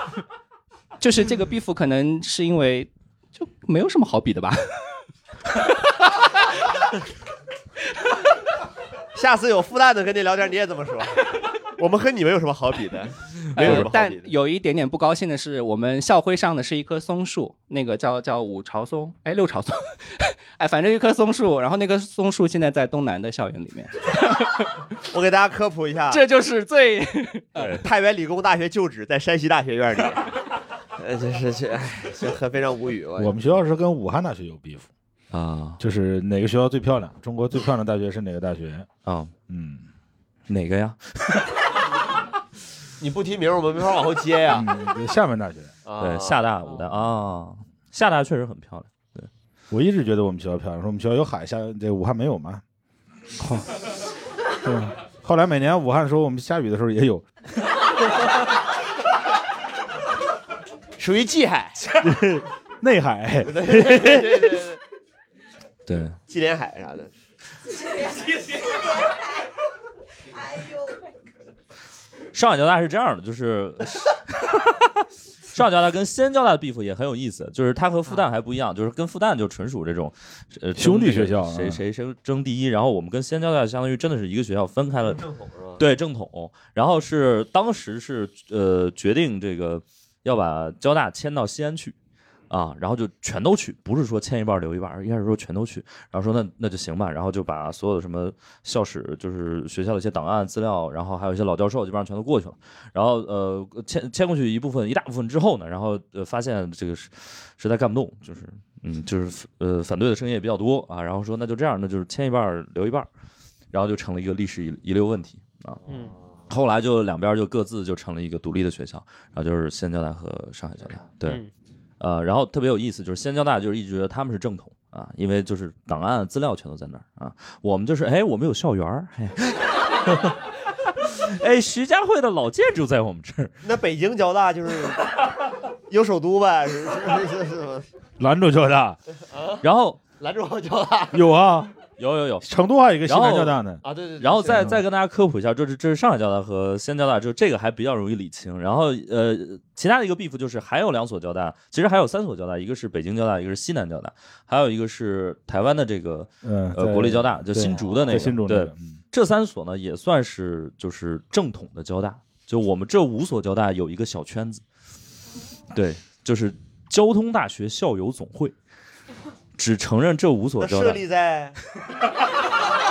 Speaker 10: 就是这个 beef 可能是因为就没有什么好比的吧。
Speaker 5: 下次有复旦的跟你聊天，你也这么说。 我们和你们有什么好比的？没有什
Speaker 10: 呃
Speaker 5: 么好比的。
Speaker 10: 但有一点点不高兴的是，我们校徽上的是一棵松树，那个叫叫五朝松，哎，六朝松， 哎，反正一棵松树。然后那棵松树现在在东南的校园里面。
Speaker 5: 我给大家科普一下，
Speaker 10: 这就是最
Speaker 5: 啊太原理工大学旧址在山西大学 院里。呃，这是这，哎这很非常无语。我
Speaker 4: 我们学校是跟武汉大学有 beef
Speaker 1: 啊，
Speaker 4: 就是哪个学校最漂亮？中国最漂亮的大学是哪个大学？
Speaker 1: 啊，
Speaker 4: 嗯，
Speaker 1: 哪个呀？
Speaker 5: 你不提名，我们没法往后接啊 呀。
Speaker 4: 厦门大学。
Speaker 1: 对，厦大、武大啊，厦大确实很漂亮。
Speaker 4: 我一直觉得我们学校漂亮，说我们学校有海，下这武汉没有吗？哦 对吧后来每年武汉说我们下雨的时候也有，
Speaker 5: 属于冀海
Speaker 4: 内海
Speaker 5: 对。对对对对对，
Speaker 1: 对，
Speaker 5: 纪连海啥的。
Speaker 1: 上海交大是这样的，就是上海交大跟西安交大的 beef 也很有意思，就是它和复旦还不一样，就是跟复旦就纯属这种呃
Speaker 4: 兄弟
Speaker 1: 争这
Speaker 4: 学
Speaker 1: 个
Speaker 4: 校啊
Speaker 1: 谁谁谁争第一，然后我们跟西安交大相当于真的是一个学校分开了，
Speaker 5: 正统是吧
Speaker 1: 对正统，然后是当时是呃决定这个要把交大迁到西安去。啊，然后就全都去，不是说签一半儿留一半儿，一开始说全都去，然后说那那就行吧，然后就把所有的什么校史，就是学校的一些档案资料，然后还有一些老教授，基本上全都过去了。然后呃，迁迁过去一部分，一大部分之后呢，然后呃发现这个实实在干不动，就是嗯，就是呃反对的声音也比较多啊，然后说那就这样，那就是签一半儿留一半儿，然后就成了一个历史遗遗留问题啊。
Speaker 5: 嗯，
Speaker 1: 后来就两边就各自就成了一个独立的学校，然后就是西安交大和上海交大，对，
Speaker 5: 嗯
Speaker 1: 呃，然后特别有意思，就是西安交大就是一直觉得他们是正统啊，因为就是档案资料全都在那儿啊，我们就是哎，我们有校园儿，哎， 哎，徐家汇的老建筑在我们这儿，
Speaker 5: 那北京交大 就是有首都呗，是是是 是是
Speaker 4: 兰州交大
Speaker 5: 啊。
Speaker 1: 然后
Speaker 5: 兰州交 大
Speaker 4: 有啊，
Speaker 1: 有有有，
Speaker 4: 成都还有一个西
Speaker 1: 然
Speaker 4: 南
Speaker 1: 后
Speaker 4: 交大呢。
Speaker 5: 啊，对对
Speaker 1: 然后再再跟大家科普一下，这是这是上海交大和西安交大，就这个还比较容易理清。然后呃，其他的一个 beef 就是还有两所交大，其实还有三所交大，一个是北京交大，一个是西南交大，还有一个是台湾的这个
Speaker 4: 嗯
Speaker 1: 呃
Speaker 4: 在
Speaker 1: 国立交大，就
Speaker 4: 对
Speaker 1: 新竹的那个。
Speaker 4: 在新竹那个嗯
Speaker 1: 对，这三所呢也算是就是正统的交大，就我们这五所交大有一个小圈子，对，就是交通大学校友总会。只承认这五所
Speaker 5: 那
Speaker 1: 交大
Speaker 5: 设，立在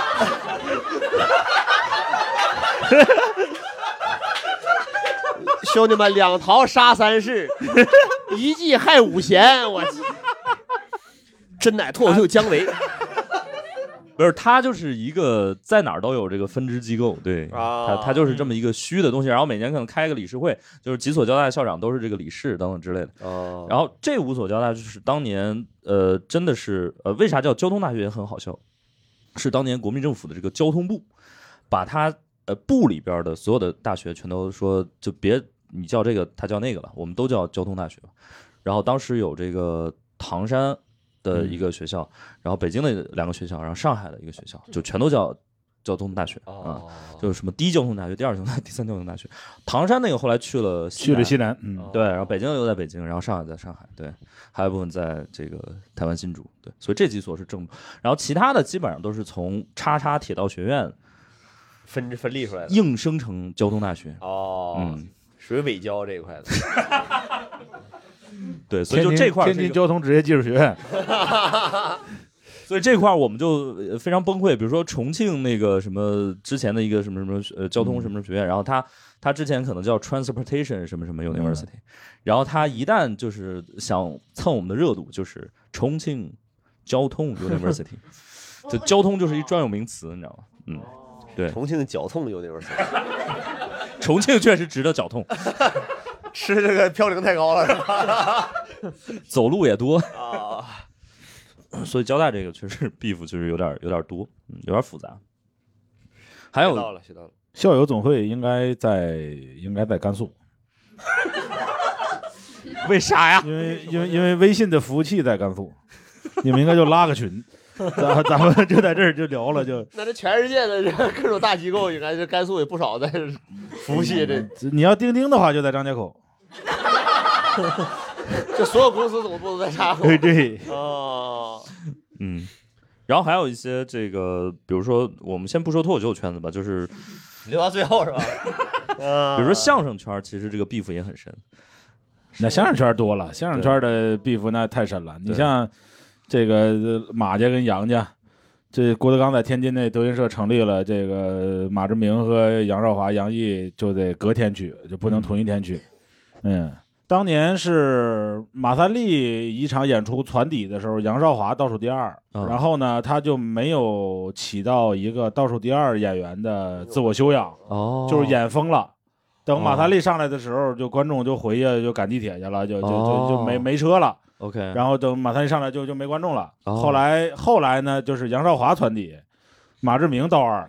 Speaker 5: 兄弟们，两桃杀三士， 一计害五贤，我真乃脱口秀姜维
Speaker 1: 不是，它就是一个在哪儿都有这个分支机构，对，
Speaker 5: 啊
Speaker 1: 它它就是
Speaker 5: 嗯
Speaker 1: 这么一个虚的东西。然后每年可能开一个理事会，就是几所交大的校长都是这个理事等等之类的。
Speaker 5: 哦
Speaker 1: 然后这五所交大就是当年呃，真的是呃，为啥叫交通大学也很好笑，是当年国民政府的这个交通部，把它呃部里边的所有的大学全都说就别你叫这个，他叫那个了，我们都叫交通大学吧。然后当时有这个唐山的一个学校，然后北京的两个学校，然后上海的一个学校，就全都叫交通大学啊、就是什么第一交通大学、第二交通大学、第三交通大学。唐山那个后来去了
Speaker 4: 去了西南嗯
Speaker 5: 哦
Speaker 1: 对，然后北京留在北京，然后上海在上海，对，还有一部分在这个台湾新竹，对，所以这几所是正，然后其他的基本上都是从叉叉铁道学院
Speaker 5: 分分立出来的。
Speaker 1: 硬生成交通大学，
Speaker 5: 哦，
Speaker 1: 嗯，
Speaker 5: 属于伪交这一块 的。
Speaker 1: 对，所以就这块儿
Speaker 4: 天
Speaker 1: 是
Speaker 4: 津
Speaker 1: 一
Speaker 4: 天津
Speaker 1: 个
Speaker 4: 交通职业技术学院，
Speaker 1: 所以这块儿我们就呃非常崩溃。比如说重庆那个什么之前的一个什么什么呃交通什么什么学院，然后它它之前可能叫 transportation 什么什么 university，、然后它一旦就是想蹭我们的热度，就是重庆交通 university，就交通就是一专有名词，你知道吗？嗯，对，
Speaker 5: 重庆的脚痛 university，
Speaker 1: 重庆确实值得脚痛，
Speaker 5: 吃 这个嘌呤太高了是吧？
Speaker 1: 走路也多，
Speaker 5: 啊，
Speaker 1: 所以交大这个确实 beef 确实有点有点多，嗯，有点复杂。还
Speaker 5: 学到
Speaker 1: 有
Speaker 5: 了，学到了。
Speaker 4: 校友总会应该在应该在甘 肃。
Speaker 1: 为啥呀？
Speaker 4: 因为因为因为微信的服务器在甘肃，你们应该就拉个群，咱咱们就在这儿就聊了，就
Speaker 5: 那这全世界的这各种大机构，应该这甘肃也不少在服务器这，
Speaker 4: 嗯你要钉钉的话就在张家口，
Speaker 5: 这所有公司总部都在插口。
Speaker 4: 嗯对对
Speaker 5: 哦，
Speaker 1: 嗯，然后还有一些这个，比如说我们先不说脱口秀圈子吧，就是
Speaker 3: 留到最后 是吧？
Speaker 5: 啊
Speaker 1: 比如说相声圈，其实这个 beef 也很深。
Speaker 4: 那相声圈多了，相声圈的 beef 那太深了。你像这个呃马家跟杨家，这郭德纲在天津那德云社成立了，这个马志明和杨少华、杨毅就得隔天去，就不能同一天去。嗯，当年是马三立一场演出传底的时候，杨少华倒数第二，
Speaker 1: 嗯
Speaker 4: 然后呢，他就没有起到一个倒数第二演员的自我修养，
Speaker 1: 哦
Speaker 4: 就是演疯了。等马三立上来的时候，就观众就回去就赶地铁去了，就就就就没
Speaker 1: 哦
Speaker 4: 没车了。
Speaker 1: OK，
Speaker 4: 然后等马三立上来就就没观众了。
Speaker 1: 哦
Speaker 4: 后来后来呢，就是杨少华团底，马志明倒二，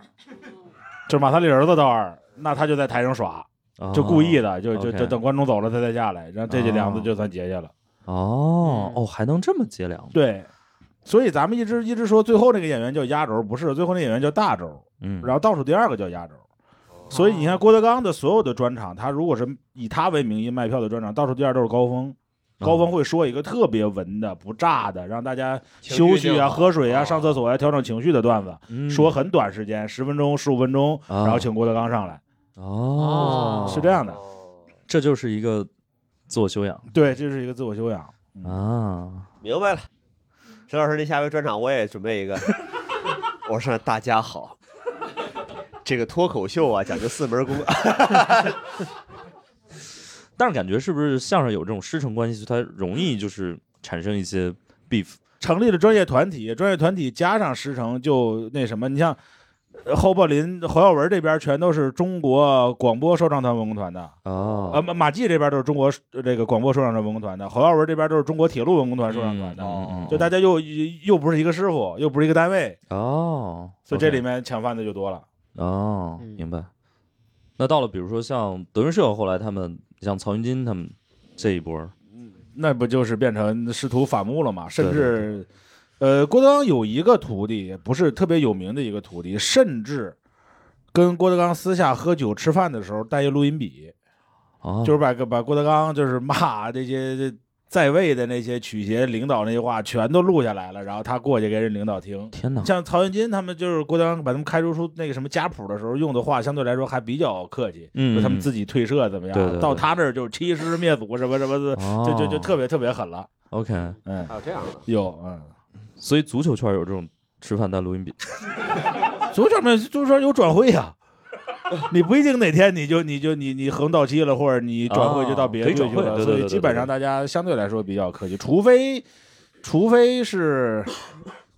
Speaker 4: 就是马三立儿子倒二，那他就在台上耍，
Speaker 1: 哦
Speaker 4: 就故意的，就就
Speaker 1: OK
Speaker 4: 就等观众走了他再下来，然后这两次就算结下了。
Speaker 1: 哦
Speaker 4: 嗯
Speaker 1: 哦，还能这么结梁？
Speaker 4: 对，所以咱们一直一直说最后那个演员叫压轴，不是最后那演员叫大轴，
Speaker 1: 嗯
Speaker 4: 然后倒数第二个叫压轴。所以你看郭德纲的所有的专场，他如果是以他为名义卖票的专场，倒数第二都是高峰。
Speaker 1: 哦
Speaker 4: 高峰会说一个特别文的、不炸的，让大家休息啊、喝水啊、上厕所呀、调整情绪的段子，
Speaker 1: 嗯
Speaker 4: 说很短时间，十分钟、十五分钟，
Speaker 1: 啊
Speaker 4: 然后请郭德纲上来，
Speaker 1: 哦，
Speaker 4: 是这样的。
Speaker 1: 这就是一个自我修养
Speaker 4: 对，这是一个自我修养。
Speaker 1: 啊。
Speaker 5: 明白了，沈老师，那下回专场我也准备一个。我说大家好，这个脱口秀啊讲究四门功，啊
Speaker 1: 但是感觉是不是相声有这种师承关系，它容易就是产生一些 beef？
Speaker 4: 成立了专业团体，专业团体加上师承就那什么，你像呃侯宝林、侯耀文这边全都是中国广播说唱团文工团的，
Speaker 5: 啊
Speaker 1: 哦，
Speaker 4: 呃马马季这边都是中国呃这个广播说唱团文工团的，侯耀文这边都是中国铁路文工
Speaker 1: 嗯
Speaker 4: 团说唱团的，就大家又又又不是一个师傅，又不是一个单位，
Speaker 1: 哦，
Speaker 4: 所以这
Speaker 1: OK
Speaker 4: 里面抢饭的就多了。
Speaker 1: 哦，明白。那到了比如说像德云社后来他们，像曹云金他们这一波儿，
Speaker 4: 那不就是变成师徒反目了吗？甚
Speaker 1: 对
Speaker 4: 至，呃，郭德纲有一个徒弟，不是特别有名的一个徒弟，甚至跟郭德纲私下喝酒吃饭的时候带一录音笔，
Speaker 1: 哦
Speaker 4: 就是把把郭德纲就是骂这些在位的那些曲协领导那些话全都录下来了，然后他过去给人领导听。
Speaker 1: 天哪！
Speaker 4: 像曹云金他们就是郭德纲把他们开除出那个什么家谱的时候用的话，相对来说还比较客气，
Speaker 1: 嗯
Speaker 4: 说他们自己退社怎么样，
Speaker 1: 对对对
Speaker 4: 到他那儿就欺师灭祖什么什么的，
Speaker 1: 哦
Speaker 4: 就就就特别特别狠了。
Speaker 1: OK，
Speaker 4: 嗯，
Speaker 5: 还有这样的
Speaker 4: 有，嗯，
Speaker 1: 所以足球圈有这种吃饭带录音笔，
Speaker 4: 足球面足球有转会呀、你不一定哪天你就你就你你合同到期了，或者你转会就到别的
Speaker 1: 哦可
Speaker 4: 队
Speaker 1: 以
Speaker 4: 去
Speaker 1: 转会
Speaker 4: 了，
Speaker 1: 对对
Speaker 4: 所
Speaker 1: 对
Speaker 4: 以
Speaker 1: 对
Speaker 4: 基本上大家相对来说比较客气，除非除非是，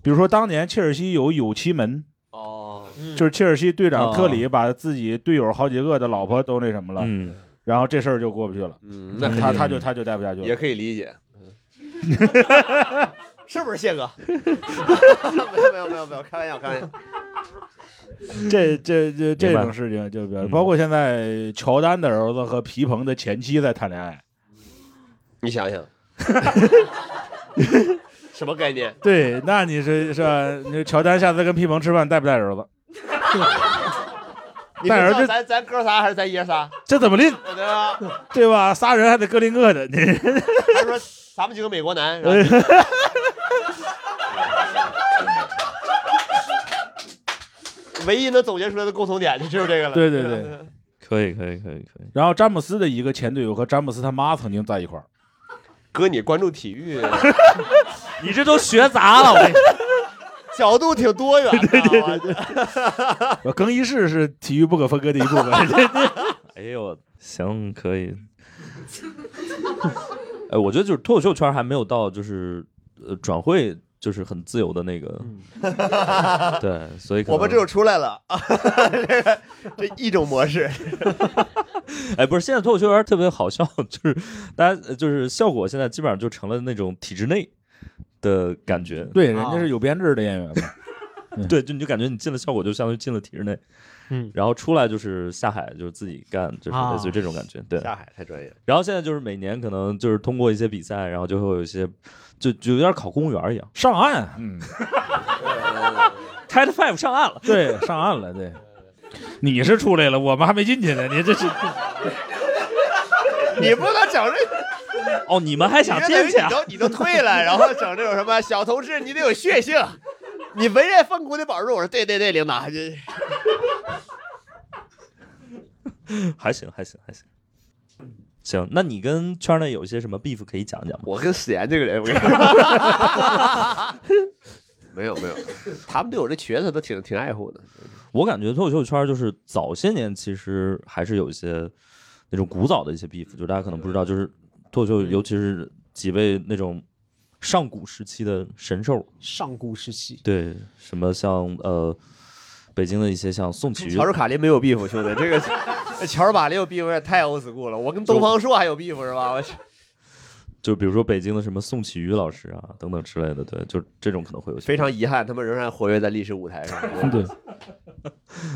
Speaker 4: 比如说当年切尔西有有期门，
Speaker 5: 哦，
Speaker 4: 就是切尔西队长
Speaker 1: 哦
Speaker 4: 特里把自己队友好几个的老婆都那什么了，
Speaker 1: 嗯
Speaker 4: 然后这事儿就过不去了，
Speaker 5: 嗯那肯定
Speaker 4: 他他就他就待不下去了，
Speaker 5: 也可以理解， 是不是谢哥？ 没有没有没有没有，开玩笑开玩笑。
Speaker 4: 这这这这
Speaker 5: 明白
Speaker 4: 种事情就比
Speaker 1: 嗯
Speaker 4: 较，包括现在乔丹的儿子和皮蓬的前妻在谈恋爱，
Speaker 5: 你想想，什么概念？
Speaker 4: 对，那你是是吧？你乔丹下次跟皮蓬吃饭带不带儿子？
Speaker 5: 你
Speaker 4: 带儿
Speaker 5: 是
Speaker 4: 子
Speaker 5: 咱咱咱哥仨还是咱爷仨？
Speaker 4: 这怎么拎？
Speaker 5: 对吧？
Speaker 4: 对吧？仨人还得各拎各 的，你
Speaker 5: 他说咱们几个美国男，然后 唯一能总结出来的共同点就只有这个了。
Speaker 4: 对对对。
Speaker 1: 可以可以可以可以。
Speaker 4: 然后詹姆斯的一个前队友和詹姆斯他妈曾经在一块儿。
Speaker 5: 哥，你关注 体育，
Speaker 1: 你这都学杂了，我
Speaker 5: 角度挺多远的。啊对对
Speaker 4: 啊 我更衣室是体育不可分割的一部分。
Speaker 1: 哎呦，行，可以。哎，我觉得就是脱口秀圈还没有到就是呃转会就是很自由的那个，
Speaker 4: 嗯
Speaker 1: 对，所以可
Speaker 5: 我们
Speaker 1: 能
Speaker 5: 这就出来了，这个这一种模式。
Speaker 1: 哎，不是，现在脱口秀圈特别好笑，就是大家呃就是效果现在基本上就成了那种体制内的感觉。
Speaker 4: 对，人
Speaker 5: 啊
Speaker 4: 家是有编制的演员 嘛。嗯
Speaker 1: 对，就你就感觉你进了效果，就相当于进了体制内，
Speaker 2: 嗯，
Speaker 1: 然后出来就是下海，就是自己干，就是类似于
Speaker 5: 啊
Speaker 1: 这种感觉。对，
Speaker 5: 下海太专业了。
Speaker 1: 然后现在就是每年可能就是通过一些比赛，然后就会有一些，就就有点考公务员一样，
Speaker 4: 上 岸，嗯
Speaker 1: ，Cat Five 上岸了，
Speaker 4: 对，上岸了，对。你是出来了，我们还没进去呢。你这是
Speaker 5: 你不能整啊这。
Speaker 1: 哦，你们还想
Speaker 5: 你这等于
Speaker 1: 进去啊
Speaker 5: 你都你都退了，然后整这种什么小同志，你得有血性，你文人风骨的保住。我说对对对，领导，这
Speaker 1: 还行还行还行。行，那你跟圈内有一些什么 beef 可以讲讲吗？
Speaker 5: 我跟史岩这个人，我跟你说，没有没有，他们对我这瘸子都挺挺爱护的。
Speaker 1: 我感觉脱口秀圈就是早些年其实还是有一些那种古早的一些 beef，就大家可能不知道，就是脱口秀，
Speaker 5: 嗯
Speaker 1: 尤其是几位那种上古时期的神兽，
Speaker 2: 上古时期，
Speaker 1: 对，什么像呃北京的一些像宋琦、
Speaker 5: 乔治卡林没有 beef，兄弟，这个乔尔马里有 beef 有点太 old school 了，我跟东方朔还有 beef 是吧？我去，
Speaker 1: 就比如说北京的什么宋启瑜老师啊等等之类的，对，就这种可能会有些
Speaker 5: 非常遗憾，他 们仍然活跃在历史 舞台上。
Speaker 1: 对，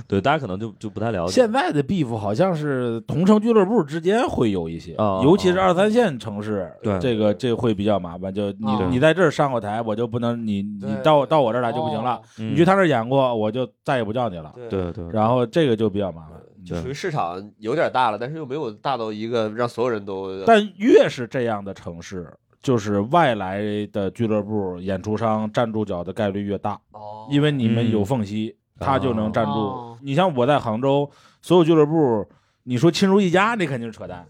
Speaker 1: 对，大家可能就就不太了解。
Speaker 4: 现在的 beef 好像是同城俱乐部之间会有一些，
Speaker 1: 啊
Speaker 4: 尤其是二三线城市，
Speaker 1: 对
Speaker 4: 这个这会比较麻烦。就你、
Speaker 1: 啊
Speaker 4: 你在这儿上过台，我就不能你你
Speaker 1: 对
Speaker 4: 到到我这儿来就不行了，
Speaker 1: 嗯
Speaker 4: 你去他那儿演过，我就再也不叫你了。
Speaker 1: 对对
Speaker 4: 然后这个就比较麻烦，
Speaker 5: 就属于市场有点大了，但是又没有大到一个让所有人都。
Speaker 4: 但越是这样的城市，就是外来的俱乐部、演出商站住脚的概率越大，因为你们有缝隙，他就能站住。
Speaker 2: 哦
Speaker 4: 你像我在杭州，所有俱乐部，你说亲如一家，那肯定是扯淡，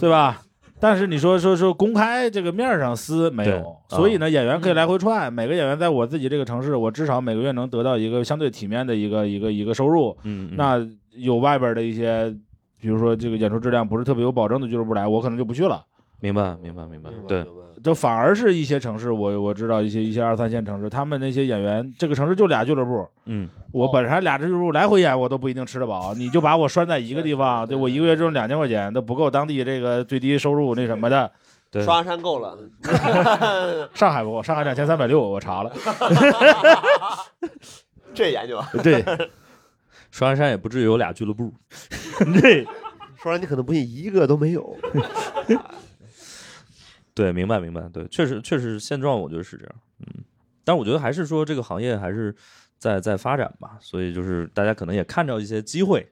Speaker 4: 对吧？但是你说说说公开这个面儿上撕没
Speaker 1: 对
Speaker 4: 有，所以呢，演员可以来回串，每个演员在我自己这个城市，我至少每个月能得到一个相对体面的一个一个一个收入。
Speaker 1: 嗯 嗯
Speaker 4: 那有外边的一些，比如说这个演出质量不是特别有保证的俱乐部来，我可能就不去了。
Speaker 1: 明白明白明白，对，
Speaker 4: 就反而是一些城市，我我知道一些一些二三线城市，他们那些演员，这个城市就俩俱乐部，
Speaker 1: 嗯，
Speaker 4: 我本身俩俱乐部来回演，我都不一定吃得饱，你就把我拴在一个地方，对我一个月挣两千块钱，都不够当地这个最低收入那什么的。对
Speaker 5: 刷山够 了，
Speaker 4: 上海不够，上海两千三百六，我查了。
Speaker 5: 这研究啊
Speaker 1: 对，双鸭山也不至于有俩俱乐部，对，
Speaker 5: 说完你可能不信，一个都 没有。
Speaker 1: 对，明白明白，对，确实确实现状，我觉得是这样，嗯，但我觉得还是说这个行业还是在在发展吧，所以就是大家可能也看到一些机会，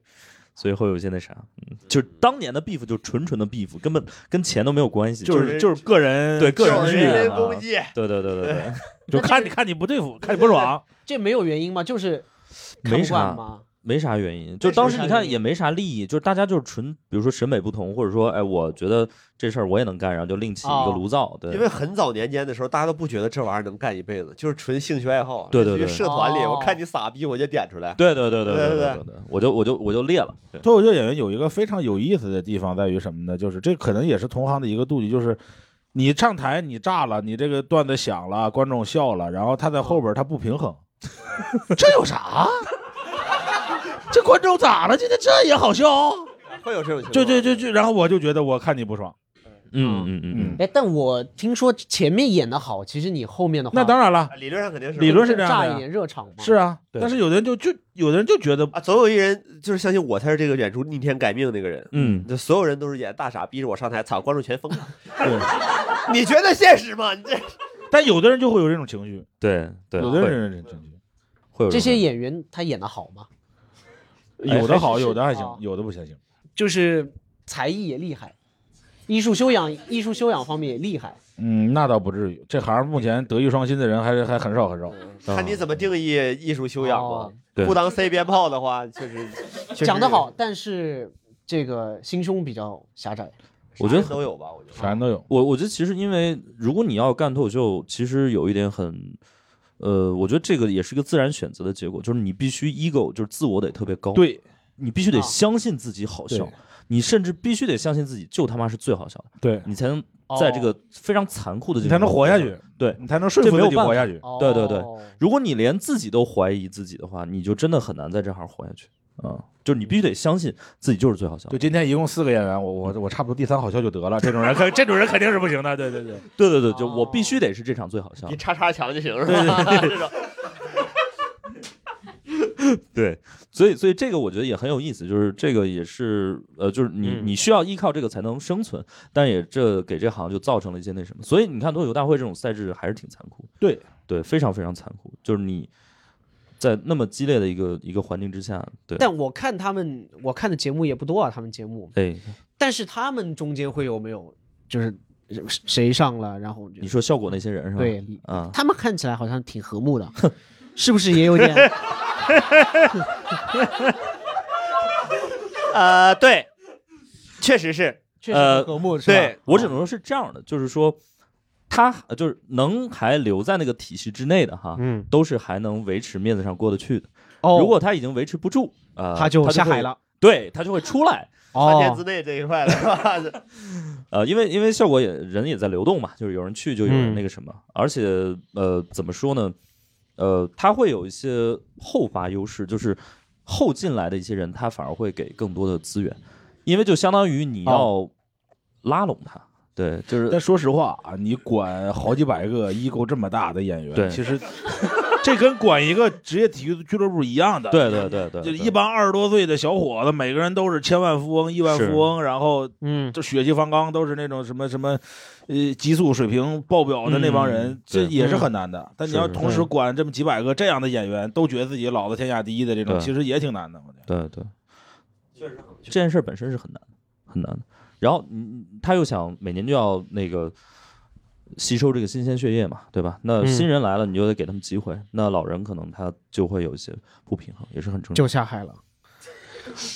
Speaker 1: 所以会有一些那啥，嗯，就是当年的 beef 就纯纯的 beef，根本跟钱都没有关系，
Speaker 4: 就是
Speaker 1: 是
Speaker 4: 就是个人
Speaker 1: 对个人
Speaker 4: 就是
Speaker 1: 意
Speaker 4: 人
Speaker 1: 愿
Speaker 4: 身
Speaker 1: 啊
Speaker 4: 攻击
Speaker 1: 对对对对 对，
Speaker 4: 就看你看你不对付，看你不爽，
Speaker 2: 这没有原因吗？就是看
Speaker 1: 没
Speaker 2: 不惯
Speaker 1: 啥
Speaker 2: 吗？
Speaker 1: 没啥原因，就当时你看也没啥利益，就是大家就是纯，比如说审美不同，或者说哎，我觉得这事儿我也能干，然后就另起一个炉灶，对，
Speaker 5: 哦因为很早年间的时候，大家都不觉得这玩意儿能干一辈子，就是纯兴趣爱好。
Speaker 1: 对对
Speaker 5: 类似于
Speaker 1: 对
Speaker 5: 社团里
Speaker 1: 哦
Speaker 5: 我看你傻逼，我就点出来。
Speaker 1: 对对对对
Speaker 5: 对
Speaker 1: 对对对，我就我就我就裂了，对
Speaker 4: 脱口秀演员有一个非常有意思的地方在于什么呢？就是这可能也是同行的一个妒忌，就是你上台你炸了，你这个段子响了，观众笑了，然后他在后边他不平 衡，这有啥？ 这观众咋了？今天这也好笑？啊
Speaker 5: 会有这种情况。
Speaker 4: 对对对对，然后我就觉得我看你不爽。
Speaker 1: 嗯嗯嗯
Speaker 4: 嗯。
Speaker 2: 哎，但我听说前面演的好，其实你后面的话，
Speaker 4: 那当然了，
Speaker 5: 啊理论上肯定
Speaker 4: 理论是这样的
Speaker 2: 炸
Speaker 4: 呀
Speaker 2: 一点热场嘛。
Speaker 4: 是啊，
Speaker 5: 对
Speaker 4: 但是有的人就就有的人就觉得
Speaker 5: 啊，总有一人就是相信我才是这个演出逆天改命那个人。
Speaker 1: 嗯，
Speaker 5: 就所有人都是演大傻逼，着我上台，操，观众全疯了。
Speaker 4: 对，
Speaker 5: 你觉得现实吗？你这
Speaker 4: 但有的人就会有这种情绪，
Speaker 1: 对对，
Speaker 4: 有的人有这种情绪，
Speaker 1: 会有
Speaker 2: 这些演员他演的好吗？
Speaker 4: 有的好，
Speaker 2: 哎
Speaker 4: 有的还行
Speaker 2: 哦，
Speaker 4: 有的不太行。
Speaker 2: 就是才艺也厉害，艺术修养、艺术修养方面也厉害。
Speaker 4: 嗯，那倒不至于，这行目前德艺双馨的人还是还很少很
Speaker 1: 嗯
Speaker 4: 嗯少。
Speaker 5: 看你怎么定 义艺术修养吧。
Speaker 4: 对
Speaker 5: 不当 C 鞭炮的话，确实确实
Speaker 2: 哦讲得好，但是这个心胸比较狭窄。
Speaker 1: 我觉得
Speaker 5: 都有吧，我觉
Speaker 4: 得啥人都有。
Speaker 1: 我我觉得其实因为如果你要干脱口秀，其实有一点很，呃，我觉得这个也是个自然选择的结果，就是你必须 ego 就是自我得特别高，
Speaker 4: 对，
Speaker 1: 你必须
Speaker 5: 啊
Speaker 1: 得相信自己好笑，
Speaker 4: 对
Speaker 1: 你甚至必须得相信自己就他妈是最好笑的，
Speaker 4: 对
Speaker 1: 你才能在
Speaker 5: 哦
Speaker 1: 这个非常残酷的这
Speaker 4: 你
Speaker 1: 个
Speaker 4: 才能活下去，
Speaker 1: 对
Speaker 4: 你才能说
Speaker 1: 这
Speaker 4: 服
Speaker 1: 没有
Speaker 4: 自己
Speaker 1: 办
Speaker 4: 活
Speaker 1: 法
Speaker 4: 下
Speaker 5: 哦
Speaker 4: 去。
Speaker 1: 对对对，
Speaker 4: 哦
Speaker 1: 如果你连自己都怀疑自己的话，你就真的很难在这行活下去啊、就是你必须得相信自己就是最好笑的
Speaker 4: 就。今天一共四个演员，我我我差不多第三好笑就得了。这种人肯这种人肯定是不行的。对对对，
Speaker 1: 对对对，就我必须得是这场最好笑
Speaker 5: 比
Speaker 4: 哦
Speaker 1: 的。
Speaker 5: 叉叉强就行，是
Speaker 1: 对
Speaker 5: 吧？
Speaker 1: 对对
Speaker 5: 这种
Speaker 1: 对，所以所以这个我觉得也很有意思，就是这个也是呃，就是你、
Speaker 4: 嗯
Speaker 1: 你需要依靠这个才能生存，但也这给这行就造成了一些那什么。所以你看脱口秀大会这种赛制还是挺残酷，
Speaker 4: 对
Speaker 1: 对，非常非常残酷，就是你在那么激烈的一个一个环境之下，对，
Speaker 2: 但我看他们，我看的节目也不多啊，他们节目，
Speaker 1: 哎，
Speaker 2: 但是他们中间会有没有就是谁上了，然后就
Speaker 1: 你说效果那些人是吧？
Speaker 2: 对
Speaker 1: 啊，
Speaker 2: 他们看起来好像挺和睦的，是不是也有点？
Speaker 5: 呃，对，确实是，
Speaker 2: 确
Speaker 1: 呃，对
Speaker 5: 对，
Speaker 1: 我只能说是这样的，就是说，他呃就是能还留在那个体系之内的哈，
Speaker 5: 嗯，
Speaker 1: 都是还能维持面子上过得去的。
Speaker 2: 哦
Speaker 1: 如果他已经维持不住，呃，
Speaker 2: 他就
Speaker 1: 会
Speaker 2: 下海了，
Speaker 1: 对他就会出来。
Speaker 2: 哦
Speaker 5: 三天之内这一块的话 是，
Speaker 1: 呃，因为因为效果也人也在流动嘛，就是有人去就有
Speaker 2: 嗯
Speaker 1: 人那个什么，而且呃，怎么说呢？呃，他会有一些后发优势，就是后进来的一些人，他反而会给更多的资源，因为就相当于你
Speaker 2: 哦
Speaker 1: 要拉拢他，对，就是
Speaker 4: 但说实话啊，你管好几百个 ego 这么大的演员，
Speaker 1: 对
Speaker 4: 其实 这跟管一个职业体育俱乐部一样的。
Speaker 1: 对对对对
Speaker 4: 就
Speaker 1: 对
Speaker 4: 一帮二十多岁的小伙子，每个人都是千万富翁、亿万富翁，然后
Speaker 2: 嗯，
Speaker 4: 就血气方刚，都是那种什么什么，呃，激素水平爆表的那帮人，
Speaker 1: 嗯
Speaker 4: 这
Speaker 1: 对
Speaker 4: 也是很难的。但你要
Speaker 1: 是
Speaker 4: 同时管这么几百个这样的演员，都觉得自己老子天下第一的这种，
Speaker 1: 对
Speaker 4: 其实也挺难的。我觉得
Speaker 1: 对对，这件事儿本身是很难的，很难的。然后嗯，他又想每年就要那个吸收这个新鲜血液嘛，对吧？那
Speaker 2: 嗯
Speaker 1: 新人来了，你就得给他们机会。那老人可能他就会有一些不平衡，也是很正常。
Speaker 2: 就下海了。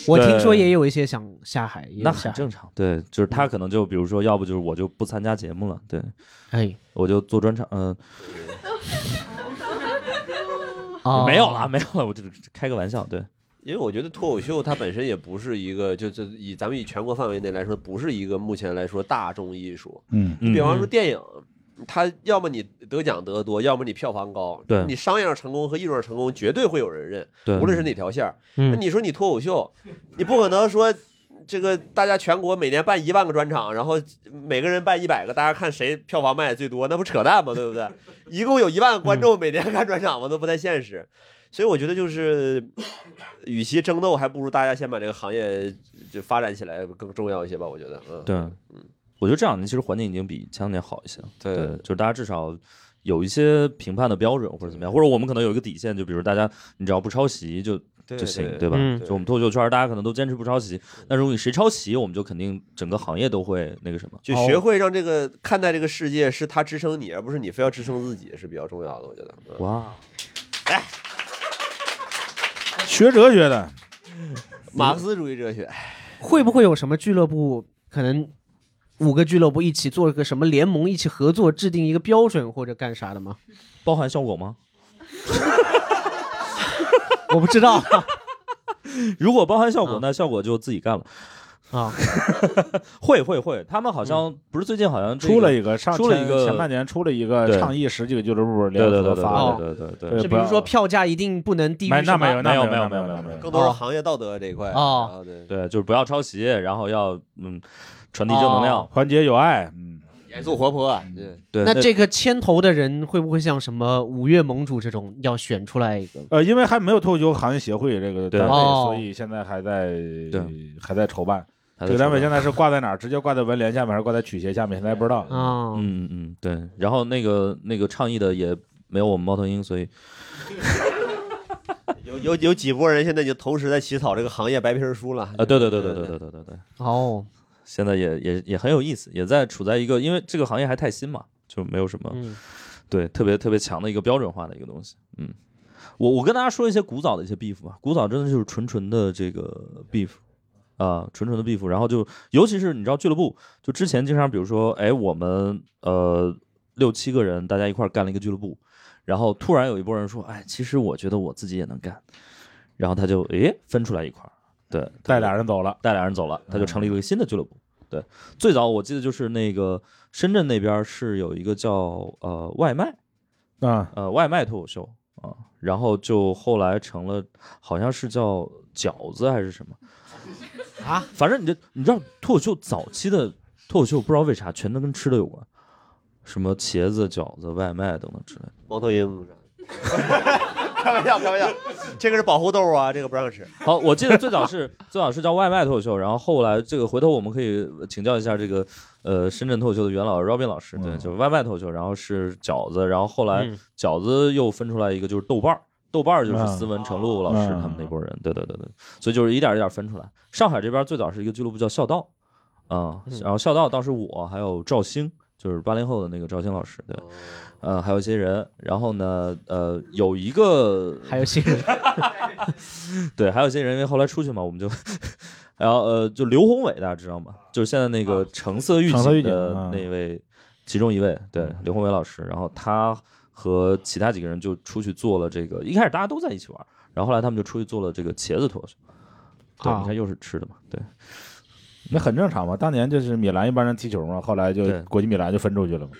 Speaker 2: 我听说
Speaker 1: 对
Speaker 2: 也有一些想下海，也有
Speaker 1: 那
Speaker 2: 下
Speaker 1: 很
Speaker 2: 海
Speaker 1: 正常。对，就是他可能就比如说，要不就是我就不参加节目了，对，
Speaker 2: 哎，
Speaker 1: 我就做专场，嗯、
Speaker 5: 哦
Speaker 1: 没有了，没有了，我这开个玩笑，对，
Speaker 5: 因为我觉得脱口秀它本身也不是一个，就就以咱们以全国范围内来说，不是一个目前来说大众艺术。
Speaker 4: 嗯
Speaker 5: 你比方说电影，它要么你得奖得多，要么你票房高，
Speaker 1: 对
Speaker 5: 你商业上成功和艺术上成功，绝对会有人认，
Speaker 1: 对
Speaker 5: 无论是哪条线儿。
Speaker 1: 嗯
Speaker 5: 那你说你脱口秀，你不可能说。这个大家全国每年办一万个专场，然后每个人办一百个，大家看谁票房卖的最多，那不扯淡吗？对不对？一共有一万个观
Speaker 1: 嗯
Speaker 5: 众每年看专场吗？都不太现实。所以我觉得就是，与其争斗，还不如大家先把这个行业就发展起来更重要一些吧。我觉得，嗯，
Speaker 1: 对，我觉得这两年其实环境已经比前两年好一些了。
Speaker 5: 对
Speaker 1: 就是大家至少有一些评判的标准或者怎么样，或者我们可能有一个底线，就比如大家你只要不抄袭就
Speaker 5: 对
Speaker 1: 就行
Speaker 5: 对，
Speaker 1: 吧？
Speaker 5: 嗯
Speaker 1: 就我们脱口秀圈大家可能都坚持不抄袭，那如果你谁抄袭，我们就肯定整个行业都会那个什么，
Speaker 5: 就
Speaker 4: 哦
Speaker 5: 学会让这个看待这个世界是它支撑你，而不是你非要支撑自己，是比较重要的。我觉得，嗯
Speaker 1: 哇，
Speaker 4: 学哲学的，
Speaker 5: 马克思主义哲学，
Speaker 2: 会不会有什么俱乐部可能五个俱乐部一起做个什么联盟，一起合作制定一个标准或者干啥的吗？
Speaker 1: 包含效果吗？
Speaker 2: 我不知道。
Speaker 1: 如果包含效
Speaker 4: 嗯
Speaker 1: 果，那效果就自己干了。
Speaker 2: 啊，
Speaker 1: 会会会，他们好像不是最近好像
Speaker 4: 嗯
Speaker 1: 这
Speaker 4: 出了一个上
Speaker 1: 出了
Speaker 4: 前
Speaker 1: 一个
Speaker 4: 前半年出了一个
Speaker 1: 对
Speaker 4: 倡议，十几个俱乐部
Speaker 1: 对
Speaker 4: 联
Speaker 1: 对对
Speaker 4: 合
Speaker 1: 对
Speaker 4: 发的，
Speaker 1: 对对对
Speaker 4: 对
Speaker 2: 是比
Speaker 4: 不
Speaker 2: 如
Speaker 4: 要
Speaker 2: 说票价一定不能低于
Speaker 4: 没那
Speaker 2: 什么
Speaker 4: 没有那
Speaker 1: 有
Speaker 4: 没
Speaker 1: 没
Speaker 4: 有
Speaker 1: 没
Speaker 4: 没有
Speaker 1: 有
Speaker 4: 没
Speaker 1: 有
Speaker 4: 有
Speaker 5: 更多是行业道德这一块。
Speaker 2: 哦
Speaker 5: 然后对，
Speaker 1: 对，就是不要抄袭，然后要嗯传递正能
Speaker 2: 哦
Speaker 1: 量，
Speaker 4: 团结友爱，嗯，
Speaker 5: 严肃活泼，啊对
Speaker 1: 对，
Speaker 2: 嗯那这个牵头的人会不会像什么五月盟主这种要选出来一个？
Speaker 4: 呃，因为还没有脱口秀行业协会这个单位，
Speaker 2: 哦
Speaker 4: 所以现在还在
Speaker 1: 对
Speaker 4: 还在筹办。
Speaker 1: 还
Speaker 4: 这个
Speaker 1: 在
Speaker 4: 单位现
Speaker 1: 筹办
Speaker 4: 在是挂在哪儿？直接挂在文联下面，还是挂在曲协下面？现在不知道。
Speaker 2: 啊，
Speaker 1: 嗯嗯嗯，对。然后那个那个倡议的也没有我们猫头鹰，所以
Speaker 5: 嗯有有有几波人现在已经同时在起草这个行业白皮书了。
Speaker 1: 啊，对对对对对对对对对，
Speaker 2: 哦，
Speaker 1: 现在也也也很有意思，也在处在一个因为这个行业还太新嘛，就没有什么、
Speaker 2: 嗯
Speaker 1: 对特别特别强的一个标准化的一个东西。嗯，我我跟大家说一些古早的一些 beef 吧，古早真的就是纯纯的这个 beef。啊、纯纯的 beef，然后就尤其是你知道俱乐部，就之前经常比如说，哎，我们呃六七个人大家一块儿干了一个俱乐部，然后突然有一波人说，哎，其实我觉得我自己也能干，然后他就诶分出来一块儿，对，
Speaker 4: 带俩人走了，
Speaker 1: 带俩人走了，他就成立了一个新的俱乐部。对，最早我记得就是那个深圳那边是有一个叫呃外卖，
Speaker 4: 啊，
Speaker 1: 呃外卖脱口秀啊、然后就后来成了好像是叫饺子还是什么
Speaker 2: 啊，
Speaker 1: 反正你这你知道脱口秀早期的脱口秀不知道为啥全都跟吃的有关，什么茄子、饺子、外卖等等之类的。
Speaker 5: 猫头鹰，开玩笑，开玩笑，这个是保护豆啊，这个不让吃。
Speaker 1: 好，我记得最早是最早是叫外卖脱口秀，然后后来这个回头我们可以请教一下这个呃深圳脱口秀的元老 Robin 老师，对，就是外卖脱口秀，然后是饺子，然后后来
Speaker 2: 嗯
Speaker 1: 饺子又分出来一个就是豆瓣儿，豆瓣儿就是
Speaker 4: 嗯
Speaker 1: 斯文程璐老师
Speaker 4: 嗯
Speaker 1: 他们那波人，对对对对，所以就是一点儿一点儿分出来。上海这边最早是一个俱乐部叫孝道，啊、
Speaker 2: 嗯
Speaker 1: 然后孝道当时我还有赵兴，就是八零后的那个赵鑫老师，
Speaker 2: 哦
Speaker 1: 对，呃，还有一些人，然后呢，呃，有一个，
Speaker 2: 还有些人，
Speaker 1: 对，还有一些人，因为后来出去嘛，我们就，然后呃，就刘宏伟大家知道吗？就是现在那个橙色预
Speaker 4: 啊橙色预警
Speaker 1: 警的
Speaker 4: 啊嗯
Speaker 1: 那位，其中一位，对，刘宏伟老师，然后他和其他几个人就出去做了这个，一开始大家都在一起玩，然后后来他们就出去做了这个茄子脱手，对，
Speaker 4: 啊
Speaker 1: 你看又是吃的嘛，对，
Speaker 4: 那很正常嘛。当年就是米兰一帮人踢球嘛，后来就国际米兰就分出去了嘛。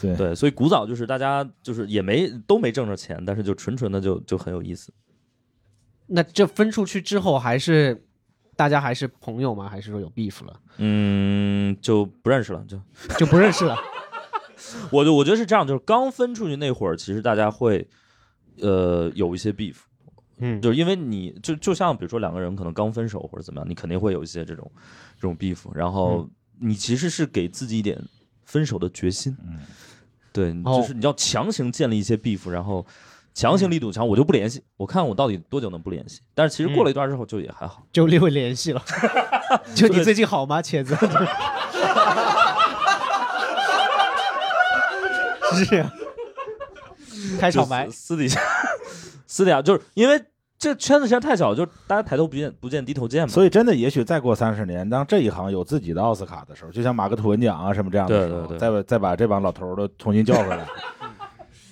Speaker 4: 对
Speaker 1: 对，所以古早就是大家就是也没都没挣着钱，但是就纯纯的就就很有意思。
Speaker 2: 那这分出去之后，还是大家还是朋友吗？还是说有 beef 了？
Speaker 1: 嗯，就不认识了，就
Speaker 2: 就不认识了。
Speaker 1: 我就我觉得是这样，就是刚分出去那会儿，其实大家会呃有一些 beef，
Speaker 2: 嗯，
Speaker 1: 就是因为你就就像比如说两个人可能刚分手或者怎么样，你肯定会有一些这种这种 beef，然
Speaker 2: 嗯
Speaker 1: 后你其实是给自己一点分手的决心，嗯，对，
Speaker 2: 哦嗯
Speaker 1: 就是你要强行建立一些 beef，然后强行力度强，我就不联系，我看我到底多久能不联系，但是其实过了一段之后就也还好，
Speaker 2: 就略微联系了。 就你最近好吗，茄子？ 是 这样。开场白
Speaker 1: 就私私底下，私底下就是因为这圈子实在太小，就大家抬头不见不见低 头见嘛。
Speaker 4: 所以真的，也许再过三十年，当这一行有自己的奥斯卡的时候，就像马克吐温奖啊什么这样的时候，再把再把这帮老头儿都重新叫 回来。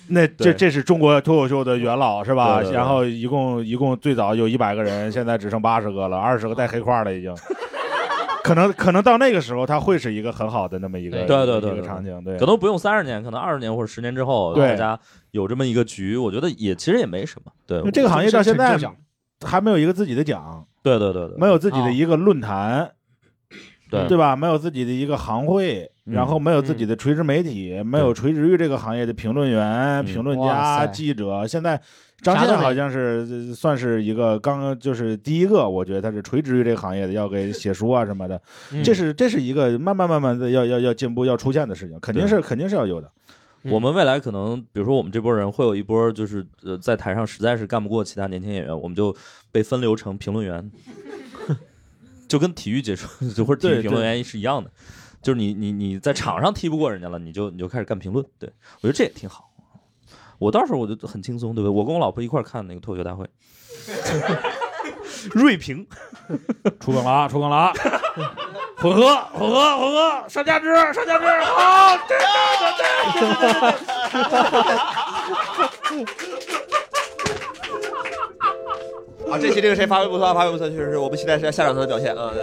Speaker 4: 那这
Speaker 1: 对
Speaker 4: 这是中国脱口秀的元老是吧？
Speaker 1: 对对对
Speaker 4: 然后一共一共最早有一百个人，现在只剩八十个了，二十个带黑框了已经。可能可能到那个时候，他会是一个很好的那么一个
Speaker 1: 对对对
Speaker 4: 一个
Speaker 1: 对
Speaker 4: 场景，对，
Speaker 1: 可能不用三十年，可能二十年或者十年之后，
Speaker 4: 对
Speaker 1: 大家有这么一个局，我觉得也其实也没什么。对
Speaker 4: 因为，这个行业到现在还没有一个自己的奖，
Speaker 1: 对对对对，
Speaker 4: 没有自己的一个论坛，
Speaker 1: 对
Speaker 4: 对？吧？没有自己的一个行会，
Speaker 1: 嗯
Speaker 4: 然后没有自己的垂直媒体，没有垂直于这个行业的评论员、评论
Speaker 1: 哇
Speaker 4: 家、
Speaker 1: 塞
Speaker 4: 记者。现在张
Speaker 1: 啥都
Speaker 4: 健
Speaker 1: 没
Speaker 4: 好像是呃算是一个刚刚就是第一个，我觉得他是垂直于这个行业的，要给写书啊什么的。
Speaker 1: 嗯
Speaker 4: 这是这是一个慢慢慢慢的要要要进步要出现的事情，肯定是肯定是要有的。
Speaker 1: 我们未来可能，比如说我们这波人会有一波，就是呃，在台上实在是干不过其他年轻演员，我们就被分流成评论员， 就跟体育解说 就或者体
Speaker 4: 对
Speaker 1: 育评论员是一样的，就是你你你在场上踢不过人家了，你就你就开始干评论。对我觉得这也挺好，我到时候我就很轻松，对不对？我跟我老婆一块儿看那个脱口秀大会， 锐评，
Speaker 4: 出梗了啊，出梗了啊！混合混合混合，上价值上价值，好，对对对对对。
Speaker 5: 啊，这期这个谁发挥不错，发挥不错，确实是我们期待一下下场他的表现啊。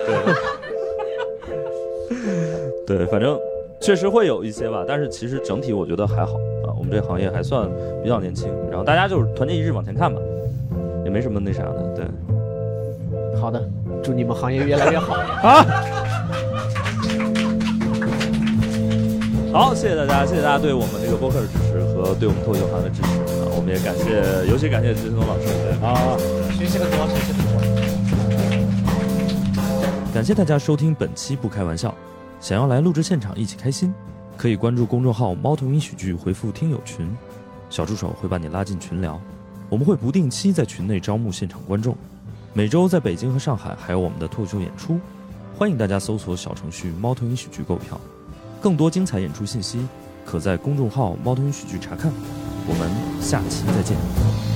Speaker 5: 对，
Speaker 1: 对，反正确实会有一些吧，但是其实整体我觉得还好啊，我们这行业还算比较年轻，然后大家就是团结一致往前看吧，也没什么那啥的，对。
Speaker 2: 好的，祝你们行业越来越好
Speaker 1: 啊！好，谢谢大家，谢谢大家对我们这个播客的支持和对我们脱口秀行业的支持啊！我们也感谢，尤其感谢石东老师，对
Speaker 4: 啊，
Speaker 2: 学习很多，学习很多。
Speaker 1: 感谢大家收听本期《不开玩笑》，想要来录制现场一起开心，可以关注公众号“猫头鹰喜剧”，回复“听友群”，小助手会把你拉进群聊。我们会不定期在群内招募现场观众，每周在北京和上海还有我们的脱口秀演出，欢迎大家搜索小程序“猫头鹰喜剧”购票。更多精彩演出信息，可在公众号“猫头鹰喜剧”查看。我们下期再见。